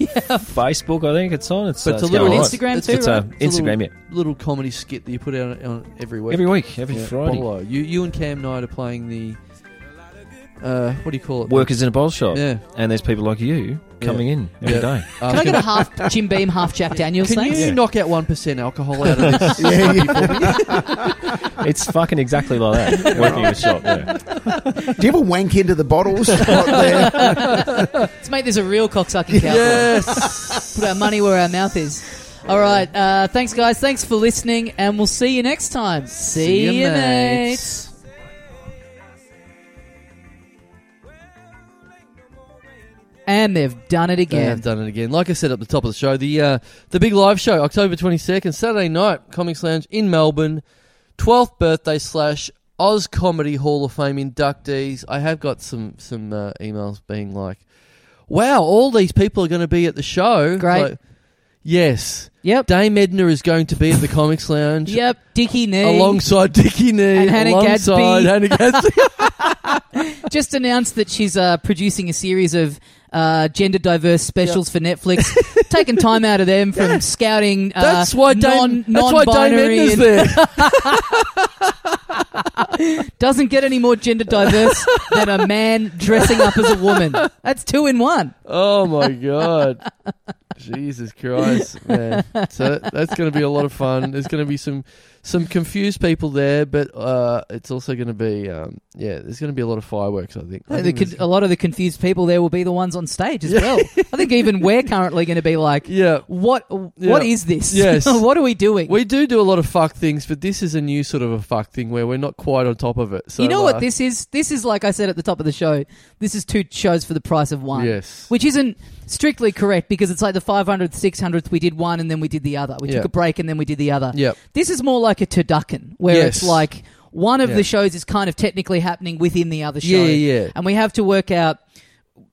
S4: Facebook, I think it's on. It's,
S2: But
S4: uh,
S2: it's a little
S1: on
S4: going all right.
S1: Instagram
S2: it's,
S1: too,
S4: It's
S2: a-
S4: uh,
S2: it's a
S4: Instagram,
S2: little,
S4: yeah.
S2: Little comedy skit that you put out on every week.
S4: Every week, every
S2: Yeah.
S4: Friday.
S2: Bottle O. You, you and Cam Knight are playing the. Uh, what do you call it?
S4: Workers in a bottle shop.
S2: Yeah.
S4: And there's people like you coming in every
S2: Yeah.
S4: day.
S2: Um,
S1: Can I get a half Jim Beam, half Jack Daniels?
S2: can you
S1: thanks?
S2: knock out one percent alcohol out of this?
S3: yeah, yeah.
S4: It's fucking exactly like that. Working in a shop. Yeah.
S3: Do you ever wank into the bottles? Right there?
S1: Let's make this a real cocksucking cowboy. Put our money where our mouth is. All right. Uh, thanks, guys. Thanks for listening, and we'll see you next time. See,
S2: ya,
S1: you, mates.
S2: mates.
S1: And they've done it
S2: They
S1: again.
S2: have done it again. Like I said at the top of the show, the uh, the big live show, October twenty second, Saturday night, Comics Lounge in Melbourne. Twelfth birthday slash Oz Comedy Hall of Fame inductees. I have got some some uh, emails being like, "Wow, all these people are going to be at the show." It's
S1: Great.
S2: Like, yes,
S1: Yep.
S2: Dame Edna is going to be at the Comics Lounge.
S1: Yep. Dicky knee.
S2: Alongside Dickie Knee,
S1: And Hannah
S2: alongside
S1: Gadsby.
S2: Hannah Gadsby.
S1: Just announced that she's uh, producing a series of uh, gender diverse specials for Netflix, taking time out of them from scouting. Uh,
S2: That's why
S1: non,
S2: Dame, that's why Dame
S1: non-binary
S2: Edna's
S1: and-
S2: there.
S1: doesn't get any more gender diverse than a man dressing up as a woman. That's two in one.
S2: Oh my god. Jesus Christ, man. So that's going to be a lot of fun. There's going to be some some confused people there, but uh, it's also going to be um, yeah, there's going to be a lot of fireworks, I think. I
S1: The
S2: think
S1: con-
S2: there's-
S1: a lot of the confused people there will be the ones on stage as well. I think even we're currently going to be like,
S2: yeah.
S1: what? What is this?
S2: Yes.
S1: what are we doing?
S2: We do do a lot of fuck things, but this is a new sort of a fuck thing where we're not quite on top of it. So
S1: you know
S2: uh,
S1: what this is? This is like I said at the top of the show. This is two shows for the price of one.
S2: Yes.
S1: Which isn't strictly correct because it's like the 500th, 600th, we did one and then we did the other. We
S2: Yeah.
S1: took a break and then we did the other.
S2: Yep.
S1: This is more like a turducken where it's
S2: Yes.
S1: like one of
S2: Yeah.
S1: the shows is kind of technically happening within the other show.
S2: Yeah, yeah, yeah.
S1: And we have to work out.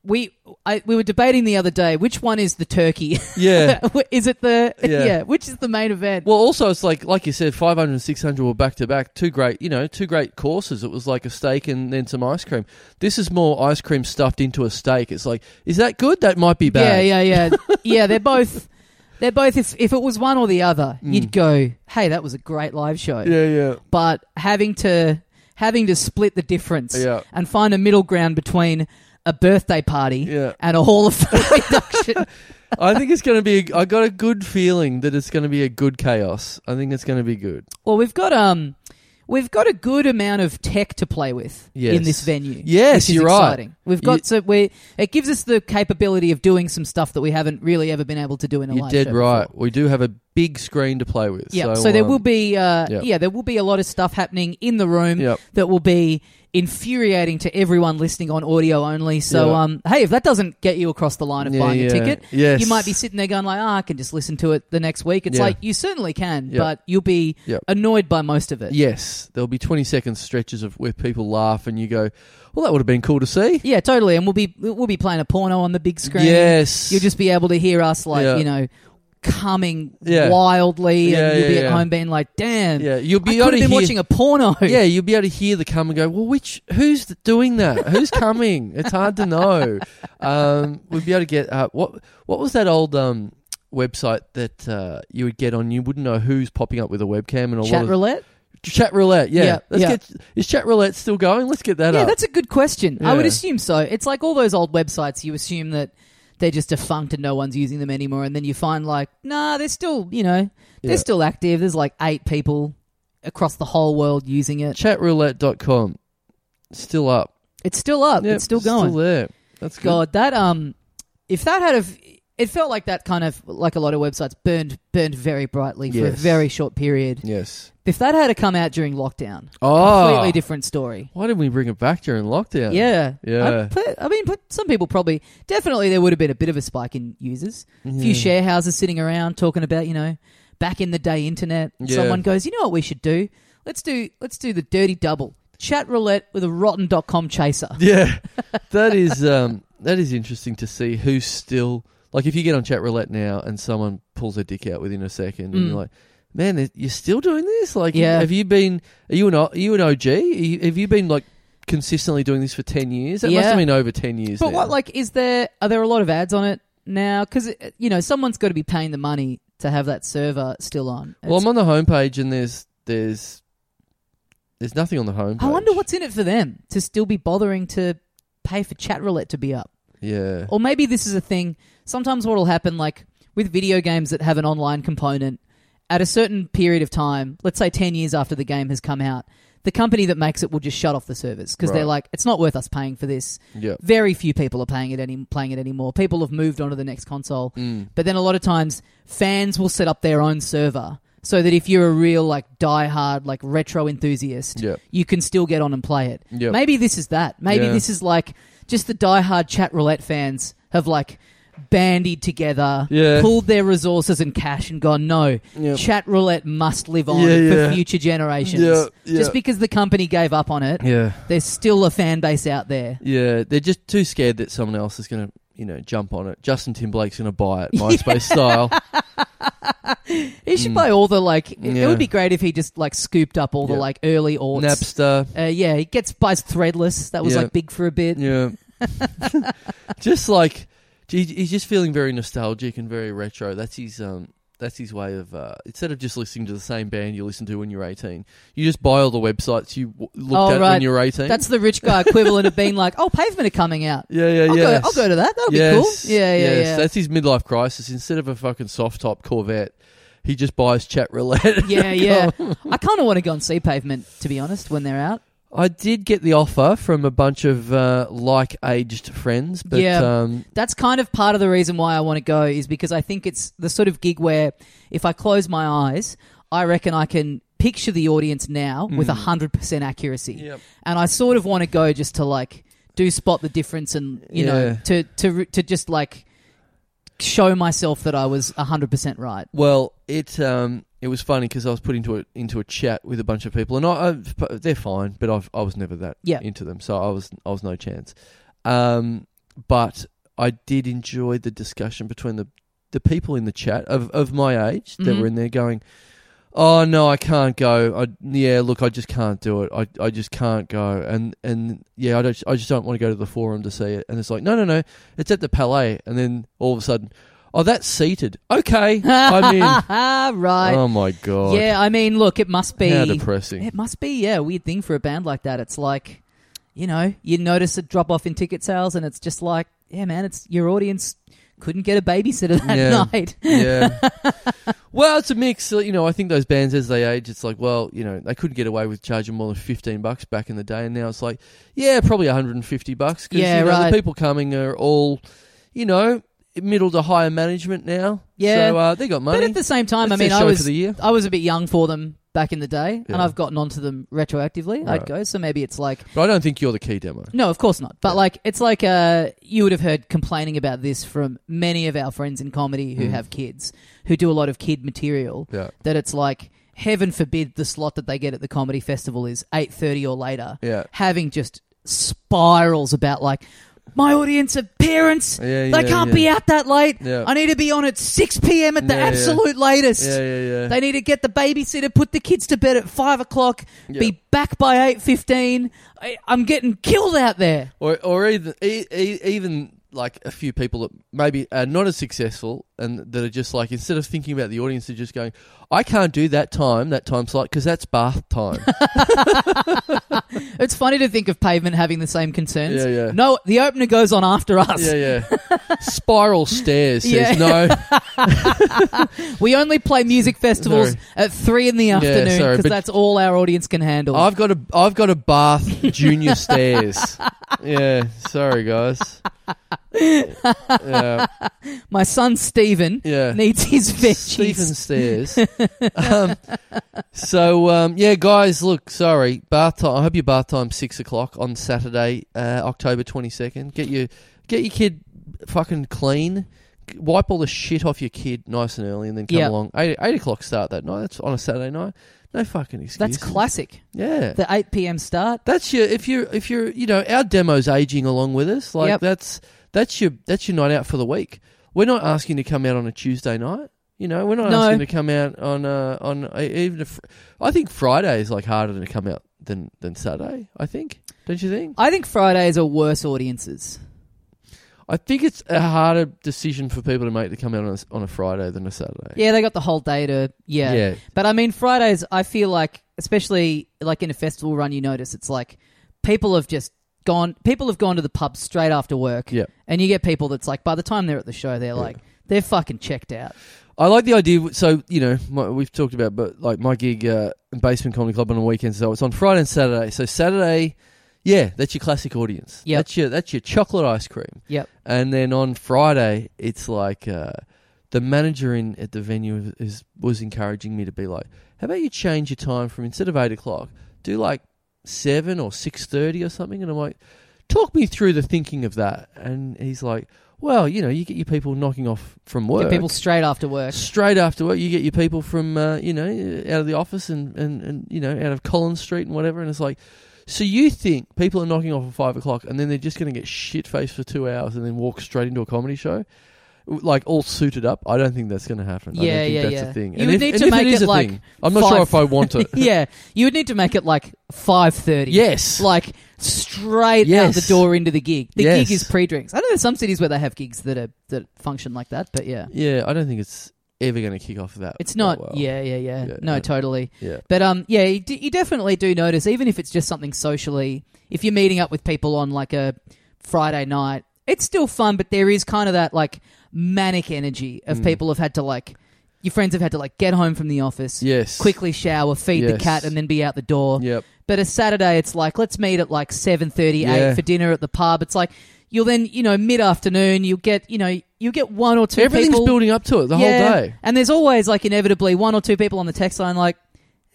S1: We I, we were debating the other day which one is the turkey.
S2: Yeah.
S1: is it the yeah.
S2: Yeah.
S1: Which is the main event?
S2: Well, also it's like like you said, 500 and 600 were back to back. Two great, you know, two great courses. It was like a steak and then some ice cream. This is more ice cream stuffed into a steak. It's like, is that good? That might be bad.
S1: Yeah, yeah, yeah, yeah. They're both. They're both. If if it was one or the other, you'd go, "Hey, that was a great live show."
S2: Hmm. yeah, yeah.
S1: But having to having to split the difference
S2: Yeah.
S1: and find a middle ground between a birthday party
S2: Yeah.
S1: and a hall of fame induction.
S2: I think it's going to be. A, I got a good feeling that it's going to be a good chaos. I think it's going to be good.
S1: Well, we've got um, we've got a good amount of tech to play with
S2: Yes.
S1: in this venue.
S2: Yes,
S1: which is
S2: you're right.
S1: exciting. We've got
S2: You-
S1: so we it gives us the capability of doing some stuff that we haven't really ever been able to do in a
S2: You're
S1: live
S2: dead
S1: show
S2: right.
S1: before.
S2: We do have a big screen to play with.
S1: Yeah, so,
S2: So,
S1: there
S2: um,
S1: will be uh,
S2: yeah.
S1: yeah there will be a lot of stuff happening in the room
S2: Yep.
S1: that will be infuriating to everyone listening on audio only. So
S2: Yeah.
S1: um, hey, if that doesn't get you across the line of
S2: Yeah,
S1: buying a
S2: yeah.
S1: ticket,
S2: Yes.
S1: you might be sitting there going like, "Ah, I can just listen to it the next week." It's
S2: Yeah.
S1: like you certainly can,
S2: Yeah.
S1: but you'll be
S2: Yep.
S1: annoyed by most of it.
S2: Yes, there'll be 20 second stretches of where people laugh and you go, "Well, that would have been cool to see."
S1: Yeah, totally. And we'll be we'll be playing a porno on the big screen.
S2: Yes,
S1: You'll just be able to hear us like,
S2: Yeah.
S1: you know, coming
S2: Yeah.
S1: wildly
S2: Yeah,
S1: and you'll be
S2: yeah,
S1: at
S2: yeah.
S1: home being like, damn,
S2: yeah. You'll
S1: I
S2: be
S1: could
S2: able
S1: have
S2: to
S1: been
S2: hear-
S1: watching a porno.
S2: Yeah, you'll be able to hear the come and go. Well, which who's th- doing that? Who's coming? It's hard to know. Um, we'd be able to get uh, what what was that old um, website that uh, you would get on? You wouldn't know who's popping up with a webcam and a lot
S1: Chat
S2: of
S1: roulette?
S2: chat roulette. Yeah,
S1: Yeah,
S2: Let's
S1: yeah.
S2: Get, is chat roulette still going? Let's get that
S1: Yeah,
S2: up.
S1: that's a good question. I
S2: Yeah.
S1: would assume so. It's like all those old websites, you assume that they're just defunct and no one's using them anymore, and then you find like, nah, they're still, you know, they're
S2: Yeah.
S1: still active. There's like eight people across the whole world using it.
S2: chatroulette.com still up.
S1: It's still up.
S2: Yep,
S1: it's still going.
S2: Still there. That's good.
S1: God, that um, if that had of, it felt like that kind of like a lot of websites burned burned very brightly for a
S2: Yes.
S1: very short period.
S2: Yes.
S1: If that had to come out during lockdown,
S2: Oh,
S1: completely different story.
S2: why didn't we bring it back during lockdown?
S1: Yeah,
S2: Yeah.
S1: I, put, I mean, put, some people probably definitely there would have been a bit of a spike in users. A few
S2: Yeah.
S1: share houses sitting around talking about you know back in the day internet.
S2: Yeah.
S1: Someone goes, you know what we should do? Let's do let's do the dirty double chat roulette with a rotten.com chaser.
S2: Yeah, that is um, that is interesting to see who's still like. If you get on chat roulette now and someone pulls their dick out within a second, and
S1: Mm.
S2: you're like, "Man, th- you're still doing this? Like,
S1: Yeah.
S2: have you been? Are you an O- are you an OG? Are you, have you been like consistently doing this for ten years? That must
S1: Yeah.
S2: have been over ten years.
S1: But
S2: now.
S1: what, like, is there are there a lot of ads on it now? Because you know, someone's got to be paying the money to have that server still on.
S2: Well, I'm
S1: It's-
S2: on the homepage and there's there's there's nothing on the homepage.
S1: I wonder what's in it for them to still be bothering to pay for chat roulette to be up.
S2: Yeah.
S1: Or maybe this is a thing. Sometimes what will happen, like with video games that have an online component, at a certain period of time, let's say 10 years after the game has come out, the company that makes it will just shut off the servers because they're
S2: Right.
S1: like, it's not worth us paying for this.
S2: Yeah.
S1: Very few people are paying it any playing it anymore. People have moved on to the next console.
S2: Mm.
S1: But then a lot of times fans will set up their own server so that if you're a real like diehard like retro enthusiast,
S2: Yeah.
S1: you can still get on and play it.
S2: Yeah.
S1: Maybe this is that. Maybe
S2: Yeah.
S1: this is like just the diehard chat roulette fans have like bandied together,
S2: Yeah.
S1: pulled their resources and cash and gone, no,
S2: Yeah.
S1: chat roulette must live on
S2: Yeah,
S1: for
S2: yeah.
S1: future generations.
S2: Yeah, yeah.
S1: Just because the company gave up on it,
S2: Yeah.
S1: there's still a fan base out there.
S2: Yeah, they're just too scared that someone else is going to, you know, jump on it. Justin Timberlake's going to buy it, MySpace style.
S1: He should
S2: Mm.
S1: buy all the like. It, it
S2: Yeah.
S1: would be great if he just like scooped up all the
S2: Yeah.
S1: like early aughts.
S2: Napster.
S1: Uh, yeah, he gets buys Threadless. That was
S2: Yeah.
S1: like big for a bit.
S2: Yeah. just like he- he's just feeling very nostalgic and very retro. That's his um that's his way of uh, instead of just listening to the same band you listen to when you're 18, you just buy all the websites you w- looked
S1: Oh,
S2: at
S1: right.
S2: when you're 18.
S1: That's the rich guy equivalent of being like, "Oh, pavement are coming out.
S2: yeah, yeah, yeah.
S1: I'll go. I'll go to that. That'll be cool. Yeah, yeah, yeah.
S2: That's his midlife crisis. Instead of a fucking soft top Corvette, he just buys chat roulette.
S1: yeah, yeah. I kind of want to go and see pavement, to be honest, when they're out.
S2: I did get the offer from a bunch of uh, like-aged friends, but
S1: Yeah.
S2: um,
S1: That's kind of part of the reason why I want to go is because I think it's the sort of gig where if I close my eyes, I reckon I can picture the audience now with with 100% accuracy.
S2: Yep.
S1: And I sort of want to go just to like do spot the difference and, you know,
S2: Yeah.
S1: to, to, re- to just like show myself that I was 100% right.
S2: Well, it um, it was funny because I was put into a into a chat with a bunch of people, and I, I they're fine, but I've, I was never that
S1: Yeah.
S2: into them, so I was I was no chance. Um, but I did enjoy the discussion between the the people in the chat of of my age that
S1: Mhm.
S2: were in there going. Oh no, I can't go. I, yeah, look, I just can't do it. I, I just can't go. And and yeah, I don't. I just don't want to go to the forum to see it. And it's like, no, no, no. It's at the Palais. And then all of a sudden, oh, that's seated. Okay, I'm in.
S1: right.
S2: Oh my god!
S1: yeah, I mean, look, it must be.
S2: how depressing.
S1: It must be, yeah, a weird thing for a band like that. It's like, you know, you notice a drop off in ticket sales, and it's just like, yeah, man, it's your audience couldn't get a babysitter that
S2: Yeah.
S1: night.
S2: yeah. Well, it's a mix. You know, I think those bands as they age, it's like, well, you know, they couldn't get away with charging more than fifteen bucks back in the day, and now it's like, yeah, probably one hundred and fifty bucks. Cause,
S1: Yeah,
S2: you know,
S1: right.
S2: The people coming are all, you know, middle to higher management now.
S1: Yeah.
S2: So uh, they got money.
S1: But at the same time,
S2: That's
S1: I mean,
S2: their
S1: I
S2: show
S1: was
S2: for the year.
S1: I was a bit young for them back in the day, and
S2: Yeah.
S1: I've gotten onto them retroactively. I'd
S2: Right.
S1: go, so maybe it's like,
S2: But I don't think you're the key demo.
S1: no, of course not. But like, it's like uh, you would have heard complaining about this from many of our friends in comedy who
S2: Mm.
S1: have kids, who do a lot of kid material,
S2: Yeah.
S1: that it's like heaven forbid the slot that they get at the comedy festival is 8.30 or later
S2: Yeah.
S1: having just spirals about like my audience are parents
S2: Yeah.
S1: they
S2: yeah,
S1: can't
S2: yeah.
S1: be out that late
S2: Yeah.
S1: i need to be on at 6 p.m at the
S2: Yeah, yeah.
S1: absolute latest
S2: Yeah. Yeah. Yeah.
S1: they need to get the babysitter put the kids to bed at 5 o'clock
S2: Yeah.
S1: be back by 8.15 I, i'm getting killed out there
S2: or or even e- e- even like a few people that maybe are not as successful and that are just like instead of thinking about the audience, they're just going, "I can't do that time, that time slot, because that's bath time."
S1: it's funny to think of pavement having the same concerns
S2: Yeah, yeah.
S1: no the opener goes on after us
S2: yeah, yeah. Spiral stairs says
S1: Yeah.
S2: no.
S1: We only play music festivals
S2: Sorry.
S1: at three in the afternoon
S2: sorry,
S1: because
S2: but-
S1: that's all our audience can handle.
S2: I've got a I've got a bath junior stairs. Yeah, sorry guys. Yeah,
S1: My son Stephen
S2: yeah.
S1: needs his
S2: Stephen
S1: veggies.
S2: Stairs. um, so um, yeah, guys, look, sorry, bath time. I hope your bath time's six o'clock on Saturday, uh, October twenty second. Get your get your kid fucking clean. Wipe all the shit off your kid nice and early, and then come
S1: Yeah.
S2: along eight eight o'clock start that night. That's on a Saturday night. No fucking excuse.
S1: That's classic.
S2: yeah.
S1: The eight p.m. start.
S2: that's your if you if you're you know our demo's aging along with us. Like
S1: Yep.
S2: that's that's your that's your night out for the week. We're not asking to come out on a Tuesday night. You know, we're not
S1: No.
S2: asking to come out on uh, on uh, even if I think Friday is like harder to come out than than Saturday. I think, don't you think?
S1: I think Fridays are worse audiences.
S2: I think it's a harder decision for people to make to come out on a, s- on a Friday than a Saturday.
S1: Yeah, they got the whole day to yeah.
S2: yeah,
S1: But I mean Fridays. I feel like, especially like in a festival run, you notice it's like people have just gone. People have gone to the pub straight after work.
S2: Yeah.
S1: and you get people that's like by the time they're at the show, they're like they're fucking checked out.
S2: I like the idea. So you know, my, we've talked about, but like my gig, uh, Basement Comedy Club on the weekends. So it's on Friday and Saturday. So Saturday, yeah, that's your classic audience.
S1: Yep.
S2: that's your that's your chocolate ice cream.
S1: Yep.
S2: And then on Friday, it's like uh, the manager in at the venue is, is was encouraging me to be like, how about you change your time from instead of eight o'clock, do like seven or six thirty or something. And I'm like, talk me through the thinking of that. And he's like, well, you know, you get your people knocking off from work
S1: Get people straight after work.
S2: straight after work you get your people from uh, you know out of the office and, and, and you know out of Collins Street and whatever and it's like so you think people are knocking off at five o'clock and then they're just going to get shit faced for two hours and then walk straight into a comedy show like all suited up. I don't think that's going to happen. I
S1: Yeah,
S2: don't think
S1: yeah,
S2: that's
S1: yeah.
S2: a thing.
S1: You would
S2: if,
S1: need
S2: and
S1: to
S2: if
S1: make
S2: it, is
S1: it
S2: a
S1: like
S2: thing, I'm not sure
S1: five-
S2: if I want it.
S1: yeah, you would need to make it like five thirty.
S2: yes.
S1: like straight out
S2: Yes.
S1: the door into the gig. The
S2: Yes.
S1: gig is pre-drinks. I know there's some cities where they have gigs that are that function like that, but yeah,
S2: yeah, I don't think it's ever going to kick off that.
S1: it's
S2: that
S1: not.
S2: Oh, well.
S1: Yeah, yeah, yeah,
S2: Yeah,
S1: No,
S2: yeah.
S1: totally.
S2: Yeah.
S1: But um, yeah, you, d- you definitely do notice, even if it's just something socially. If you're meeting up with people on like a Friday night, it's still fun, but there is kind of that like manic energy of
S2: Mm.
S1: people have had to like your friends have had to like get home from the office.
S2: Yes.
S1: Quickly shower, feed the
S2: Yes.
S1: cat, and then be out the door.
S2: Yep.
S1: But a Saturday, it's like let's meet at like seven thirty
S2: Yeah.
S1: eight for dinner at the pub. It's like you'll then you know mid afternoon you'll get you know you get one or two.
S2: Everything's
S1: people,
S2: building up to it the
S1: Yeah.
S2: whole day.
S1: and there's always like inevitably one or two people on the text line like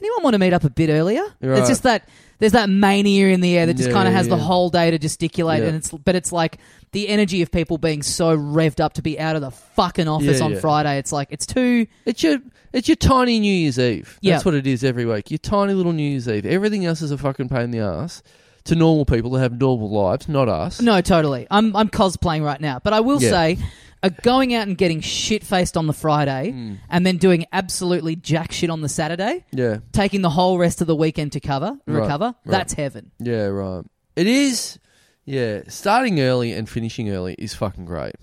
S1: anyone want to meet up a bit earlier.
S2: Right.
S1: It's just that there's that mania in the air that just
S2: Yeah,
S1: kind of
S2: yeah,
S1: has the
S2: yeah.
S1: whole day to gesticulate,
S2: Yeah.
S1: and it's but it's like the energy of people being so revved up to be out of the fucking office
S2: Yeah,
S1: on
S2: yeah.
S1: Friday. It's like it's too
S2: It's your it's your tiny New Year's Eve.
S1: Yeah.
S2: That's what it is every week. Your tiny little New Year's Eve. Everything else is a fucking pain in the ass to normal people that have normal lives, not us.
S1: No, totally. I'm I'm cosplaying right now, but I will
S2: Yeah.
S1: say, uh, going out and getting shit faced on the Friday, and then doing absolutely jack shit on the Saturday,
S2: Yeah.
S1: taking the whole rest of the weekend to cover
S2: Right,
S1: recover. That's heaven.
S2: Yeah, right. It is. Yeah, starting early and finishing early is fucking great.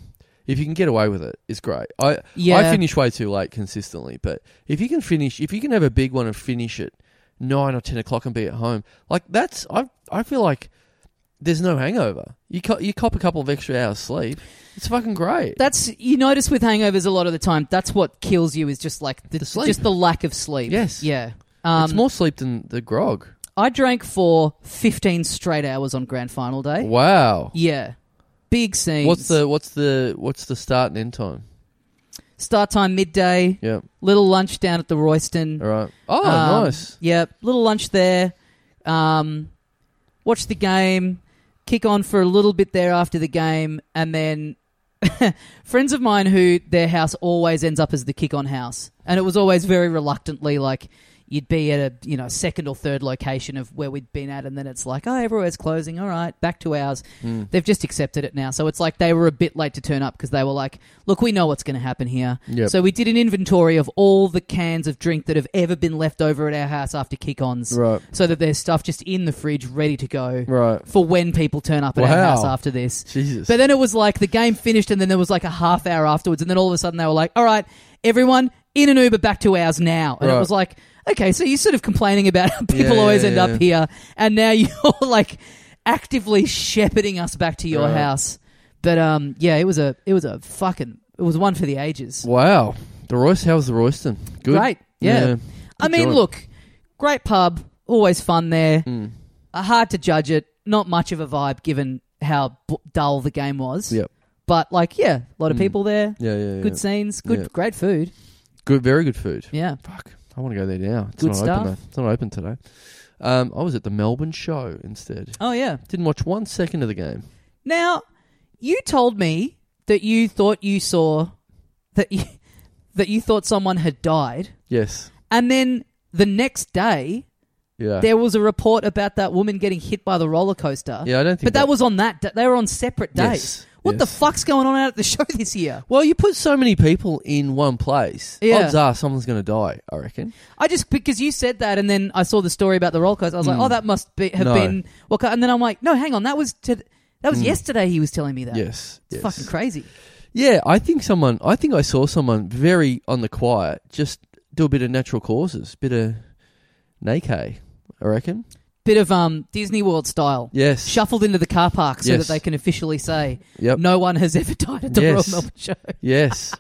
S2: If you can get away with it, it's great. I
S1: Yeah.
S2: I finish way too late consistently, but if you can finish, if you can have a big one and finish at nine or ten o'clock and be at home, like that's I I feel like there's no hangover. You co- you cop a couple of extra hours sleep. It's fucking great.
S1: That's you notice with hangovers a lot of the time. That's what kills you is just like the,
S2: The sleep.
S1: just the lack of sleep.
S2: Yes.
S1: yeah. Um,
S2: it's more sleep than the grog.
S1: I drank for 15 straight hours on grand final day.
S2: Wow.
S1: Yeah, big scene.
S2: What's the what's the what's the start and end time?
S1: start time? Midday.
S2: Yeah.
S1: Little lunch down at the Royston.
S2: All right. Oh,
S1: Mm. Um,
S2: nice.
S1: Yeah, little lunch there. Um, watch the game, kick on for a little bit there after the game, and then friends of mine who their house always ends up as the kick on house, and it was always very reluctantly like you'd be at a you know second or third location of where we'd been at, and then it's like oh everywhere's closing, all right, back to ours.
S2: Mm.
S1: They've just accepted it now, so it's like they were a bit late to turn up because they were like, look, we know what's going to happen here.
S2: Yep.
S1: So we did an inventory of all the cans of drink that have ever been left over at our house after kick-ons,
S2: Right.
S1: so that there's stuff just in the fridge ready to go
S2: Right.
S1: for when people turn up at our
S2: Wow.
S1: house after this.
S2: Jesus.
S1: But then it was like the game finished, and then there was like a half hour afterwards, and then all of a sudden they were like, "All right, everyone, in an Uber back to ours now." And it
S2: Right.
S1: was like, "Okay, so you're sort of complaining about how people
S2: Yeah,
S1: always
S2: yeah,
S1: end
S2: yeah.
S1: up here, and now you're like actively shepherding us back to your
S2: Right.
S1: house." But um, yeah, it was a it was a fucking it was one for the ages.
S2: Wow. The Royce, how's the Royston? Good.
S1: Great, yeah. I
S2: Good
S1: mean,
S2: joint.
S1: look, great pub, always fun there.
S2: Mm.
S1: Uh, Hard to judge it. Not much of a vibe given how b- dull the game was.
S2: Yep.
S1: But like, yeah, a lot of
S2: Mm.
S1: people there.
S2: Yeah, yeah, yeah.
S1: Good
S2: Good,
S1: scenes. Good,
S2: Yeah.
S1: great food.
S2: very good food.
S1: Yeah.
S2: Fuck, I want to go there now. It's
S1: Good
S2: not
S1: stuff.
S2: open. Though. It's not open today. Um, I was at the Melbourne show instead.
S1: Oh yeah.
S2: Didn't watch one second of the game.
S1: Now, you told me that you thought you saw that you that you thought someone had died,
S2: Yes.
S1: and then the next day
S2: Yeah.
S1: there was a report about that woman getting hit by the roller coaster.
S2: yeah, I don't think.
S1: But that was on that. Day. They were on separate days.
S2: Yes,
S1: What the
S2: yes.
S1: fuck's going on out at the show this year?
S2: Well, you put so many people in one place.
S1: Yeah.
S2: Odds are someone's going to die. I reckon.
S1: I just because you said that, and then I saw the story about the roller coaster. I was like,
S2: Mm.
S1: oh, that must be, have
S2: No.
S1: been. Well, and then I'm like, no, hang on, that was to, that was
S2: Mm.
S1: yesterday. He was telling me that.
S2: Yes.
S1: it's
S2: yes.
S1: fucking crazy.
S2: Yeah, I think someone. I think I saw someone very on the quiet. Just do a bit of natural causes, bit of nakay. I reckon.
S1: Bit of um Disney World style,
S2: Yes.
S1: shuffled into the car park so
S2: Yes.
S1: that they can officially say
S2: Yep.
S1: no one has ever died at the
S2: Yes.
S1: Royal Melbourne Show.
S2: Yes.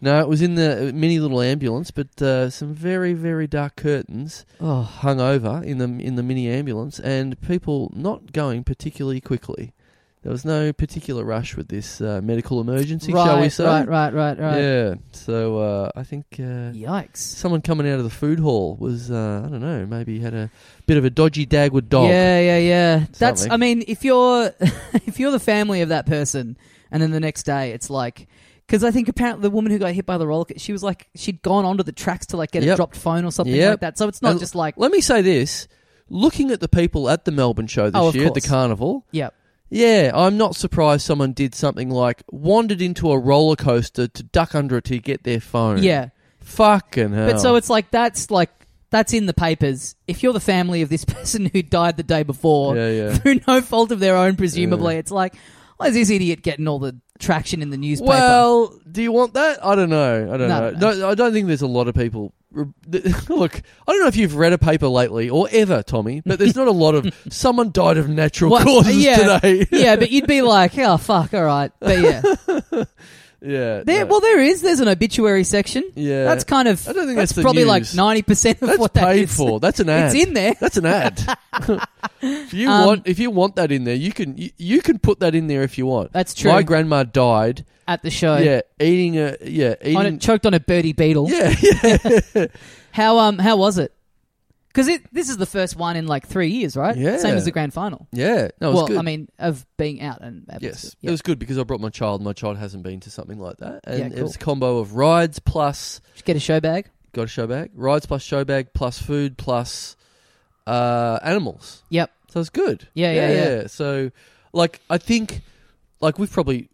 S2: No, it was in the uh, mini little ambulance, but uh, some very very dark curtains
S1: Oh,
S2: hung over in the in the mini ambulance, and people not going particularly quickly. There was no particular rush with this uh, medical emergency,
S1: right,
S2: shall we say?
S1: right, right, right, right.
S2: Yeah. So uh, I think uh,
S1: Yikes.
S2: someone coming out of the food hall was uh, I don't know maybe had a bit of a dodgy dag with dog.
S1: Yeah, yeah, yeah. That's.
S2: Something.
S1: I mean, if you're if you're the family of that person, and then the next day it's like. Because I think apparently the woman who got hit by the roller, co- she was like she'd gone onto the tracks to like get a
S2: Yep.
S1: dropped phone or something
S2: Yep.
S1: like that. So it's not
S2: And-
S1: just like,
S2: Let me say this: looking at the people at the Melbourne show this
S1: Oh, of
S2: year at the
S1: course.
S2: carnival,
S1: yep,
S2: Yeah, I'm not surprised someone did something like wandered into a roller coaster to duck under it to get their phone.
S1: Yeah.
S2: Fucking hell.
S1: But so it's like that's like that's in the papers. If you're the family of this person who died the day before
S2: Yeah, yeah.
S1: through no fault of their own, presumably, it's like, why is this idiot getting all the traction in the newspaper?
S2: Well, do you want that? I don't know. I don't
S1: No,
S2: know.
S1: no.
S2: No, I don't think there's a lot of people. Look, I don't know if you've read a paper lately or ever, Tommy, but there's not a lot of someone died of natural
S1: What?
S2: causes
S1: Yeah.
S2: today.
S1: yeah, but you'd be like, oh fuck, all right, but yeah,
S2: yeah.
S1: there.
S2: no.
S1: Well, there is. There's an obituary section.
S2: yeah.
S1: That's kind of.
S2: I don't think
S1: that's,
S2: that's the
S1: probably like
S2: news.
S1: ninety percent of
S2: That's
S1: what that
S2: paid
S1: is.
S2: for. That's an ad.
S1: It's in there.
S2: That's an ad. if you
S1: Um,
S2: want, if you want that in there, you can. You, you can put that in there if you want.
S1: That's true.
S2: My grandma died.
S1: At the show,
S2: yeah, eating a. Yeah, eating.
S1: on it, choked on a birdie beetle.
S2: yeah, yeah.
S1: How um how was it? Because it this is the first one in like three years, right?
S2: Yeah.
S1: Same as the grand final.
S2: yeah. No, it was
S1: well,
S2: good.
S1: I mean, of being out and that was
S2: Yes,
S1: good. Yeah.
S2: it was good because I brought my child. My child hasn't been to something like that, and
S1: Yeah,
S2: it
S1: cool.
S2: was a combo of rides plus
S1: Did you get a show bag.
S2: got a show bag, rides plus show bag plus food plus uh, animals.
S1: Yep.
S2: So it's good.
S1: Yeah, yeah, yeah.
S2: So, like, I think, like, we've probably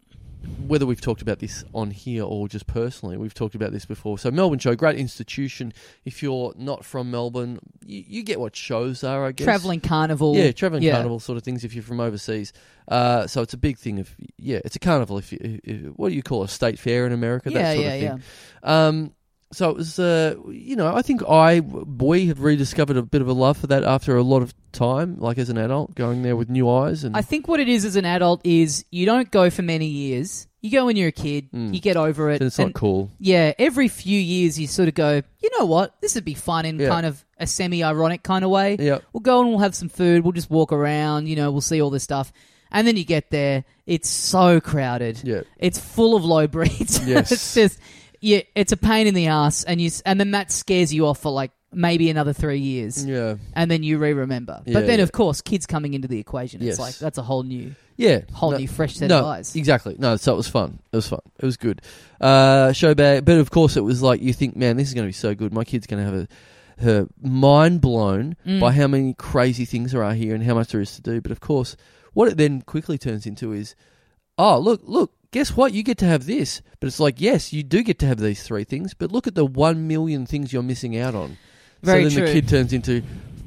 S2: whether we've talked about this on here or just personally, we've talked about this before. So Melbourne Show, great institution. If you're not from Melbourne, you, you get what shows are, I guess.
S1: Traveling carnival.
S2: Yeah, traveling
S1: Yeah.
S2: carnival sort of things if you're from overseas. Uh, so it's a big thing. Of yeah, it's a carnival. If, you, if- if- what do you call a state fair in America?
S1: yeah,
S2: that sort
S1: yeah,
S2: of
S1: yeah.
S2: thing. Um, so it was. Uh, you know, I think I we have rediscovered a bit of a love for that after a lot of time, like as an adult, going there with new eyes and
S1: I think what it is as an adult is you don't go for many years. You go when you're a kid.
S2: Mm.
S1: You get over it.
S2: and it's
S1: and-
S2: not cool.
S1: Yeah, every few years you sort of go, you know what? This would be fun in
S2: Yeah.
S1: kind of a semi-ironic kind of way.
S2: Yeah,
S1: We'll go and we'll have some food. We'll just walk around. You know, we'll see all this stuff. And then you get there, it's so crowded.
S2: yeah,
S1: It's full of low breeds.
S2: Yes.
S1: it's just yeah, it's a pain in the ass, and you s- and then that scares you off for like maybe another three years,
S2: yeah,
S1: and then you re-remember.
S2: Mm. Yeah,
S1: but then,
S2: yeah.
S1: of course, kids coming into the equation, it's
S2: Yes.
S1: like that's a whole new,
S2: yeah.
S1: whole
S2: No,
S1: new fresh set
S2: no,
S1: of eyes.
S2: Exactly. No, so it was fun. It was fun. It was good. Uh, show bag, but of course it was like you think, man, this is going to be so good. My kid's going to have a her mind blown
S1: Mm.
S2: by how many crazy things there are here and how much there is to do. But of course, what it then quickly turns into is, oh look, look, guess what? You get to have this, but it's like yes, you do get to have these three things, but look at the one million things you're missing out on.
S1: Very
S2: so then
S1: true.
S2: the kid turns into.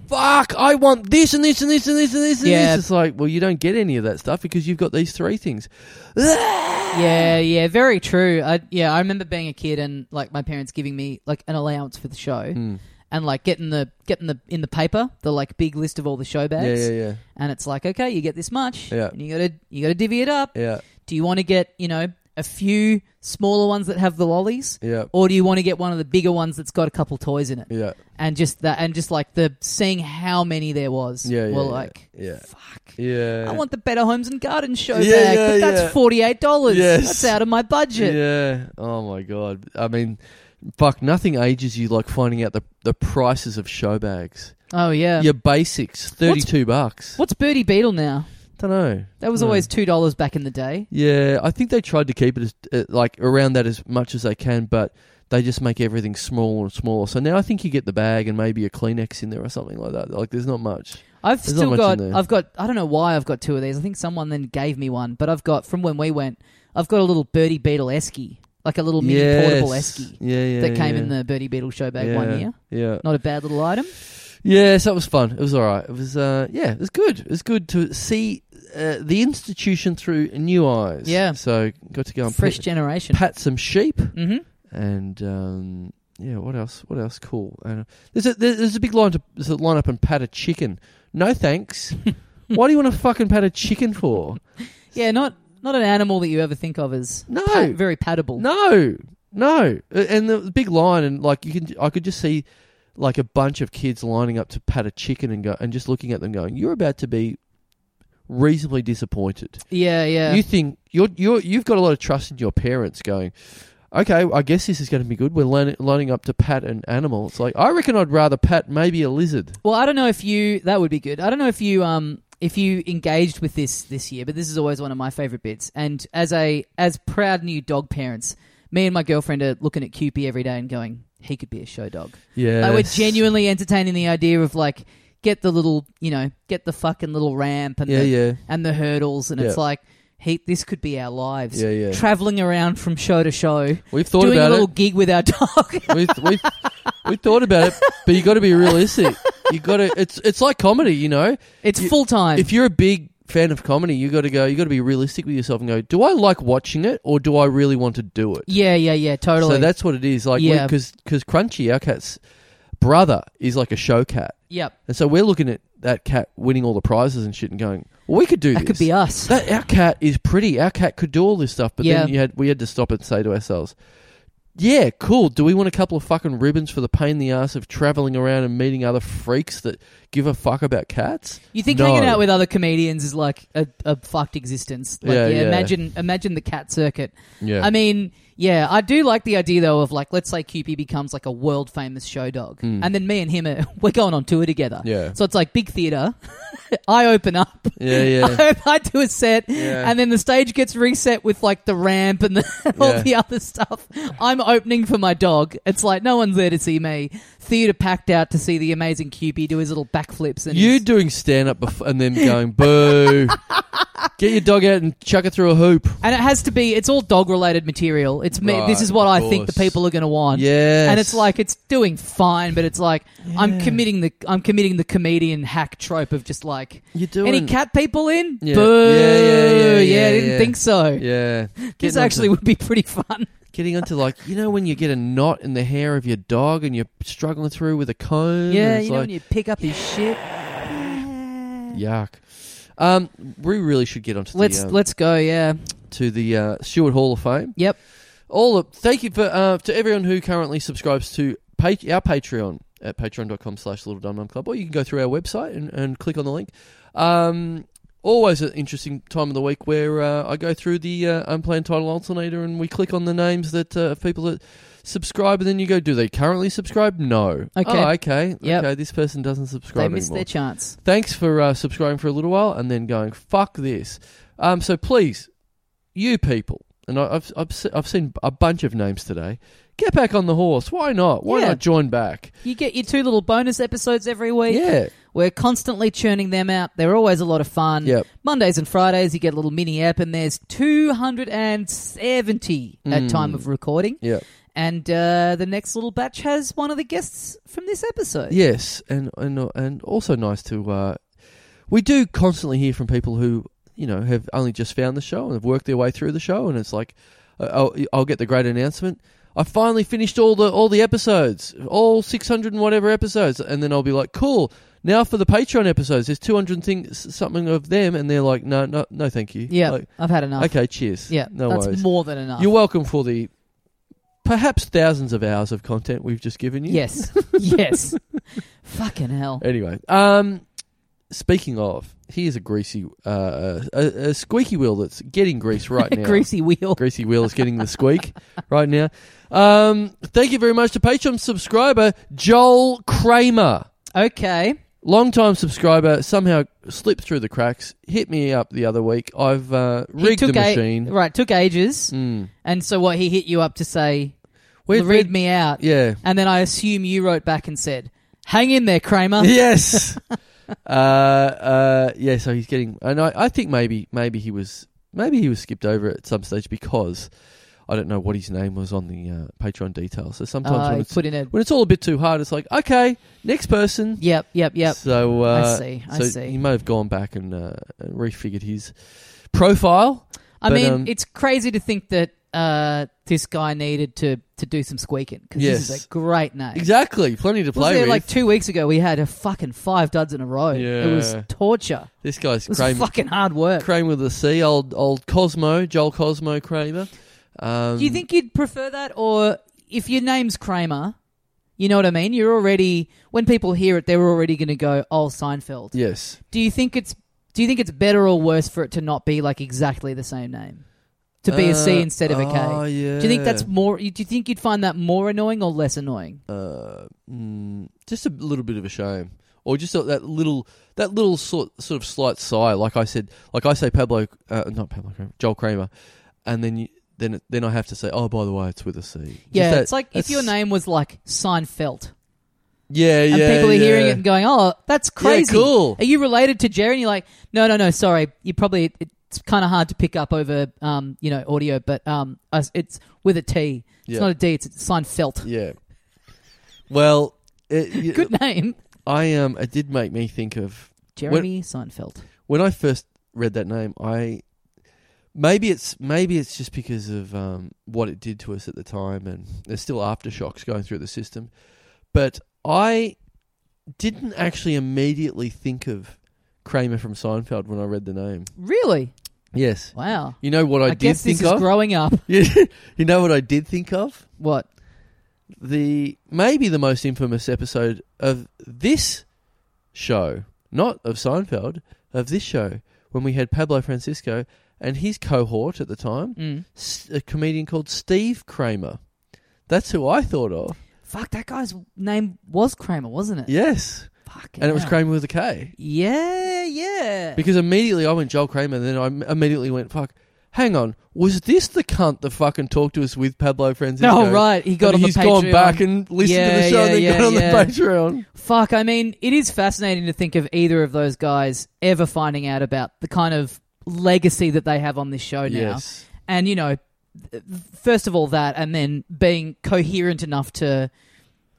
S2: Fuck! I want this and this and this and this and this and
S1: Yeah.
S2: this. It's like, well, you don't get any of that stuff because you've got these three things. Hmm.
S1: Yeah, yeah, very true. I, yeah, I remember being a kid and like my parents giving me like an allowance for the show,
S2: Mm.
S1: and like getting the getting the in the paper the like big list of all the show
S2: Yeah,
S1: bags,
S2: yeah, yeah,
S1: and it's like okay, you get this much,
S2: Yeah.
S1: and you gotta you gotta divvy it up.
S2: yeah,
S1: Do you want to get, you know, a few smaller ones that have the lollies?
S2: yeah,
S1: Or do you want to get one of the bigger ones that's got a couple toys in it?
S2: yeah,
S1: And just that and just like the seeing how many there was.
S2: Yeah, yeah,
S1: Were
S2: yeah,
S1: like
S2: yeah.
S1: fuck.
S2: yeah.
S1: I want the Better Homes and Gardens show
S2: Yeah,
S1: bag,
S2: yeah,
S1: but that's
S2: yeah.
S1: forty eight dollars.
S2: Yes.
S1: That's out of my budget.
S2: Yeah. Oh my god. I mean, fuck. Nothing ages you like finding out the the prices of show bags.
S1: Oh yeah.
S2: Your basics, thirty two bucks.
S1: What's Birdie Beetle now?
S2: Don't know.
S1: That was
S2: No.
S1: always two dollars back in the day.
S2: Yeah, I think they tried to keep it as, uh, like around that as much as they can, but they just make everything smaller and smaller. So now I think you get the bag and maybe a Kleenex in there or something like that. Like, there's not much.
S1: I've
S2: There's not
S1: still
S2: much
S1: got.
S2: in there.
S1: I've got. I don't know why I've got two of these. I think someone then gave me one, but I've got from when we went. I've got a little birdie beetle esky, like a little mini
S2: Yes.
S1: portable esky
S2: Yeah, yeah.
S1: that came
S2: yeah.
S1: in the birdie beetle show bag
S2: yeah,
S1: one year.
S2: Yeah.
S1: Not a bad little item.
S2: Yeah, so it was fun. It was all right. It was, uh, yeah, it was good. It was good to see uh, the institution through new eyes.
S1: Yeah.
S2: So got to go and
S1: Fresh
S2: pat,
S1: generation.
S2: pat some sheep
S1: hmm
S2: and um, yeah, what else? What else? Cool. And uh, there's a there's there's a big line to there's a line up and pat a chicken. No thanks. Why do you want to fucking pat a chicken for?
S1: Yeah, not not an animal that you ever think of as
S2: No.
S1: pat- very patable.
S2: No, no. Uh, And the big line, and like you can, I could just see like a bunch of kids lining up to pat a chicken and go, and just looking at them going, "You're about to be reasonably disappointed."
S1: Yeah, yeah.
S2: You think you're you're you've got a lot of trust in your parents going. Okay, I guess this is going to be good. We're lining, lining up to pat an animal. It's like I reckon I'd rather pat maybe a lizard.
S1: well, I don't know if you. That would be good. I don't know if you um if you engaged with this this year, but this is always one of my favorite bits. And as a as proud new dog parents, me and my girlfriend are looking at Cupie every day and going, he could be a show dog.
S2: Yeah,
S1: Like we're genuinely entertaining the idea of like get the little, you know, get the fucking little ramp and
S2: Yeah,
S1: the,
S2: yeah.
S1: and the hurdles, and it's
S2: Yeah.
S1: like, heat. This could be our lives.
S2: Yeah, yeah.
S1: Traveling around from show to show,
S2: We've thought
S1: doing
S2: about
S1: a little
S2: it.
S1: gig with our dog.
S2: we, we, we thought about it, but you got to be realistic. You got to. It's it's like comedy, you know.
S1: it's
S2: You-
S1: full time.
S2: If you're a big fan of comedy, you got to go. You got to be realistic with yourself and go. Do I like watching it, or do I really want to do it?
S1: Yeah, yeah, yeah. Totally.
S2: So that's what it is. Like,
S1: Yeah.
S2: because because Crunchy, our cat's brother, is like a show cat,
S1: yep.
S2: and so we're looking at that cat winning all the prizes and shit, and going, well, we could do
S1: That
S2: this.
S1: could be us.
S2: That our cat is pretty. Our cat could do all this stuff, but
S1: Yeah.
S2: then you had we had to stop and say to ourselves, "Yeah, cool. Do we want a couple of fucking ribbons for the pain in the ass of traveling around and meeting other freaks that give a fuck about cats?"
S1: You think
S2: No.
S1: hanging out with other comedians is like a, a fucked existence? Like,
S2: Yeah,
S1: yeah,
S2: yeah.
S1: Imagine, imagine the cat circuit.
S2: Yeah,
S1: I mean, yeah, I do like the idea though of like, let's say QP becomes like a world famous show dog, and then me and him are we're going on tour together.
S2: Hmm. Yeah.
S1: So it's like big theater. I open up.
S2: yeah, yeah.
S1: I, I do a set,
S2: Yeah.
S1: and then the stage gets reset with like the ramp and the, and all
S2: Yeah.
S1: the other stuff. I'm opening for my dog. It's like no one's there to see me. Theater packed out to see the amazing QP do his little backflips and
S2: you
S1: his-
S2: doing stand up bef- and then going boo. Get your dog out and chuck it through a hoop.
S1: And it has to be. It's all dog related material. It's me.
S2: Right,
S1: this is what
S2: of
S1: I think the
S2: course.
S1: people are going to want.
S2: Yes.
S1: And it's like it's doing fine, but it's like I'm
S2: Yeah.
S1: committing the I'm committing the comedian hack trope of just like
S2: You're doing
S1: any cat people in?
S2: Yeah.
S1: Boo!
S2: Yeah, yeah, yeah,
S1: I
S2: yeah,
S1: didn't
S2: yeah.
S1: think so.
S2: Yeah,
S1: This
S2: Getting
S1: actually
S2: onto-
S1: would be pretty fun.
S2: getting onto like you know when you get a knot in the hair of your dog and you're struggling through with a comb.
S1: Yeah,
S2: and it's
S1: you know
S2: like,
S1: when you pick up his shit.
S2: Yuck. Um, we really should get onto
S1: Let's
S2: the um,
S1: let's go. Yeah.
S2: to the uh, Stewart Hall of Fame.
S1: Yep.
S2: All of, thank you for uh, to everyone who currently subscribes to pa- our Patreon at patreon.com slash little dum dum club or you can go through our website and, and click on the link. Um, always an interesting time of the week where uh, I go through the uh, unplanned title alternator and we click on the names that uh, of people that subscribe and then you go, do they currently subscribe? No.
S1: Okay.
S2: Oh, okay.
S1: Yep.
S2: Okay, this person doesn't subscribe
S1: They missed
S2: anymore
S1: their chance.
S2: thanks for uh, subscribing for a little while and then going fuck this um, so please you people and I, I've, I've, se- I've seen a bunch of names today get back on the horse why not why
S1: Yeah.
S2: not join back
S1: You get your two little bonus episodes every week.
S2: yeah
S1: We're constantly churning them out. They're always a lot of fun.
S2: Yep.
S1: Mondays and Fridays, you get a little mini app, and there's 270
S2: Mm.
S1: at time of recording.
S2: yeah
S1: And uh, the next little batch has one of the guests from this episode.
S2: yes and and, and also nice to uh, we do constantly hear from people who you know have only just found the show and have worked their way through the show and it's like uh, I'll, I'll get the great announcement I finally finished all the all the episodes, all six hundred and whatever episodes, and then I'll be like, cool. Now for the Patreon episodes, there's two hundred things something of them, and they're like, no, no, no, thank you.
S1: Yeah,
S2: Like,
S1: I've had enough.
S2: okay, cheers.
S1: Yeah,
S2: no
S1: that's
S2: worries.
S1: more than enough.
S2: You're welcome for the perhaps thousands of hours of content we've just given you.
S1: yes, yes. Fucking hell.
S2: Anyway, um, speaking of, here's a greasy, uh, a, a squeaky wheel that's getting grease right now.
S1: Greasy wheel.
S2: Greasy wheel is getting the squeak right now. Um, thank you very much to Patreon subscriber Joel Kramer.
S1: Okay.
S2: Long time subscriber, somehow slipped through the cracks, hit me up the other week. I've uh,
S1: He
S2: rigged the
S1: took a-
S2: machine.
S1: right, took ages.
S2: Mm.
S1: And so what, he hit you up to say,
S2: We've
S1: read
S2: read-
S1: me out.
S2: Yeah.
S1: And then I assume you wrote back and said, hang in there, Kramer.
S2: yes. uh, uh, yeah. So he's getting, and I, I think maybe, maybe he was, maybe he was skipped over at some stage because I don't know what his name was on the uh, Patreon details. So sometimes
S1: Uh,
S2: when,
S1: he
S2: it's,
S1: put in a
S2: when it's all a bit too hard, it's like, okay, next person.
S1: Yep, yep, yep.
S2: So uh,
S1: I see. I
S2: so
S1: see.
S2: He may have gone back and uh, refigured his profile.
S1: I
S2: but,
S1: mean,
S2: um,
S1: it's crazy to think that uh, this guy needed to to do some squeaking because this
S2: Yes.
S1: is a great name.
S2: Exactly. Plenty to play
S1: Wasn't it
S2: with.
S1: like two weeks ago we had a fucking five duds in a row? It was
S2: Yeah.
S1: torture.
S2: this guy's
S1: It was
S2: Kramer,
S1: fucking hard work.
S2: Kramer with the C, old old Cosmo, Joel Cosmo Kramer. Um,
S1: do you think you'd prefer that, or if your name's Kramer, you know what I mean? You're already when people hear it, they're already going to go, "Oh, Seinfeld."
S2: Yes.
S1: Do you think it's Do you think it's better or worse for it to not be like exactly the same name, to be a C
S2: Uh,
S1: instead of a K?
S2: oh, yeah.
S1: Do you think that's more? Do you think you'd find that more annoying or less annoying?
S2: uh, mm, just a little bit of a shame, or just a, that little that little sort sort of slight sigh? Like I said, like I say, Pablo, uh, not Pablo, Kramer, Joel Kramer, and then you, then then I have to say, oh, by the way, it's with a C. Just
S1: Yeah,
S2: that-
S1: it's like if
S2: that's-
S1: your name was like Seinfeld,
S2: Yeah, yeah.
S1: And people are
S2: yeah.
S1: hearing it and going, "Oh, that's crazy!
S2: cool.
S1: Are you related to Jerry?" And you're like, "No, no, no. Sorry, you probably it's kind of hard to pick up over, um, you know, audio, but um, us- it's with a T. It's
S2: Yeah.
S1: not a D. It's it's signed Felt.
S2: Yeah. Well, it, you-
S1: Good name,
S2: I um, it did make me think of
S1: Jeremy Seinfeld.
S2: when I first read that name. I maybe it's maybe it's just because of um, what it did to us at the time, and there's still aftershocks going through the system. But I didn't actually immediately think of Kramer from Seinfeld when I read the name.
S1: Really?
S2: Yes,
S1: Wow.
S2: you know what I,
S1: I,
S2: did
S1: guess
S2: think
S1: this is
S2: of.
S1: growing up.
S2: you know what I did think of.
S1: What?
S2: the maybe the most infamous episode of this show, not of Seinfeld, of this show, when we had Pablo Francisco and his cohort at the time,
S1: Mm.
S2: s- a comedian called Steve Kramer. That's who I thought of.
S1: Fuck, that guy's name was Kramer, wasn't it?
S2: Yes,
S1: Fuck.
S2: and it was Kramer with a K.
S1: Yeah, yeah.
S2: Because immediately I went Joel Kramer, and then I m- immediately went fuck. Hang on, was this the cunt that fucking talked to us with Pablo Francisco?
S1: no, right. He got
S2: And
S1: on
S2: he's
S1: the Patreon.
S2: gone back and listened to
S1: Yeah,
S2: the show
S1: yeah,
S2: and then
S1: yeah,
S2: got on
S1: yeah.
S2: the Patreon.
S1: Fuck, I mean, it is fascinating to think of either of those guys ever finding out about the kind of legacy that they have on this show now.
S2: Yes.
S1: And, you know, th- first of all, that, and then being coherent enough to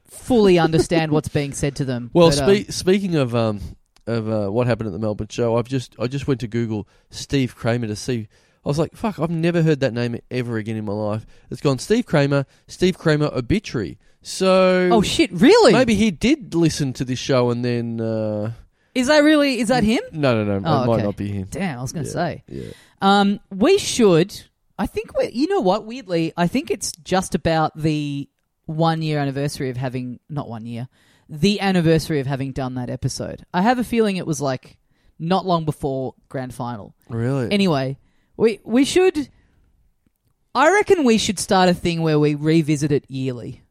S1: fully understand what's being said to them.
S2: Well,
S1: But, um,
S2: spe- speaking of um of uh, what happened at the Melbourne show, I've just I just went to Google Steve Kramer to see. I was like, fuck, I've never heard that name ever again in my life. It's gone Steve Kramer, Steve Kramer obituary. So
S1: oh, shit, really?
S2: maybe he did listen to this show and then uh,
S1: Is that really, is that him?
S2: no, no, no,
S1: Oh,
S2: it might
S1: okay.
S2: not be him.
S1: Damn, I was going to
S2: Mm. Yeah.
S1: say.
S2: Yeah.
S1: Um, we should. I think we. You know what? Weirdly, I think it's just about the one year anniversary of having not one year, the anniversary of having done that episode. I have a feeling it was like not long before grand final.
S2: Really?
S1: Anyway, we we should. I reckon we should start a thing where we revisit it yearly.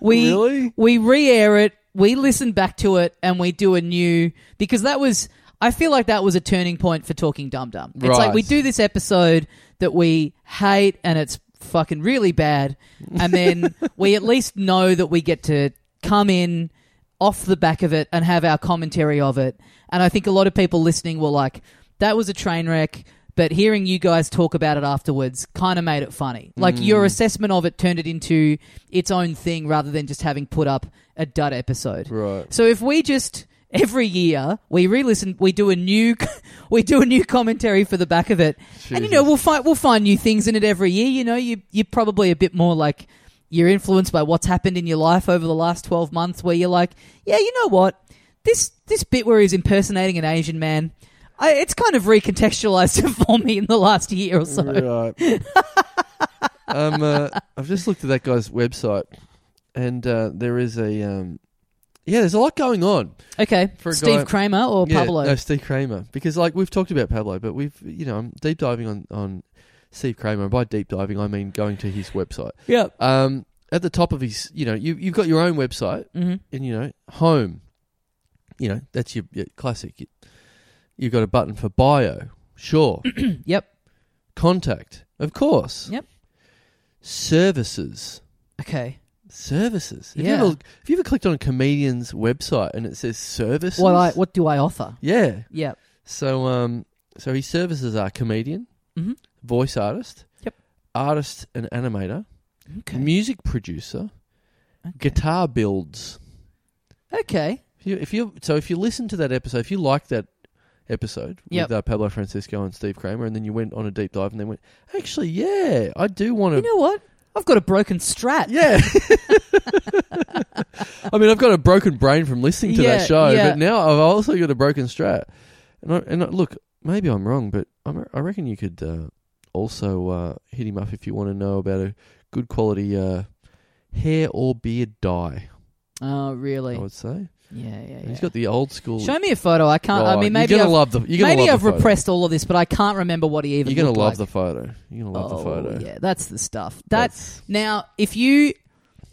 S1: we
S2: Really?
S1: we re-air it, we listen back to it, and we do a new because that was. I feel like that was a turning point for Talking Dum Dum. It's like
S2: Right.
S1: we do this episode that we hate and it's fucking really bad, and then we at least know that we get to come in off the back of it and have our commentary of it. And I think a lot of people listening were like, "That was a train wreck." But hearing you guys talk about it afterwards kind of made it funny. Like your assessment of it turned it into its own thing rather than just having put up a dud episode.
S2: Right.
S1: So if we just every year we re-listen, we do a new, we do a new commentary for the back of it, and you know we'll find we'll find new things in it every year. You know, you you're probably a bit more like you're influenced by what's happened in your life over the last twelve months, where you're like, yeah, you know what, this this bit where he's impersonating an Asian man. I, it's kind of recontextualized it for me in the last year or so.
S2: Right. um, uh, I've just looked at that guy's website, and uh, there is a um, yeah, there's a lot going on.
S1: Okay,
S2: For a
S1: Steve
S2: guy-
S1: Kramer or
S2: Yeah,
S1: Pablo?
S2: No, Steve Kramer. Because like we've talked about Pablo, but we've you know I'm deep diving on on Steve Kramer. And by deep diving, I mean going to his website.
S1: Yeah.
S2: Um, at the top of his, you know, you you've got your own website,
S1: hmm
S2: and you know, home. You know, that's your, your classic. You, you've got a button for bio, sure.
S1: Yep.
S2: Contact, of course.
S1: Yep.
S2: Services.
S1: Okay.
S2: Services. Have
S1: Yeah.
S2: you ever have you ever clicked on a comedian's website and it says services?
S1: What I what do I offer?
S2: yeah.
S1: Yeah.
S2: So um, so his services are comedian,
S1: Mhm.
S2: voice artist,
S1: Yep.
S2: artist and animator,
S1: Okay.
S2: music producer,
S1: Okay.
S2: guitar builds.
S1: Okay.
S2: If you, if you so if you listen to that episode, if you like that episode
S1: Yep.
S2: with uh, Pablo Francisco and Steve Kramer, and then you went on a deep dive and then went, actually, yeah, I do want to.
S1: You know what? I've got a broken strat.
S2: yeah. I mean, I've got a broken brain from listening to
S1: Yeah,
S2: that show,
S1: yeah.
S2: but now I've also got a broken strat. And I, and I, look, maybe I'm wrong, but I'm, I reckon you could uh, also uh, hit him up if you want to know about a good quality uh, hair or beard dye.
S1: Oh,
S2: I
S1: really?
S2: would say
S1: yeah, yeah,
S2: he's
S1: yeah.
S2: got the old school.
S1: Show me a photo. I can't. I
S2: Right,
S1: mean, maybe
S2: you're gonna
S1: I've,
S2: love the. You're gonna
S1: maybe
S2: love
S1: I've
S2: the photo.
S1: repressed all of this, but I can't remember what he even.
S2: You're gonna
S1: looked like.
S2: love the photo. You're gonna love
S1: oh,
S2: the photo.
S1: Yeah, that's the stuff. That
S2: That's
S1: now, if you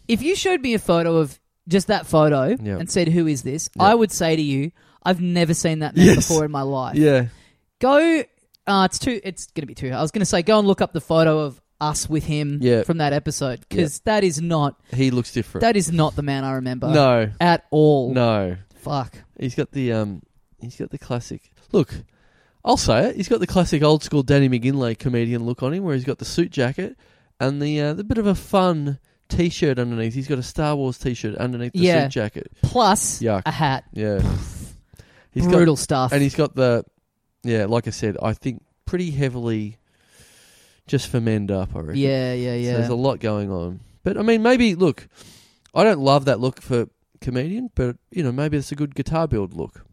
S1: if you showed me a photo of just that photo
S2: Yeah.
S1: and said, "Who is this?"
S2: Yeah.
S1: I would say to you, "I've never seen that man
S2: Yes.
S1: before in my life."
S2: yeah.
S1: Go. Uh, it's too. It's gonna be too. I was gonna say, go and look up the photo of us with him
S2: Yeah.
S1: from that episode because that is not
S2: He looks different.
S1: that is not the man I remember
S2: no,
S1: at all.
S2: no.
S1: Fuck.
S2: He's got the um, he's got the classic look. I'll say it. He's got the classic old school Danny McGinley comedian look on him, where he's got the suit jacket and the uh, the bit of a fun t-shirt underneath. He's got a Star Wars t-shirt underneath the
S1: Yeah.
S2: suit jacket.
S1: Plus
S2: Yuck.
S1: a hat.
S2: Yeah, he's got
S1: Brutal stuff.
S2: and he's got the yeah. Like I said, I think pretty heavily just for men up. I reckon.
S1: yeah, yeah,
S2: So
S1: yeah.
S2: there's a lot going on. But I mean, maybe look, I don't love that look for comedian, but you know, maybe it's a good guitar build look.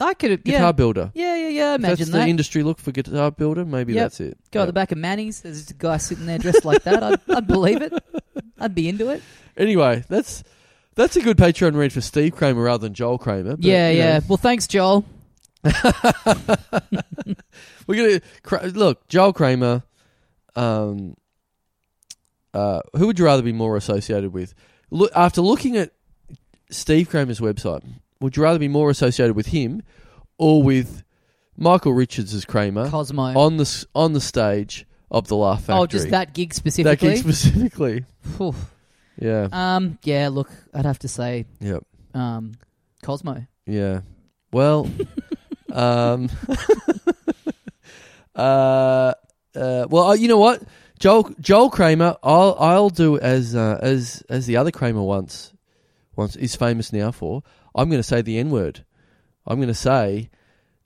S1: I could have
S2: Guitar
S1: yeah.
S2: builder.
S1: yeah, yeah, yeah.
S2: If
S1: Imagine
S2: that's
S1: that.
S2: the industry look for guitar builder. Maybe
S1: Yep.
S2: that's it.
S1: Go at
S2: Yeah.
S1: the back of Manny's. There's a guy sitting there dressed like that. I'd, I'd believe it. I'd be into it.
S2: Anyway, that's that's a good Patreon read for Steve Kramer rather than Joel Kramer. but,
S1: yeah,
S2: you know.
S1: yeah. Well, thanks, Joel.
S2: We're gonna Kra- look Joel Kramer. Um, uh, who would you rather be more associated with? Look, after looking at Steve Kramer's website, would you rather be more associated with him or with Michael Richards as Kramer
S1: Cosmo.
S2: on the s- on the stage of the Laugh Factory?
S1: oh, just that gig
S2: That
S1: specifically.
S2: gig specifically.
S1: Phew.
S2: Yeah,
S1: um, yeah. Look, I'd have to say,
S2: Yep.
S1: um, Cosmo.
S2: yeah. Well, um, uh, uh, well, uh, you know what, Joel Joel Kramer, I'll I'll do as uh, as as the other Kramer once once is famous now for. I'm going to say the N word. I'm going to say,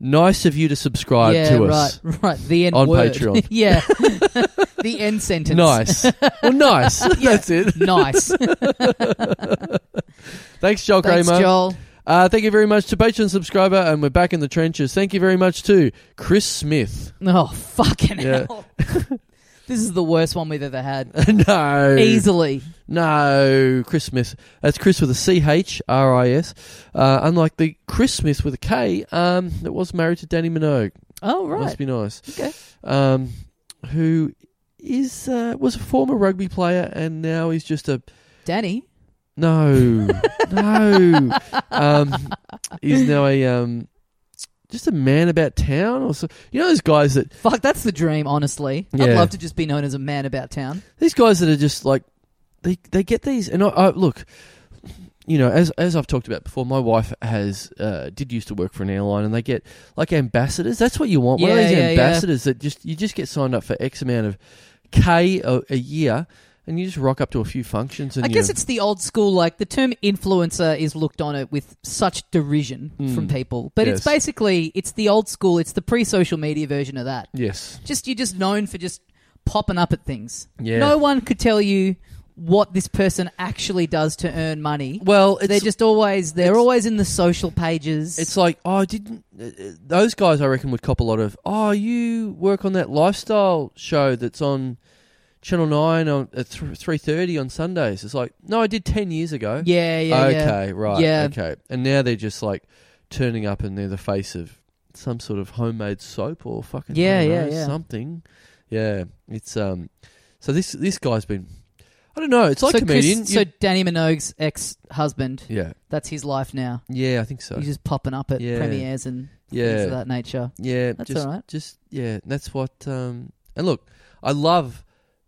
S2: nice of you to subscribe
S1: yeah,
S2: to
S1: right,
S2: us.
S1: right. The end
S2: on
S1: word.
S2: Patreon.
S1: yeah, the end sentence.
S2: Nice. well, nice. That's it.
S1: nice.
S2: Thanks, Joel
S1: Thanks,
S2: Kramer.
S1: Joel.
S2: Uh, thank you very much to Patreon subscriber, and we're back in the trenches. Thank you very much to Chris Smith.
S1: Oh fucking
S2: Yeah.
S1: hell! this is the worst one we've ever had.
S2: no.
S1: Easily.
S2: No, Chris Smith. That's Chris with a C H R I S. Uh, unlike the Chris Smith with a K, um, that was married to Danny Minogue.
S1: Oh right.
S2: Must be nice.
S1: Okay.
S2: Um, who is uh, was a former rugby player and now he's just a
S1: Danny.
S2: no, no. Um, he's now a um, just a man about town or so. You know those guys that
S1: Fuck, that's the dream. Honestly, I'd
S2: Yeah.
S1: love to just be known as a man about town.
S2: these guys that are just like they they get these and I, I look you know as as I've talked about before my wife has uh, did used to work for an airline and they get like ambassadors that's what you want one of
S1: Yeah,
S2: these
S1: yeah, yeah.
S2: ambassadors that just you just get signed up for x amount of k a, a year and you just rock up to a few functions and
S1: I guess
S2: you,
S1: it's the old school. Like the term influencer is looked on it with such derision
S2: Mm.
S1: from people, but it's
S2: Yes.
S1: basically it's the old school. It's the pre-social media version of that.
S2: yes
S1: Just you're just known for just popping up at things.
S2: yeah
S1: No one could tell you what this person actually does to earn money.
S2: well it's,
S1: they're just always they're
S2: it's-
S1: always in the social pages.
S2: It's like, oh, I didn't. uh, uh, Those guys, I reckon, would cop a lot of. Oh, you work on that lifestyle show that's on Channel Nine on at three thirty on Sundays. It's like, no, I did ten years ago.
S1: yeah, yeah, yeah.
S2: okay, right.
S1: Yeah.
S2: Okay, and now they're just like turning up, and they're the face of some sort of homemade soap or fucking I
S1: Yeah,
S2: don't
S1: yeah,
S2: know,
S1: yeah.
S2: something. Yeah, it's um. So this this guy's been. I don't know. It's like
S1: so Chris-
S2: comedian.
S1: so
S2: you-
S1: Danny Minogue's ex-husband.
S2: yeah,
S1: That's his life now.
S2: yeah, I think so.
S1: He's just popping up at
S2: Yeah.
S1: premieres and
S2: Yeah.
S1: things of that nature.
S2: Yeah,
S1: That's
S2: just,
S1: all right.
S2: Just yeah, that's what. Um, and look, I love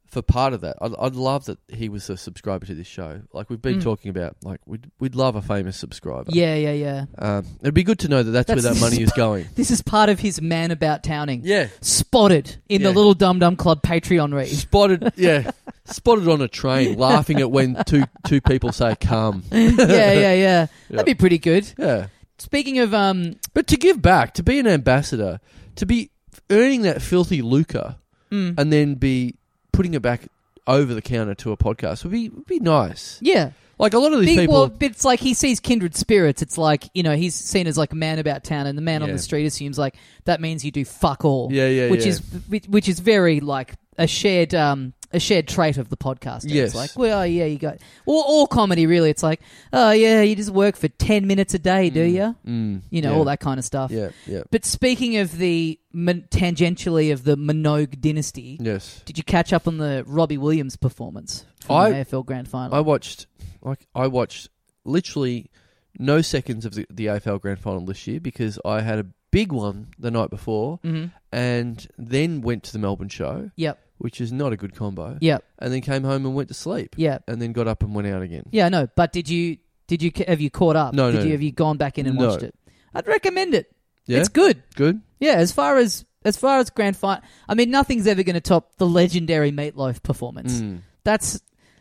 S2: for part of that. I, I love that he was a subscriber to this show. Like we've been
S1: Mm.
S2: talking about, like we'd we'd love a famous subscriber.
S1: Yeah, yeah, yeah.
S2: um, it'd be good to know that that's, where
S1: That's-
S2: that money is going.
S1: This is part of his man about towning.
S2: Yeah,
S1: Spotted in the
S2: Yeah.
S1: Little Dum Dum Club Patreon read.
S2: spotted. Yeah, spotted on a train, laughing at when two two people say "come."
S1: yeah, yeah, yeah.
S2: Yeah.
S1: That'd be pretty good.
S2: Yeah,
S1: Speaking of um,
S2: but to give back, to be an ambassador, to be earning that filthy lucre,
S1: mm,
S2: and then be putting it back over the counter to a podcast would be would be nice.
S1: yeah,
S2: Like a lot of these
S1: Big-
S2: people,
S1: well, it's like he sees kindred spirits. It's like you know he's seen as like a man about town, and the man on
S2: Yeah.
S1: the street assumes like that means you do fuck all.
S2: yeah, yeah,
S1: which
S2: yeah.
S1: is which, which is very like a shared um a shared trait of the podcast.
S2: Yes.
S1: It's like, well, yeah, you got or all comedy really. It's like, oh yeah, you just work for ten minutes a day, do you?
S2: Mm,
S1: You know,
S2: yeah,
S1: all that kind of stuff.
S2: Yeah, yeah,
S1: But speaking of the min- tangentially of the Minogue dynasty,
S2: yes.
S1: did you catch up on the Robbie Williams performance from the
S2: I
S1: AFL Grand Final?
S2: I watched like I watched literally no seconds of the, the AFL Grand Final this year because I had a big one the night before
S1: Mhm.
S2: and then went to the Melbourne show.
S1: Yep.
S2: which is not a good combo.
S1: Yeah,
S2: And then came home and went to sleep.
S1: yeah,
S2: And then got up and went out again.
S1: yeah. No, but did you did you have you caught up?
S2: No,
S1: did
S2: no,
S1: you
S2: no.
S1: have you gone back in and
S2: No.
S1: watched it? I'd recommend it.
S2: Yeah.
S1: It's good.
S2: good.
S1: Yeah, as far as as far as grand final, I mean, nothing's ever going to top the legendary Meatloaf performance.
S2: Mm.
S1: That's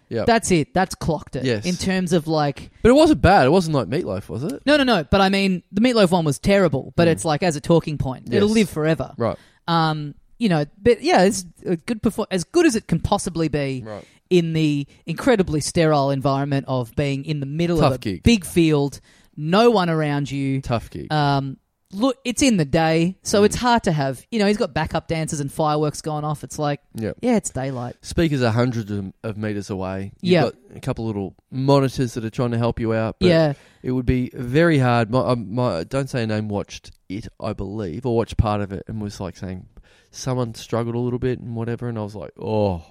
S2: Yep.
S1: that's it. That's clocked it.
S2: Yes.
S1: In terms of like,
S2: But it wasn't bad. It wasn't like meatloaf, was it?
S1: no, no, no. But I mean, the Meatloaf one was terrible. But
S2: Mm.
S1: it's like as a talking point, it'll
S2: Yes.
S1: live forever.
S2: Right.
S1: Um, you know, but yeah, it's a good perform- as good as it can possibly be
S2: Right.
S1: in the incredibly sterile environment of being in the middle
S2: Tough
S1: of a
S2: gig.
S1: big field, no one around you.
S2: Tough gig.
S1: Um, look, it's in the day,
S2: Mm.
S1: so it's hard to have. You know, he's got backup dancers and fireworks going off. It's like,
S2: Yep.
S1: yeah, it's daylight.
S2: Speakers are hundreds of, of meters away. You've
S1: Yeah.
S2: got a couple little monitors that are trying to help you out. But
S1: yeah,
S2: It would be very hard. My, um, my don't say a name watched it, I believe, or watched part of it, and was like saying someone struggled a little bit and whatever. And I was like, oh,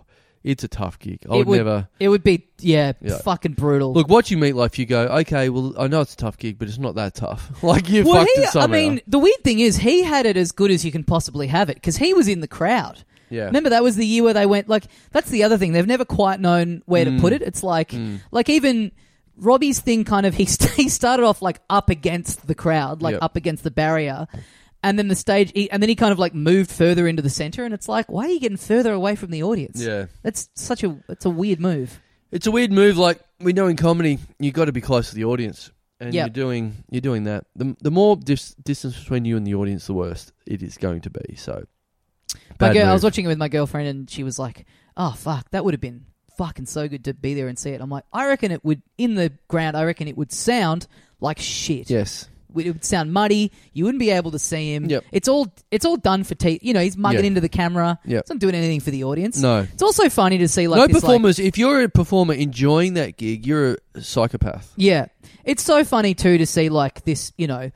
S2: it's a tough gig. I
S1: It
S2: would,
S1: would-
S2: never
S1: it would be yeah,
S2: Yeah.
S1: fucking brutal.
S2: look watching Meatloaf. You go, okay, well, I know it's a tough gig, but it's not that tough. like you
S1: well,
S2: fucked
S1: he,
S2: it
S1: I
S2: somehow.
S1: mean, the weird thing is he had it as good as you can possibly have it because he was in the crowd.
S2: yeah,
S1: Remember that was the year where they went like that's the other thing they've never quite known where
S2: Mm.
S1: to put it. It's like
S2: Mm.
S1: like even Robbie's thing kind of he, st- he started off like up against the crowd, like
S2: Yep.
S1: up against the barrier. And then the stage he, and then he kind of like moved further into the center and it's like why are you getting further away from the audience?
S2: yeah.
S1: That's such a it's a weird move.
S2: It's a weird move. Like we know in comedy, you got to be close to the audience, and
S1: Yeah.
S2: you're doing you're doing that. The, the more dis- distance between you and the audience, the worse it is going to be. So,
S1: My
S2: bad
S1: girl, uh, I
S2: move.
S1: was watching it with my girlfriend and she was like, "Oh fuck, that would have been fucking so good to be there and see it." I'm like, "I reckon it would in the ground, I reckon it would sound like shit."
S2: yes.
S1: it would sound muddy. You wouldn't be able to see him.
S2: Yep.
S1: It's all it's all done for te- you know he's mugging
S2: Yeah.
S1: into the camera.
S2: Yep.
S1: It's not doing anything for the audience.
S2: No.
S1: It's also funny to see like
S2: no
S1: this, like-
S2: performers. if you're a performer enjoying that gig, you're a psychopath.
S1: yeah, it's so funny too to see like this you know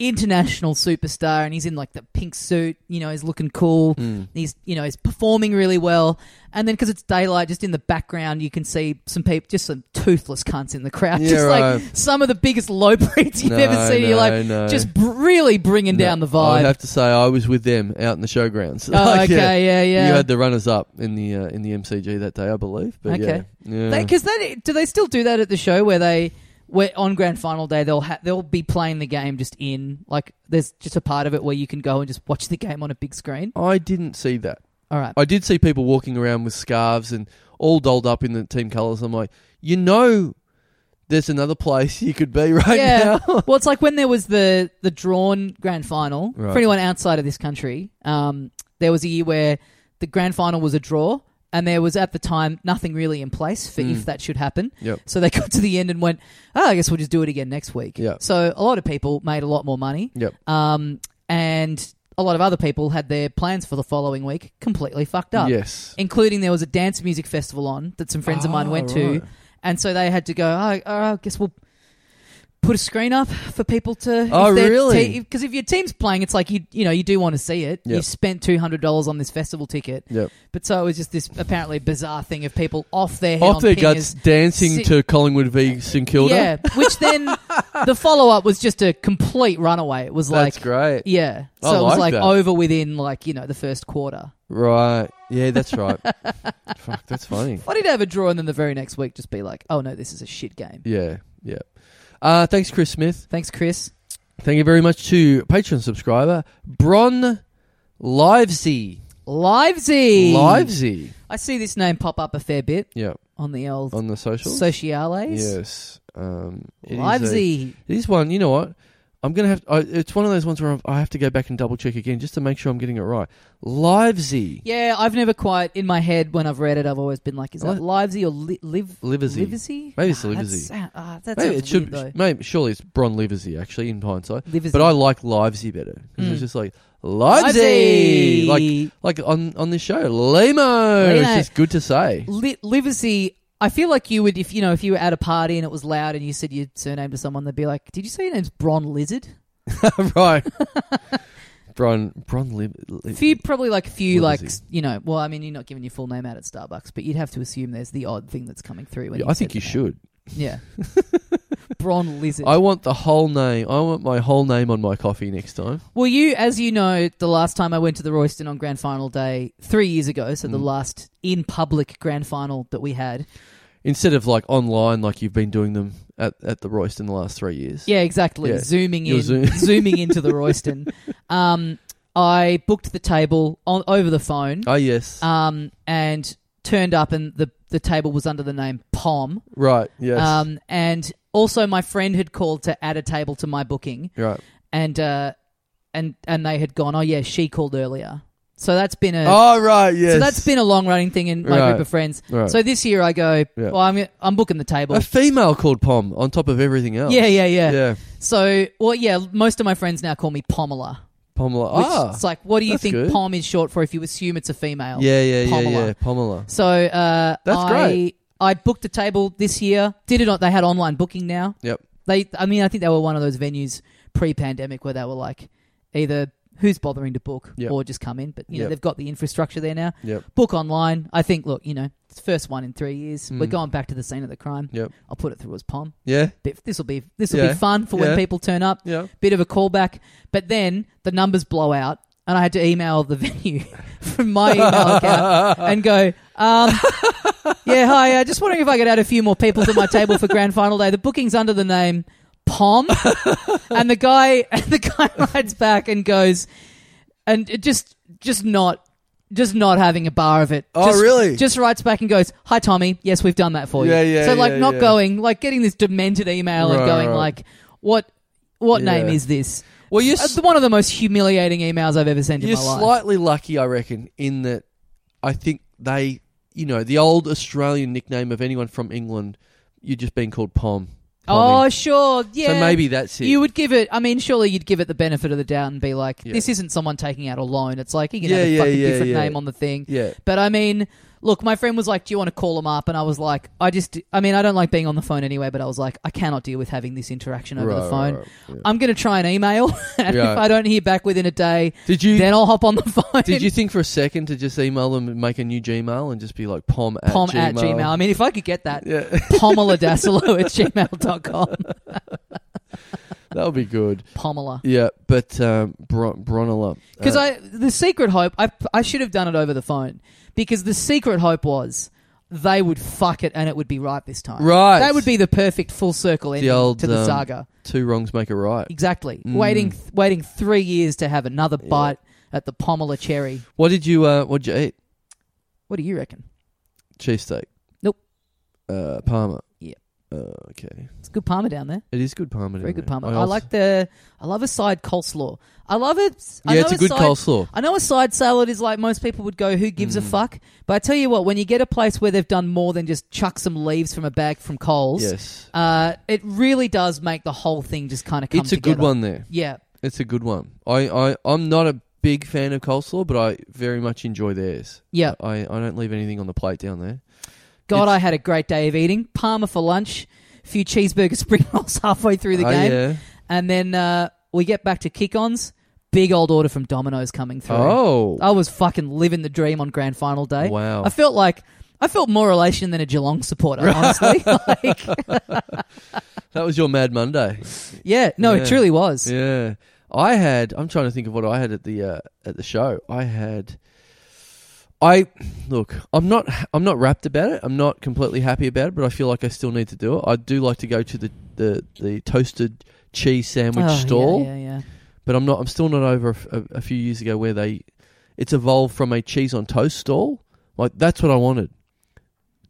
S1: international superstar and he's in like the pink suit. You know he's looking cool. He's you know he's performing really well. And then because it's daylight, just in the background you can see some people, just some toothless cunts in the crowd.
S2: Yeah,
S1: just
S2: right.
S1: like some of the biggest low breeds you've ever seen. You're like
S2: no.
S1: just br- really bringing
S2: No,
S1: down the vibe.
S2: I have to say, I was with them out in the showgrounds.
S1: Oh,
S2: Like, yeah,
S1: okay, yeah, yeah.
S2: You had the runners up in the uh, in the MCG that day, I believe. But
S1: Okay.
S2: yeah, yeah.
S1: because they, do they still do that at the show where they where on grand final day they'll ha- they'll be playing the game just in like there's just a part of it where you can go and just watch the game on a big screen.
S2: I didn't see that.
S1: All right,
S2: I did see people walking around with scarves and all dolled up in the team colours. I'm like, you know, there's another place you could be right
S1: yeah.
S2: now.
S1: well, it's like when there was the the drawn grand final
S2: Right.
S1: for anyone outside of this country. Um, there was a year where the grand final was a draw. And there was at the time nothing really in place for
S2: Mm.
S1: if that should happen.
S2: Yep.
S1: So they got to the end and went, oh, I guess we'll just do it again next week.
S2: Yeah.
S1: So a lot of people made a lot more money.
S2: Yep.
S1: Um, and a lot of other people had their plans for the following week completely fucked up.
S2: Yes.
S1: Including there was a dance music festival on that some friends of mine
S2: Ah,
S1: went
S2: right.
S1: to. And so they had to go, oh, oh, I guess we'll put a screen up for people to.
S2: Oh, really?
S1: Because if your team's playing, it's like, you you know, you do want to see it.
S2: Yep.
S1: You spent $200 on this festival ticket.
S2: Yep.
S1: But so it was just this apparently bizarre thing of people off their head
S2: Off
S1: on
S2: their
S1: pingers.
S2: guts, dancing
S1: sit-
S2: to Collingwood v St Kilda.
S1: Yeah, which then the follow up was just a complete runaway. It was
S2: That's
S1: like
S2: great.
S1: yeah. So
S2: I
S1: it was
S2: like
S1: like
S2: that.
S1: over within like, you know, the first quarter.
S2: Right. Yeah, that's right. Fuck, that's funny.
S1: Why did I have a draw and then the very next week just be like, oh no, this is a shit game?
S2: Yeah, yeah. Uh, thanks, Chris Smith.
S1: Thanks, Chris.
S2: Thank you very much to Patreon subscriber Bron Livesy.
S1: Livesy.
S2: Livesy.
S1: I see this name pop up a fair bit
S2: Yeah,
S1: on the old
S2: on the socials.
S1: sociales.
S2: yes. Um, it is a-
S1: Livesy.
S2: It is one. You know what? I'm gonna have. I, it's one of those ones where I have to go back and double check again just to make sure I'm getting it right. Livesy.
S1: Yeah, I've never quite in my head when I've read it. I've always been like, is that Livesy or li- live
S2: Livesy.
S1: Livesy?
S2: Maybe it's
S1: Ah,
S2: Livesy.
S1: that's- Ah, that's
S2: Maybe it should.
S1: though.
S2: Maybe surely it's Bron Livesy actually in hindsight.
S1: Livesy.
S2: But I like Livesy better because
S1: Mm.
S2: it's just like Livesy, like
S1: Livesy.
S2: like on on this show, Limo.
S1: Limo.
S2: It's just good to say.
S1: Li- Livesey, I feel like you would, if you know, if you were at a party and it was loud and you said your surname to someone, they'd be like, "Did you say your name's Bron Lizard?"
S2: right, Bron Bron Liv.
S1: A few, probably like a few, like s-
S2: Livesey.
S1: you know. Well, I mean, you're not giving your full name out at Starbucks, but you'd have to assume there's the odd thing that's coming through. When
S2: Yeah,
S1: you've
S2: I
S1: said
S2: think you
S1: the name.
S2: should.
S1: Yeah. Bron Lizard.
S2: I want the whole name. I want my whole name on my coffee next time.
S1: Well, you, as you know, the last time I went to the Royston on grand final day three years ago, so the
S2: Mm.
S1: last in public grand final that we had.
S2: Instead of like online, like you've been doing them at, at the Royston the last three years.
S1: Yeah, exactly.
S2: Yeah.
S1: Zooming
S2: You're
S1: in,
S2: zoom-
S1: zooming into the Royston. Um, I booked the table on over the phone,
S2: Oh, yes.
S1: um, and turned up, and the the table was under the name Pom.
S2: right. Yes.
S1: Um, and also, my friend had called to add a table to my booking,
S2: right.
S1: and uh, and and they had gone. Oh yeah, she called earlier. So that's been a
S2: Oh, right. Yes.
S1: uh, so that's been a long running thing in my
S2: Right.
S1: group of friends.
S2: Right.
S1: So this year I go. Well, I'm I'm booking the table.
S2: a female called Pom on top of everything else.
S1: Yeah, yeah, yeah,
S2: Yeah.
S1: So well, yeah. Most of my friends now call me Pomela.
S2: Pomela.
S1: Which
S2: Ah.
S1: It's like, what do you
S2: that's
S1: think
S2: good.
S1: Pom is short for? If you assume it's a female.
S2: Yeah, yeah, yeah,
S1: Pomela.
S2: yeah. Pomela.
S1: So uh,
S2: That's
S1: I,
S2: great.
S1: I booked a table this year. Did it on? They had online booking now.
S2: Yep.
S1: They. I mean, I think they were one of those venues pre-pandemic where they were like, either who's bothering to book
S2: Yep.
S1: or just come in. But you know,
S2: Yep.
S1: they've got the infrastructure there now.
S2: Yep.
S1: Book online. I think. Look, you know, it's the first one in three years. We're
S2: Mm.
S1: going back to the scene of the crime.
S2: Yep.
S1: I'll put it through as Pom.
S2: Yeah.
S1: This will be this will
S2: Yeah.
S1: be fun for
S2: Yeah.
S1: when people turn up.
S2: Yeah.
S1: bit of a callback. But then the numbers blow out, and I had to email the venue from my email account
S2: Uh.
S1: and go, um, "Yeah, hi. Uh, just wondering if I could add a few more people to my table for grand final day. The booking's under the name Pom." and the guy, and the guy writes back and goes, and it just, just not. Just not having a bar of it.
S2: Oh,
S1: Just-
S2: really?
S1: Just writes back and goes, "Hi Tommy, yes, we've done that for you."
S2: Yeah, yeah,
S1: So like,
S2: yeah,
S1: not
S2: yeah.
S1: going, like getting this demented email and
S2: Right,
S1: going
S2: right.
S1: like, "What, what
S2: Yeah.
S1: name is this?"
S2: Well, you're,
S1: It's one of the most humiliating emails I've ever sent in
S2: you're
S1: my life.
S2: slightly lucky, I reckon, in that I think they, you know, the old Australian nickname of anyone from England, you're just being called Pom.
S1: oh,
S2: Pommy.
S1: sure, yeah.
S2: So maybe that's it.
S1: you would give it. I mean, surely you'd give it the benefit of the doubt and be like,
S2: Yeah.
S1: "This isn't someone taking out a loan." It's like you can
S2: Yeah,
S1: have a
S2: yeah,
S1: fucking
S2: yeah,
S1: different
S2: yeah.
S1: name on the thing.
S2: yeah.
S1: But I mean, look, my friend was like, "Do you want to call him up?" And I was like, "I just, I mean, I don't like being on the phone anyway." But I was like, "I cannot deal with having this interaction over the
S2: Right,
S1: phone. Um,
S2: right, right, yeah.
S1: I'm going to try an email, and
S2: Yeah.
S1: if I don't hear back within a day,
S2: Did you
S1: then I'll hop on the phone."
S2: did you think for a second to just email them and make a new Gmail and just be like pom at
S1: pom
S2: gmail?
S1: at gmail? I mean, if I could get that,
S2: Yeah,
S1: pomeladasilo at gmail.com.
S2: that would be good.
S1: Pomela.
S2: Yeah, but um, uh, Bron- Bronilla.
S1: Because I the secret hope I I should have done it over the phone because the secret hope was they would fuck it and it would be right this time.
S2: Right.
S1: That would be the perfect full circle ending
S2: old,
S1: to the
S2: um,
S1: saga.
S2: two wrongs make a right.
S1: Exactly.
S2: Mm.
S1: Waiting th- waiting 3 years to have another
S2: Yeah.
S1: bite at the pomela cherry.
S2: What did you uh, What did you eat?
S1: What do you reckon?
S2: Cheesesteak.
S1: Nope.
S2: Uh, Parma.
S1: Yeah.
S2: Uh, okay.
S1: It's good parma down there.
S2: It is good Parma.
S1: Very
S2: isn't
S1: good
S2: it?
S1: parma. I,
S2: also-
S1: like the I love a side coleslaw. I love it. I
S2: Yeah,
S1: know
S2: it's a good
S1: side,
S2: coleslaw.
S1: I know a side salad is like most people would go, who gives a
S2: Mm.
S1: fuck? But I tell you what, when you get a place where they've done more than just chuck some leaves from a bag from Coles,
S2: Yes.
S1: uh, it really does make the whole thing just kind of come
S2: It's a
S1: together.
S2: good one there.
S1: Yeah.
S2: It's a good one. I, I I'm not a big fan of coleslaw, but I very much enjoy theirs.
S1: Yeah.
S2: I, I don't leave anything on the plate down there.
S1: God,
S2: It's-
S1: I had a great day of eating. Parma for lunch, a few cheeseburger spring rolls halfway through the
S2: Oh,
S1: game.
S2: yeah.
S1: And then uh, we get back to kick ons. Big old order from Domino's coming through.
S2: Oh.
S1: I was fucking living the dream on grand final day.
S2: Wow.
S1: I felt like. I felt more elation than a Geelong supporter, honestly. like,
S2: that was your Mad Monday.
S1: yeah, no,
S2: Yeah.
S1: it truly was.
S2: Yeah. I had I'm trying to think of what I had at the uh, at the show. I had I look, I'm not I'm not wrapped about it. I'm not completely happy about it, but I feel like I still need to do it. I do like to go to the the, the toasted cheese sandwich
S1: Oh,
S2: stall.
S1: Yeah, yeah, yeah.
S2: but I'm not. I'm still not over a f- a, a few years ago where they it's evolved from a cheese on toast stall. Like that's what I wanted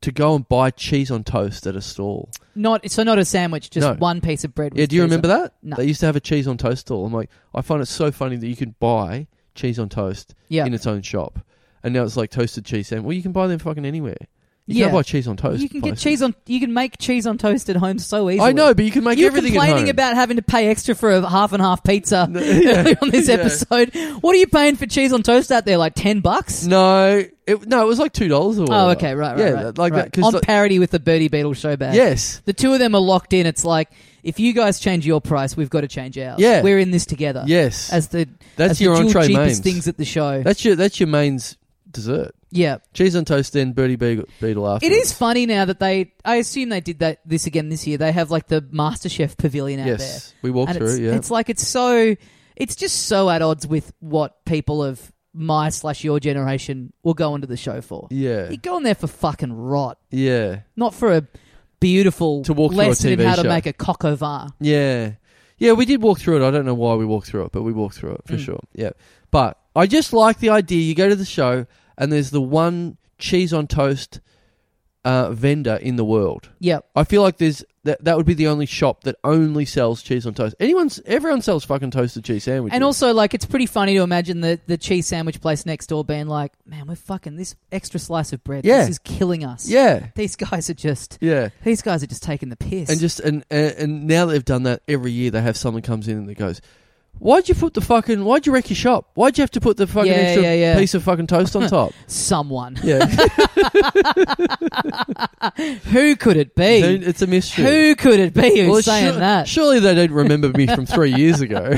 S2: to go and buy cheese on toast at a stall.
S1: Not so not a sandwich, just
S2: No.
S1: one piece of bread. With
S2: yeah, do you remember that?
S1: No.
S2: They used to have a cheese on toast stall. I'm like, I find it so funny that you can buy cheese on toast
S1: Yeah,
S2: in its own shop, and now it's like toasted cheese sandwich. Well, you can buy them fucking anywhere. You
S1: yeah.
S2: can't buy cheese on toast.
S1: you can get
S2: places.
S1: cheese on. You can make cheese on toast at home so easily.
S2: I know, but you can make
S1: You're
S2: everything at
S1: complaining
S2: home.
S1: about having to pay extra for a half and half pizza
S2: No, yeah.
S1: earlier on this
S2: Yeah.
S1: episode. What are you paying for cheese on toast out there? Like ten bucks?
S2: no, it, no, it was like two dollars or whatever.
S1: oh, okay, right, right,
S2: yeah,
S1: right,
S2: like
S1: right.
S2: that. Cause
S1: on
S2: like-
S1: parody with the Birdie Beetle show bag.
S2: yes,
S1: the two of them are locked in. It's like if you guys change your price, we've got to change ours.
S2: Yeah.
S1: we're in this together.
S2: yes.
S1: Uh, as the
S2: that's
S1: as
S2: your
S1: the dual
S2: entree
S1: cheapest
S2: mains.
S1: things at the show.
S2: That's your that's your main's dessert.
S1: Yeah.
S2: Cheese on toast, then Birdie Beagle, Beetle after.
S1: It is funny now that they. I assume they did that this again this year. They have like the MasterChef pavilion out there.
S2: Yes, we walked
S1: and
S2: through.
S1: it's,
S2: it, Yeah,
S1: it's like it's so it's just so at odds with what people of my slash your generation will go onto the show for.
S2: yeah,
S1: You go on there for fucking rot,
S2: yeah,
S1: not for a beautiful
S2: To walk through a
S1: lesson in
S2: TV
S1: how to
S2: show.
S1: make a coq au vin.
S2: yeah, yeah. We did walk through it. I don't know why we walked through it, but we walked through it for
S1: Mm.
S2: sure. Yeah, but I just like the idea. You go to the show, and there's the one cheese on toast uh, vendor in the world.
S1: Yep.
S2: I feel like there's that. That would be the only shop that only sells cheese on toast. Anyone's everyone sells fucking toasted cheese sandwiches.
S1: And also, like, it's pretty funny to imagine the, the cheese sandwich place next door being like, man, we're fucking this extra slice of bread.
S2: Yeah.
S1: This is killing us.
S2: yeah,
S1: These guys are just,
S2: yeah.
S1: these guys are just taking the piss.
S2: And just and, and and now they've done that every year. They have someone comes in and they goes, "Why'd you put the fucking? Why'd you wreck your shop? Why'd you have to put the fucking
S1: Yeah,
S2: extra
S1: yeah, yeah.
S2: piece of fucking toast on top?"
S1: Someone.
S2: yeah,
S1: Who could it be?
S2: Dude, it's a mystery.
S1: Who could it be who's
S2: Well,
S1: saying
S2: sure-
S1: that?
S2: Surely they don't remember me from three years ago.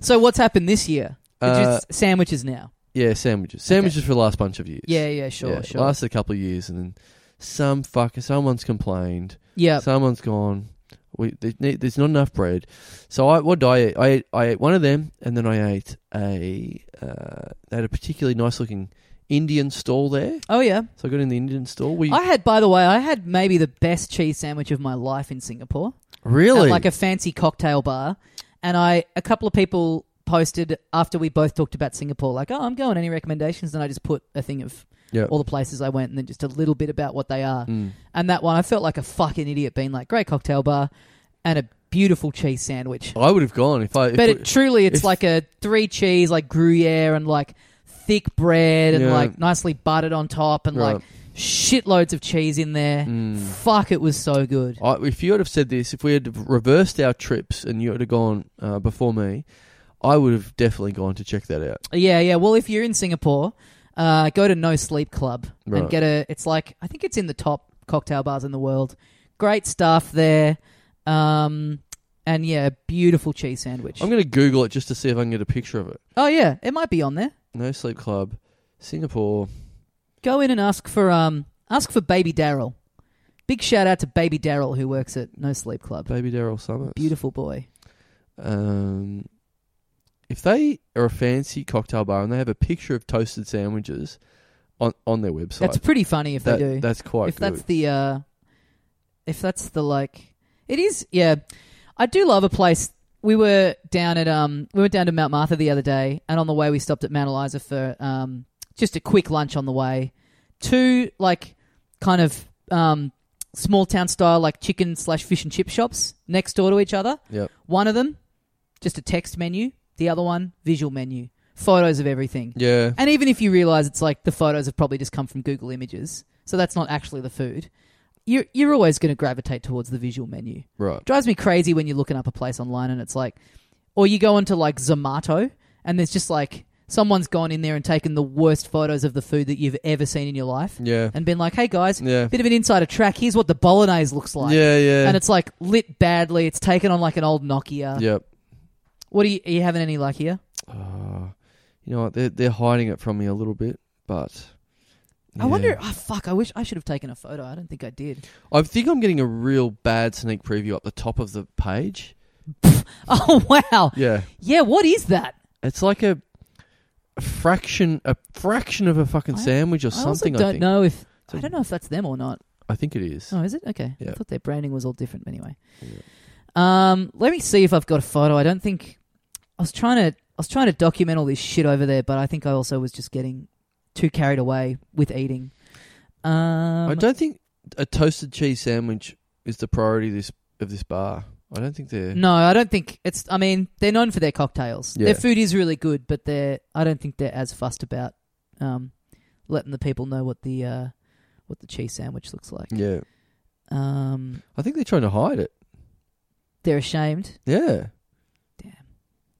S1: So what's happened this year? It's
S2: Uh,
S1: just sandwiches now.
S2: yeah, sandwiches. Sandwiches for the last bunch of years.
S1: Yeah, yeah, sure,
S2: Yeah,
S1: sure.
S2: Lasted a couple of years, and then some fucker, someone's complained.
S1: yeah,
S2: Someone's gone. We they, need- there's not enough bread. So I what did I eat? I ate, I ate one of them, and then I ate a. Uh, they had a particularly nice looking Indian stall there,
S1: oh yeah.
S2: so I got in the Indian stall. We
S1: I had, by the way, I had maybe the best cheese sandwich of my life in Singapore.
S2: really
S1: At like a fancy cocktail bar, and I a couple of people posted after we both talked about Singapore, like, oh, I'm going. Any recommendations? And I just put a thing of
S2: yeah.
S1: all the places I went, and then just a little bit about what they are.
S2: Mm.
S1: And that one, I felt like a fucking idiot, being like, great cocktail bar, and a beautiful cheese sandwich.
S2: I would have gone if I. If
S1: but
S2: we-
S1: it truly it's
S2: if-
S1: like a three cheese like gruyere and like thick bread and
S2: Yeah.
S1: like nicely buttered on top and
S2: Right. Mm.
S1: like shitloads of cheese in there fuck it was so good
S2: I, if you would have said this, if we had reversed our trips and you would have gone uh, before me, I would have definitely gone to check that out.
S1: yeah yeah well if you're in singapore uh, go to no sleep club
S2: Right.
S1: and get a it's like i think it's in the top cocktail bars in the world great stuff there um, and yeah beautiful cheese sandwich
S2: I'm going to Google it just to see if I can get a picture of it.
S1: oh yeah it might be on there
S2: No Sleep Club, Singapore.
S1: go in and ask for um ask for baby daryl big shout out to baby daryl who works at no sleep club
S2: Baby Daryl Summers.
S1: Beautiful boy.
S2: Um, if they are a fancy cocktail bar and they have a picture of toasted sandwiches on, on their website,
S1: That's pretty funny if
S2: that-
S1: they do.
S2: that's quite
S1: if
S2: good.
S1: that's the uh if that's the like it is yeah. I do love a place we were down at um we went down to Mount Martha the other day and on the way we stopped at Mount Eliza for um just a quick lunch on the way. Two like kind of um small town style like chicken slash fish and chip shops next door to each other.
S2: Yep.
S1: One of them just a text menu, the other one visual menu. Photos of everything.
S2: yeah.
S1: And even if you realize it's like the photos have probably just come from Google Images, so that's not actually the food, you're, you're always going to gravitate towards the visual menu.
S2: Right.
S1: Drives me crazy when you're looking up a place online and it's like, or you go onto like Zomato and there's just like someone's gone in there and taken the worst photos of the food that you've ever seen in your life
S2: Yeah.
S1: and been like, hey guys,
S2: Yeah.
S1: bit of an insider track. Here's what the bolognese looks like.
S2: yeah. Yeah.
S1: And it's like lit badly. It's taken on like an old Nokia.
S2: Yep.
S1: What are you, are you having any luck here?
S2: Uh, you know what? They're, they're hiding it from me a little bit, but.
S1: I wonder.
S2: yeah.
S1: Oh fuck! I wish I should have taken a photo. I don't think I did.
S2: I think I'm getting a real bad sneak preview up the top of the page.
S1: Oh wow!
S2: Yeah,
S1: Yeah, what is that?
S2: it's like a, a fraction, a fraction of a fucking
S1: I-
S2: sandwich or
S1: I also
S2: something.
S1: don't
S2: I think.
S1: know if
S2: So-
S1: I don't know if that's them or not.
S2: I think it is.
S1: Oh, is it? Okay,
S2: Yeah.
S1: I thought their branding was all different. but Anyway,
S2: Yeah.
S1: um, let me see if I've got a photo. I don't think I was trying to. I was trying to document all this shit over there, but I think I also was just getting too carried away with eating. Um,
S2: I don't think a toasted cheese sandwich is the priority this of this bar. I don't think they're.
S1: No, I don't think it's. I mean, they're known for their cocktails.
S2: Yeah.
S1: Their food is really good, but they're. I don't think they're as fussed about um, letting the people know what the uh, what the cheese sandwich looks like.
S2: Yeah,
S1: Um,
S2: I think they're trying to hide it.
S1: they're ashamed.
S2: Yeah.
S1: Damn.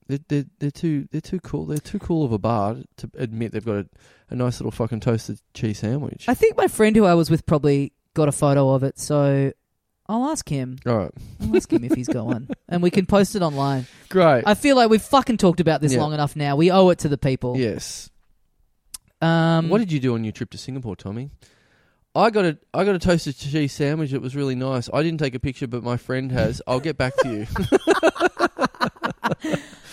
S2: They're, they're, they're too they're too cool they're too cool of a bar to admit they've got a, a nice little fucking toasted cheese sandwich.
S1: I think my friend who I was with probably got a photo of it, so I'll ask him.
S2: All right,
S1: I'll ask him if he's got one, and we can post it online.
S2: great.
S1: I feel like we've fucking talked about this
S2: Yeah.
S1: long enough now. We owe it to the people.
S2: yes,
S1: Um,
S2: What did you do on your trip to Singapore, Tommy? I got a I got a toasted cheese sandwich. It was really nice. I didn't take a picture, but my friend has. I'll get back to you.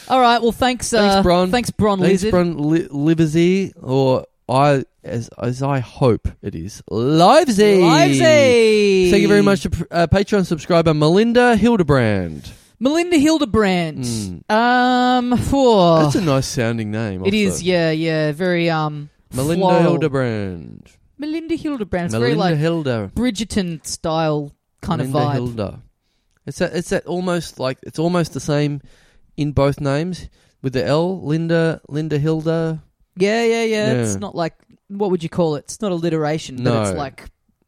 S1: all right. Well, thanks. Uh,
S2: Thanks, Bron.
S1: Thanks, Bron
S2: Thanks,
S1: Lizard.
S2: Bron Li- Livesey, or I as as I hope it is Livesey.
S1: Livesey.
S2: Thank you very much to pr- uh, Patreon subscriber Melinda Hildebrand.
S1: Melinda Hildebrand. Um, for
S2: Hmm. That's a nice sounding name.
S1: it is,
S2: also.
S1: yeah, yeah, very um,
S2: Melinda
S1: floral.
S2: Hildebrand.
S1: Melinda Hildebrand. It's
S2: Melinda
S1: very like
S2: Hilda.
S1: Bridgerton style kind
S2: Melinda
S1: of vibe.
S2: Hilda. It's that. It's that almost like it's almost the same in both names with the L. Linda. Linda Hilda.
S1: yeah, yeah, yeah, It's
S2: Yeah.
S1: not like what would you call it? It's not alliteration, but it's
S2: No.
S1: like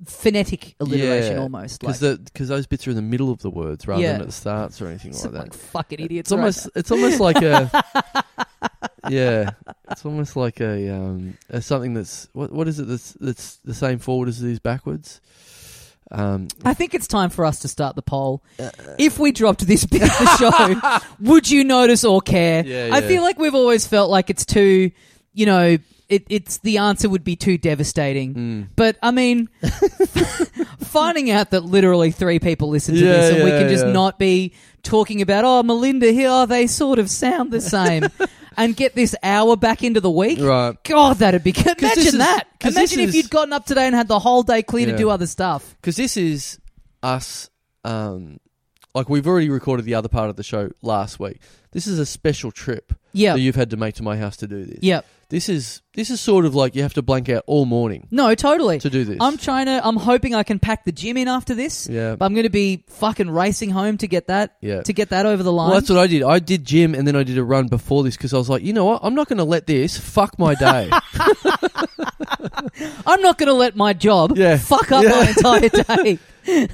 S1: phonetic alliteration
S2: Yeah,
S1: almost. Like
S2: Because those bits are in the middle of the words rather
S1: Yeah.
S2: than at the starts or anything
S1: it's
S2: like that.
S1: like fucking idiots.
S2: It's almost. It's almost like a. yeah, it's almost like a, um, a something that's what what is it that's that's the same forward as it is backwards. Um,
S1: I think it's time for us to start the poll.
S2: Uh,
S1: if we dropped this bit of the show, would you notice or care?
S2: Yeah,
S1: I
S2: yeah.
S1: feel like we've always felt like it's too, you know, it, it's the answer would be too devastating.
S2: mm.
S1: But I mean, finding out that literally three people listen to
S2: Yeah,
S1: this and we
S2: yeah,
S1: can just
S2: yeah.
S1: not be talking about oh Melinda here, oh, they sort of sound the same, and get this hour back into the week.
S2: Right.
S1: God, that'd be good.
S2: this
S1: Imagine
S2: is-
S1: that.
S2: 'cause this
S1: Imagine if
S2: is-
S1: you'd gotten up today and had the whole day clear to
S2: Yeah.
S1: do other stuff.
S2: Because this is us. Um, like we've already recorded the other part of the show last week. This is a special trip
S1: Yeah.
S2: that you've had to make to my house to do this.
S1: Yep.
S2: This is this is sort of like you have to blank out all morning
S1: No, totally.
S2: to do this.
S1: I'm trying to. I'm hoping I can pack the gym in after this.
S2: yeah.
S1: But I'm going to be fucking racing home to get that
S2: Yeah.
S1: to get that over the line.
S2: Well, that's what I did. I did gym and then I did a run before this because I was like, you know what? I'm not going to let this fuck my day.
S1: I'm not going to let my job
S2: Yeah.
S1: fuck up my entire day.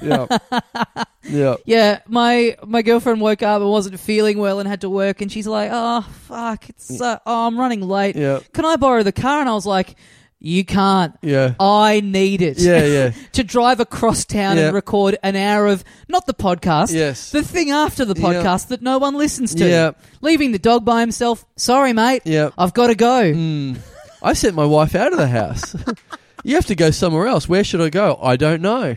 S2: yeah. Yeah.
S1: Yeah, my my girlfriend woke up and wasn't feeling well and had to work, and she's like, "Oh fuck, it's uh, oh, I'm running late.
S2: Yeah.
S1: Can I borrow the car?" And I was like, "You can't.
S2: Yeah.
S1: I need it.
S2: Yeah, yeah.
S1: to drive across town
S2: Yeah.
S1: and record an hour of not the podcast,
S2: Yes.
S1: the thing after the
S2: Yeah.
S1: podcast that no one listens to.
S2: Yeah.
S1: Leaving the dog by himself. Sorry, mate.
S2: Yeah.
S1: I've got to go.
S2: Mm. I sent my wife out of the house. you have to go somewhere else. Where should I go? I don't know.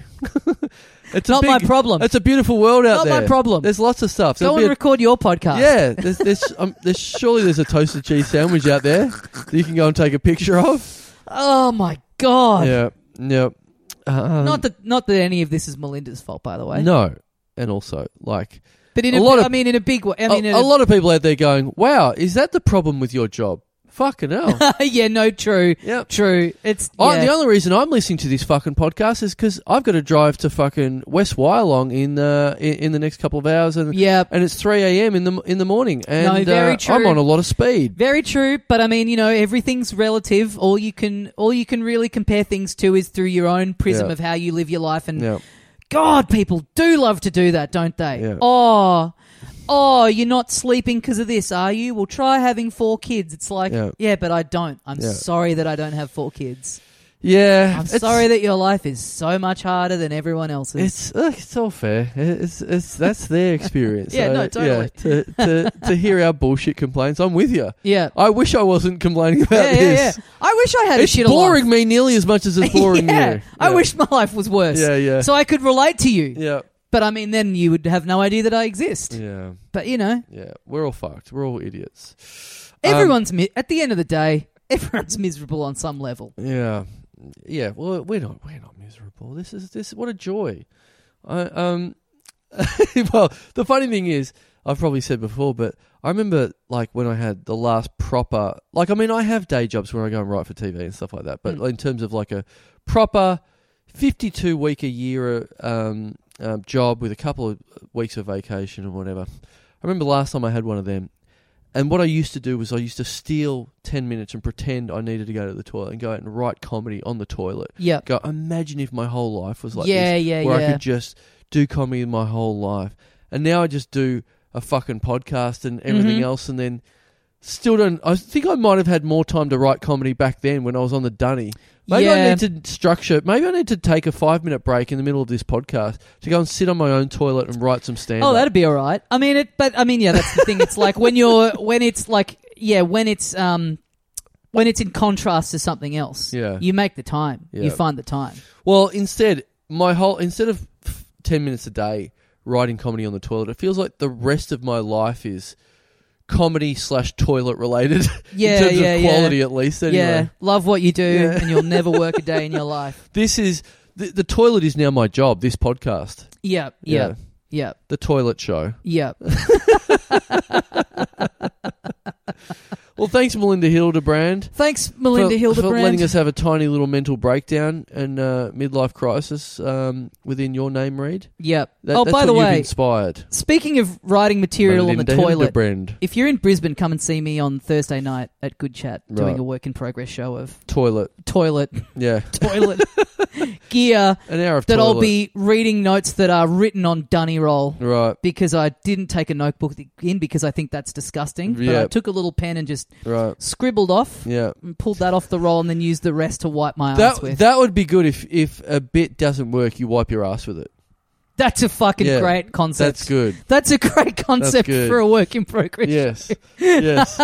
S2: it's a
S1: Not my
S2: big-
S1: problem.
S2: It's a beautiful world out
S1: Not
S2: there.
S1: my problem.
S2: There's lots of stuff.
S1: Go
S2: There'll
S1: and
S2: be a-
S1: record your podcast.
S2: yeah, there's, there's, um, there's surely there's a toasted cheese sandwich out there that you can go and take a picture of.
S1: Oh my god.
S2: Yeah, yeah. Um,
S1: Not that not that any of this is Melinda's fault, by the way.
S2: no, and also like
S1: But in a,
S2: A lot
S1: bi-
S2: of-
S1: I mean, in a big way. I
S2: A-
S1: mean, in
S2: a, lot of people out there going, "Wow, is that the problem with your job?" Fucking hell.
S1: yeah, no, true,
S2: yep.
S1: true. It's
S2: I,
S1: yeah.
S2: Oh, The only reason I'm listening to this fucking podcast is because I've got to drive to fucking West Wyalong in uh, in, in the next couple of hours, and
S1: yeah,
S2: and it's three a.m. in the in the morning, and
S1: very
S2: uh,
S1: true.
S2: I'm on a lot of speed.
S1: very true. But I mean, you know, everything's relative. All you can, all you can really compare things to is through your own prism
S2: Yeah.
S1: of how you live your life. And
S2: Yeah,
S1: God, people do love to do that, don't they?
S2: Yeah.
S1: Oh, oh, you're not sleeping because of this, are you? Well, try having four kids. It's like, yeah,
S2: Yeah.
S1: but I don't. I'm
S2: Yeah.
S1: sorry that I don't have four kids.
S2: yeah.
S1: I'm
S2: it's-
S1: sorry that your life is so much harder than everyone else's.
S2: It's look, it's all fair. It's it's that's their experience.
S1: Yeah,
S2: So,
S1: no, totally.
S2: Yeah, to, to to hear our bullshit complaints, I'm with you.
S1: yeah.
S2: I wish I wasn't complaining about
S1: Yeah, yeah,
S2: this.
S1: yeah. I wish I had
S2: It's
S1: a shit
S2: boring me nearly as much as it's boring
S1: yeah.
S2: you.
S1: I
S2: Yeah.
S1: wish my life was worse.
S2: Yeah, yeah,
S1: So I could relate to you.
S2: yeah,
S1: But I mean, then you would have no idea that I exist.
S2: yeah, Um,
S1: But you know,
S2: yeah. We're all fucked. We're all idiots. Um,
S1: everyone's, mi- at the end of the day, everyone's miserable on some level.
S2: yeah, yeah. Well, we're not. We're not miserable. This is this. What a joy. I, um. well, the funny thing is, I've probably said before, but I remember like when I had the last proper. Like, I mean, I have day jobs where I go and write for TV and stuff like that. But
S1: Mm.
S2: in terms of like a proper fifty-two week a year um, um, job with a couple of weeks of vacation and whatever. I remember last time I had one of them. And what I used to do was I used to steal 10 minutes and pretend I needed to go to the toilet and go out and write comedy on the toilet.
S1: Yeah.
S2: Go, imagine if my whole life was like
S1: yeah,
S2: this,
S1: yeah,
S2: where I
S1: yeah.
S2: could just do comedy my whole life. And now I just do a fucking podcast and everything
S1: Mhm.
S2: else and then still don't I think I might have had more time to write comedy back then when I was on the dunny. Maybe
S1: yeah.
S2: I need to structure maybe I need to take a 5 minute break in the middle of this podcast to go and sit on my own toilet and write some stand
S1: Oh, that'd be all right. I mean, it, but I mean, yeah, that's the thing. It's like when you're, when it's like, yeah, when it's, um, when it's in contrast to something else.
S2: Yeah.
S1: You make the time.
S2: Yeah.
S1: You find the time.
S2: Well, instead, my whole instead of ten minutes a day writing comedy on the toilet, it feels like the rest of my life is comedy slash toilet related.
S1: Yeah,
S2: in terms
S1: yeah,
S2: of
S1: yeah.
S2: quality at least. Anyway,
S1: Yeah. Love what you do
S2: Yeah.
S1: and you'll never work a day in your life.
S2: this is the, the toilet is now my job. This podcast,
S1: Yep.
S2: Yeah.
S1: Yep. Yep.
S2: the toilet show.
S1: Yep.
S2: Well, thanks, Melinda Hildebrand.
S1: Thanks, Melinda
S2: for,
S1: Hildebrand.
S2: for letting us have a tiny little mental breakdown and uh, midlife crisis um, within your name, Reed.
S1: Yep.
S2: That-
S1: oh,
S2: that's
S1: by
S2: what
S1: the
S2: you've
S1: way,
S2: inspired
S1: speaking of writing material
S2: Melinda
S1: on the toilet,
S2: Hildebrand.
S1: if you're in Brisbane, come and see me on Thursday night at Good Chat doing
S2: Right.
S1: a work in progress show of
S2: Toilet,
S1: toilet
S2: yeah,
S1: toilet gear
S2: an hour of
S1: that
S2: toilet.
S1: I'll be reading notes that are written on Dunny Roll
S2: right,
S1: because I didn't take a notebook in because I think that's disgusting. But I
S2: Yep.
S1: took a little pen and just
S2: right,
S1: scribbled off
S2: yeah.
S1: and pulled that off the roll and then used the rest to wipe my ass
S2: That
S1: with.
S2: that would be good if if a bit doesn't work, you wipe your ass with it.
S1: that's a fucking
S2: Yeah,
S1: great concept.
S2: That's good.
S1: That's a great concept
S2: good.
S1: for a work in progress.
S2: Yes, yes.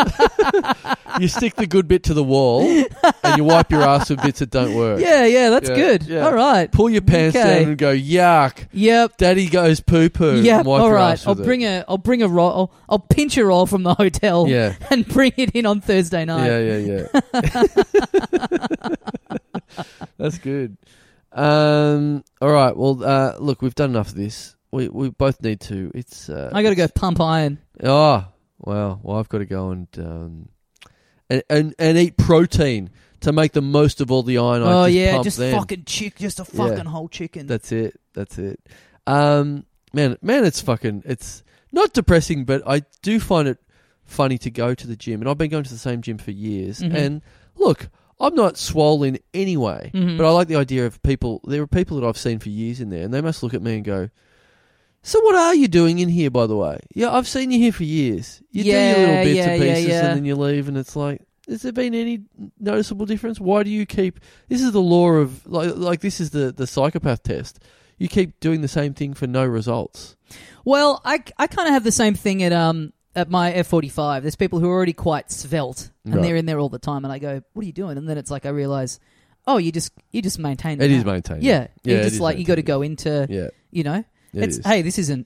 S2: you stick the good bit to the wall, and you wipe your ass with bits that don't work.
S1: Yeah, yeah, that's
S2: Yeah,
S1: good.
S2: yeah.
S1: All right.
S2: Pull your pants
S1: Okay.
S2: down and go yuck.
S1: Yep.
S2: Daddy goes poo poo.
S1: Yep.
S2: Wipe
S1: All
S2: your
S1: right.
S2: ass
S1: I'll
S2: with
S1: bring
S2: it.
S1: a I'll bring a roll. I'll, I'll pinch a roll from the hotel
S2: Yeah.
S1: and bring it in on Thursday night.
S2: Yeah, yeah, yeah. That's good. Um, all right. Well, uh, look, we've done enough of this. We we both need to. It's. Uh,
S1: I got to go pump iron.
S2: Oh wow. Well, I've got to go and um, and, and and eat protein to make the most of all the iron.
S1: oh
S2: I just
S1: yeah,
S2: pumped
S1: just
S2: then.
S1: fucking chick, just a
S2: Yeah.
S1: fucking whole chicken.
S2: That's it. That's it. Um, man, man, it's fucking. It's not depressing, but I do find it funny to go to the gym, and I've been going to the same gym for years.
S1: Mhm.
S2: And look, I'm not swollen anyway,
S1: Mhm.
S2: but I like the idea of people. There are people that I've seen for years in there, and they must look at me and go. So what are you doing in here, by the way? Yeah, I've seen you here for years. You do your
S1: Yeah,
S2: little bits
S1: yeah,
S2: and
S1: yeah,
S2: pieces,
S1: yeah.
S2: and then you leave, and it's like, has there been any noticeable difference? Why do you keep? This is the law of like, like this is the the psychopath test. You keep doing the same thing for no results.
S1: Well, I, I kind of have the same thing at um at my F forty five. There's people who are already quite svelte and
S2: Right.
S1: they're in there all the time, and I go, "What are you doing?" And then it's like I realize, oh, you just you just maintain
S2: It is
S1: that.
S2: maintained.
S1: yeah,
S2: Yeah,
S1: you
S2: it
S1: just
S2: is
S1: like you got to
S2: maintaining.
S1: go into
S2: yeah,
S1: you know,
S2: it
S1: it's
S2: is.
S1: hey, this isn't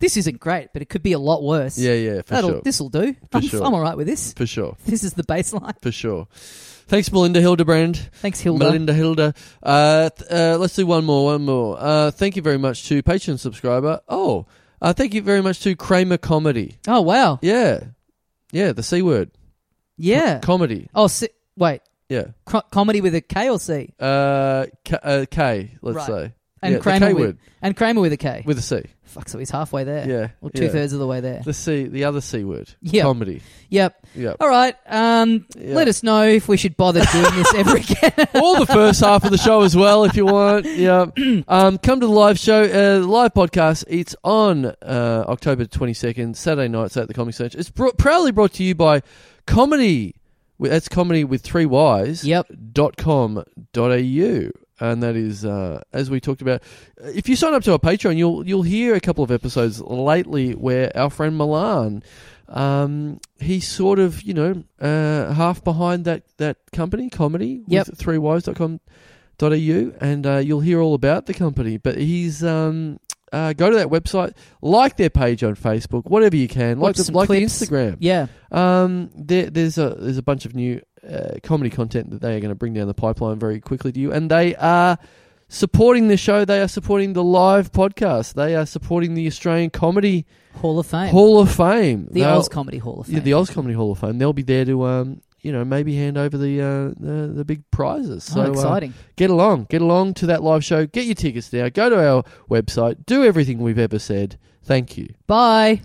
S1: this isn't great, but it could be a lot worse.
S2: yeah, yeah, for
S1: that'll
S2: sure,
S1: this'll do.
S2: For
S1: I'm,
S2: sure.
S1: I'm all right with this.
S2: for sure,
S1: This is the baseline.
S2: for sure. Thanks, Melinda Hildebrand.
S1: Thanks, Hilda.
S2: Melinda Hilda. Uh, th- uh, let's do one more, one more. Uh, thank you very much to Patreon subscriber. Oh, uh, thank you very much to Kramer Comedy.
S1: Oh wow,
S2: Yeah. Yeah, the C word.
S1: yeah.
S2: Comedy.
S1: Oh, si- wait,
S2: Yeah.
S1: cro- comedy with a K or C,
S2: Uh, K, uh, K let's
S1: Right.
S2: say.
S1: and
S2: yeah, the
S1: Kramer
S2: K
S1: with
S2: word
S1: and Kramer with a K.
S2: with a C.
S1: Fuck, so he's halfway there.
S2: Yeah.
S1: Well,
S2: yeah.
S1: two thirds of the way there.
S2: The C, the other C word.
S1: Yeah. Oh,
S2: Comedy.
S1: Yep.
S2: Yeah.
S1: All right. Um,
S2: Yeah.
S1: Let us know if we should bother doing this ever again.
S2: or the first half of the show as well, if you want. Yeah. Um, come to the live show, uh, the live podcast. It's on uh, October 22nd, Saturday nights at the Comedy Search. It's brought, proudly brought to you by Comedy. with- That's comedy with three Y's.
S1: Yep.
S2: Dot com dot au. And that is, uh, as we talked about, if you sign up to our Patreon, you'll you'll hear a couple of episodes lately where our friend Milan, um, he's sort of you know uh, half behind that that company comedy
S1: Yep.
S2: with three wives dot com dot au, and uh, you'll hear all about the company. But he's um, uh, go to that website, like their page on Facebook, whatever you can,
S1: Watch
S2: like the,
S1: some
S2: like the
S1: clips.
S2: Instagram.
S1: yeah.
S2: Um, there, there's a there's a bunch of new uh, comedy content that they are going to bring down the pipeline very quickly to you, and they are supporting the show. They are supporting the live podcast. They are supporting the Australian Comedy
S1: Hall of Fame.
S2: Hall of Fame.
S1: the
S2: They'll-
S1: Oz Comedy Hall of Fame.
S2: yeah, the Oz Comedy Hall of Fame. They'll be there to um, you know, maybe hand over the uh, the, the big prizes. So
S1: oh,
S2: uh,
S1: exciting.
S2: get along, get along to that live show. Get your tickets now. Go to our website. Do everything we've ever said. Thank you.
S1: Bye.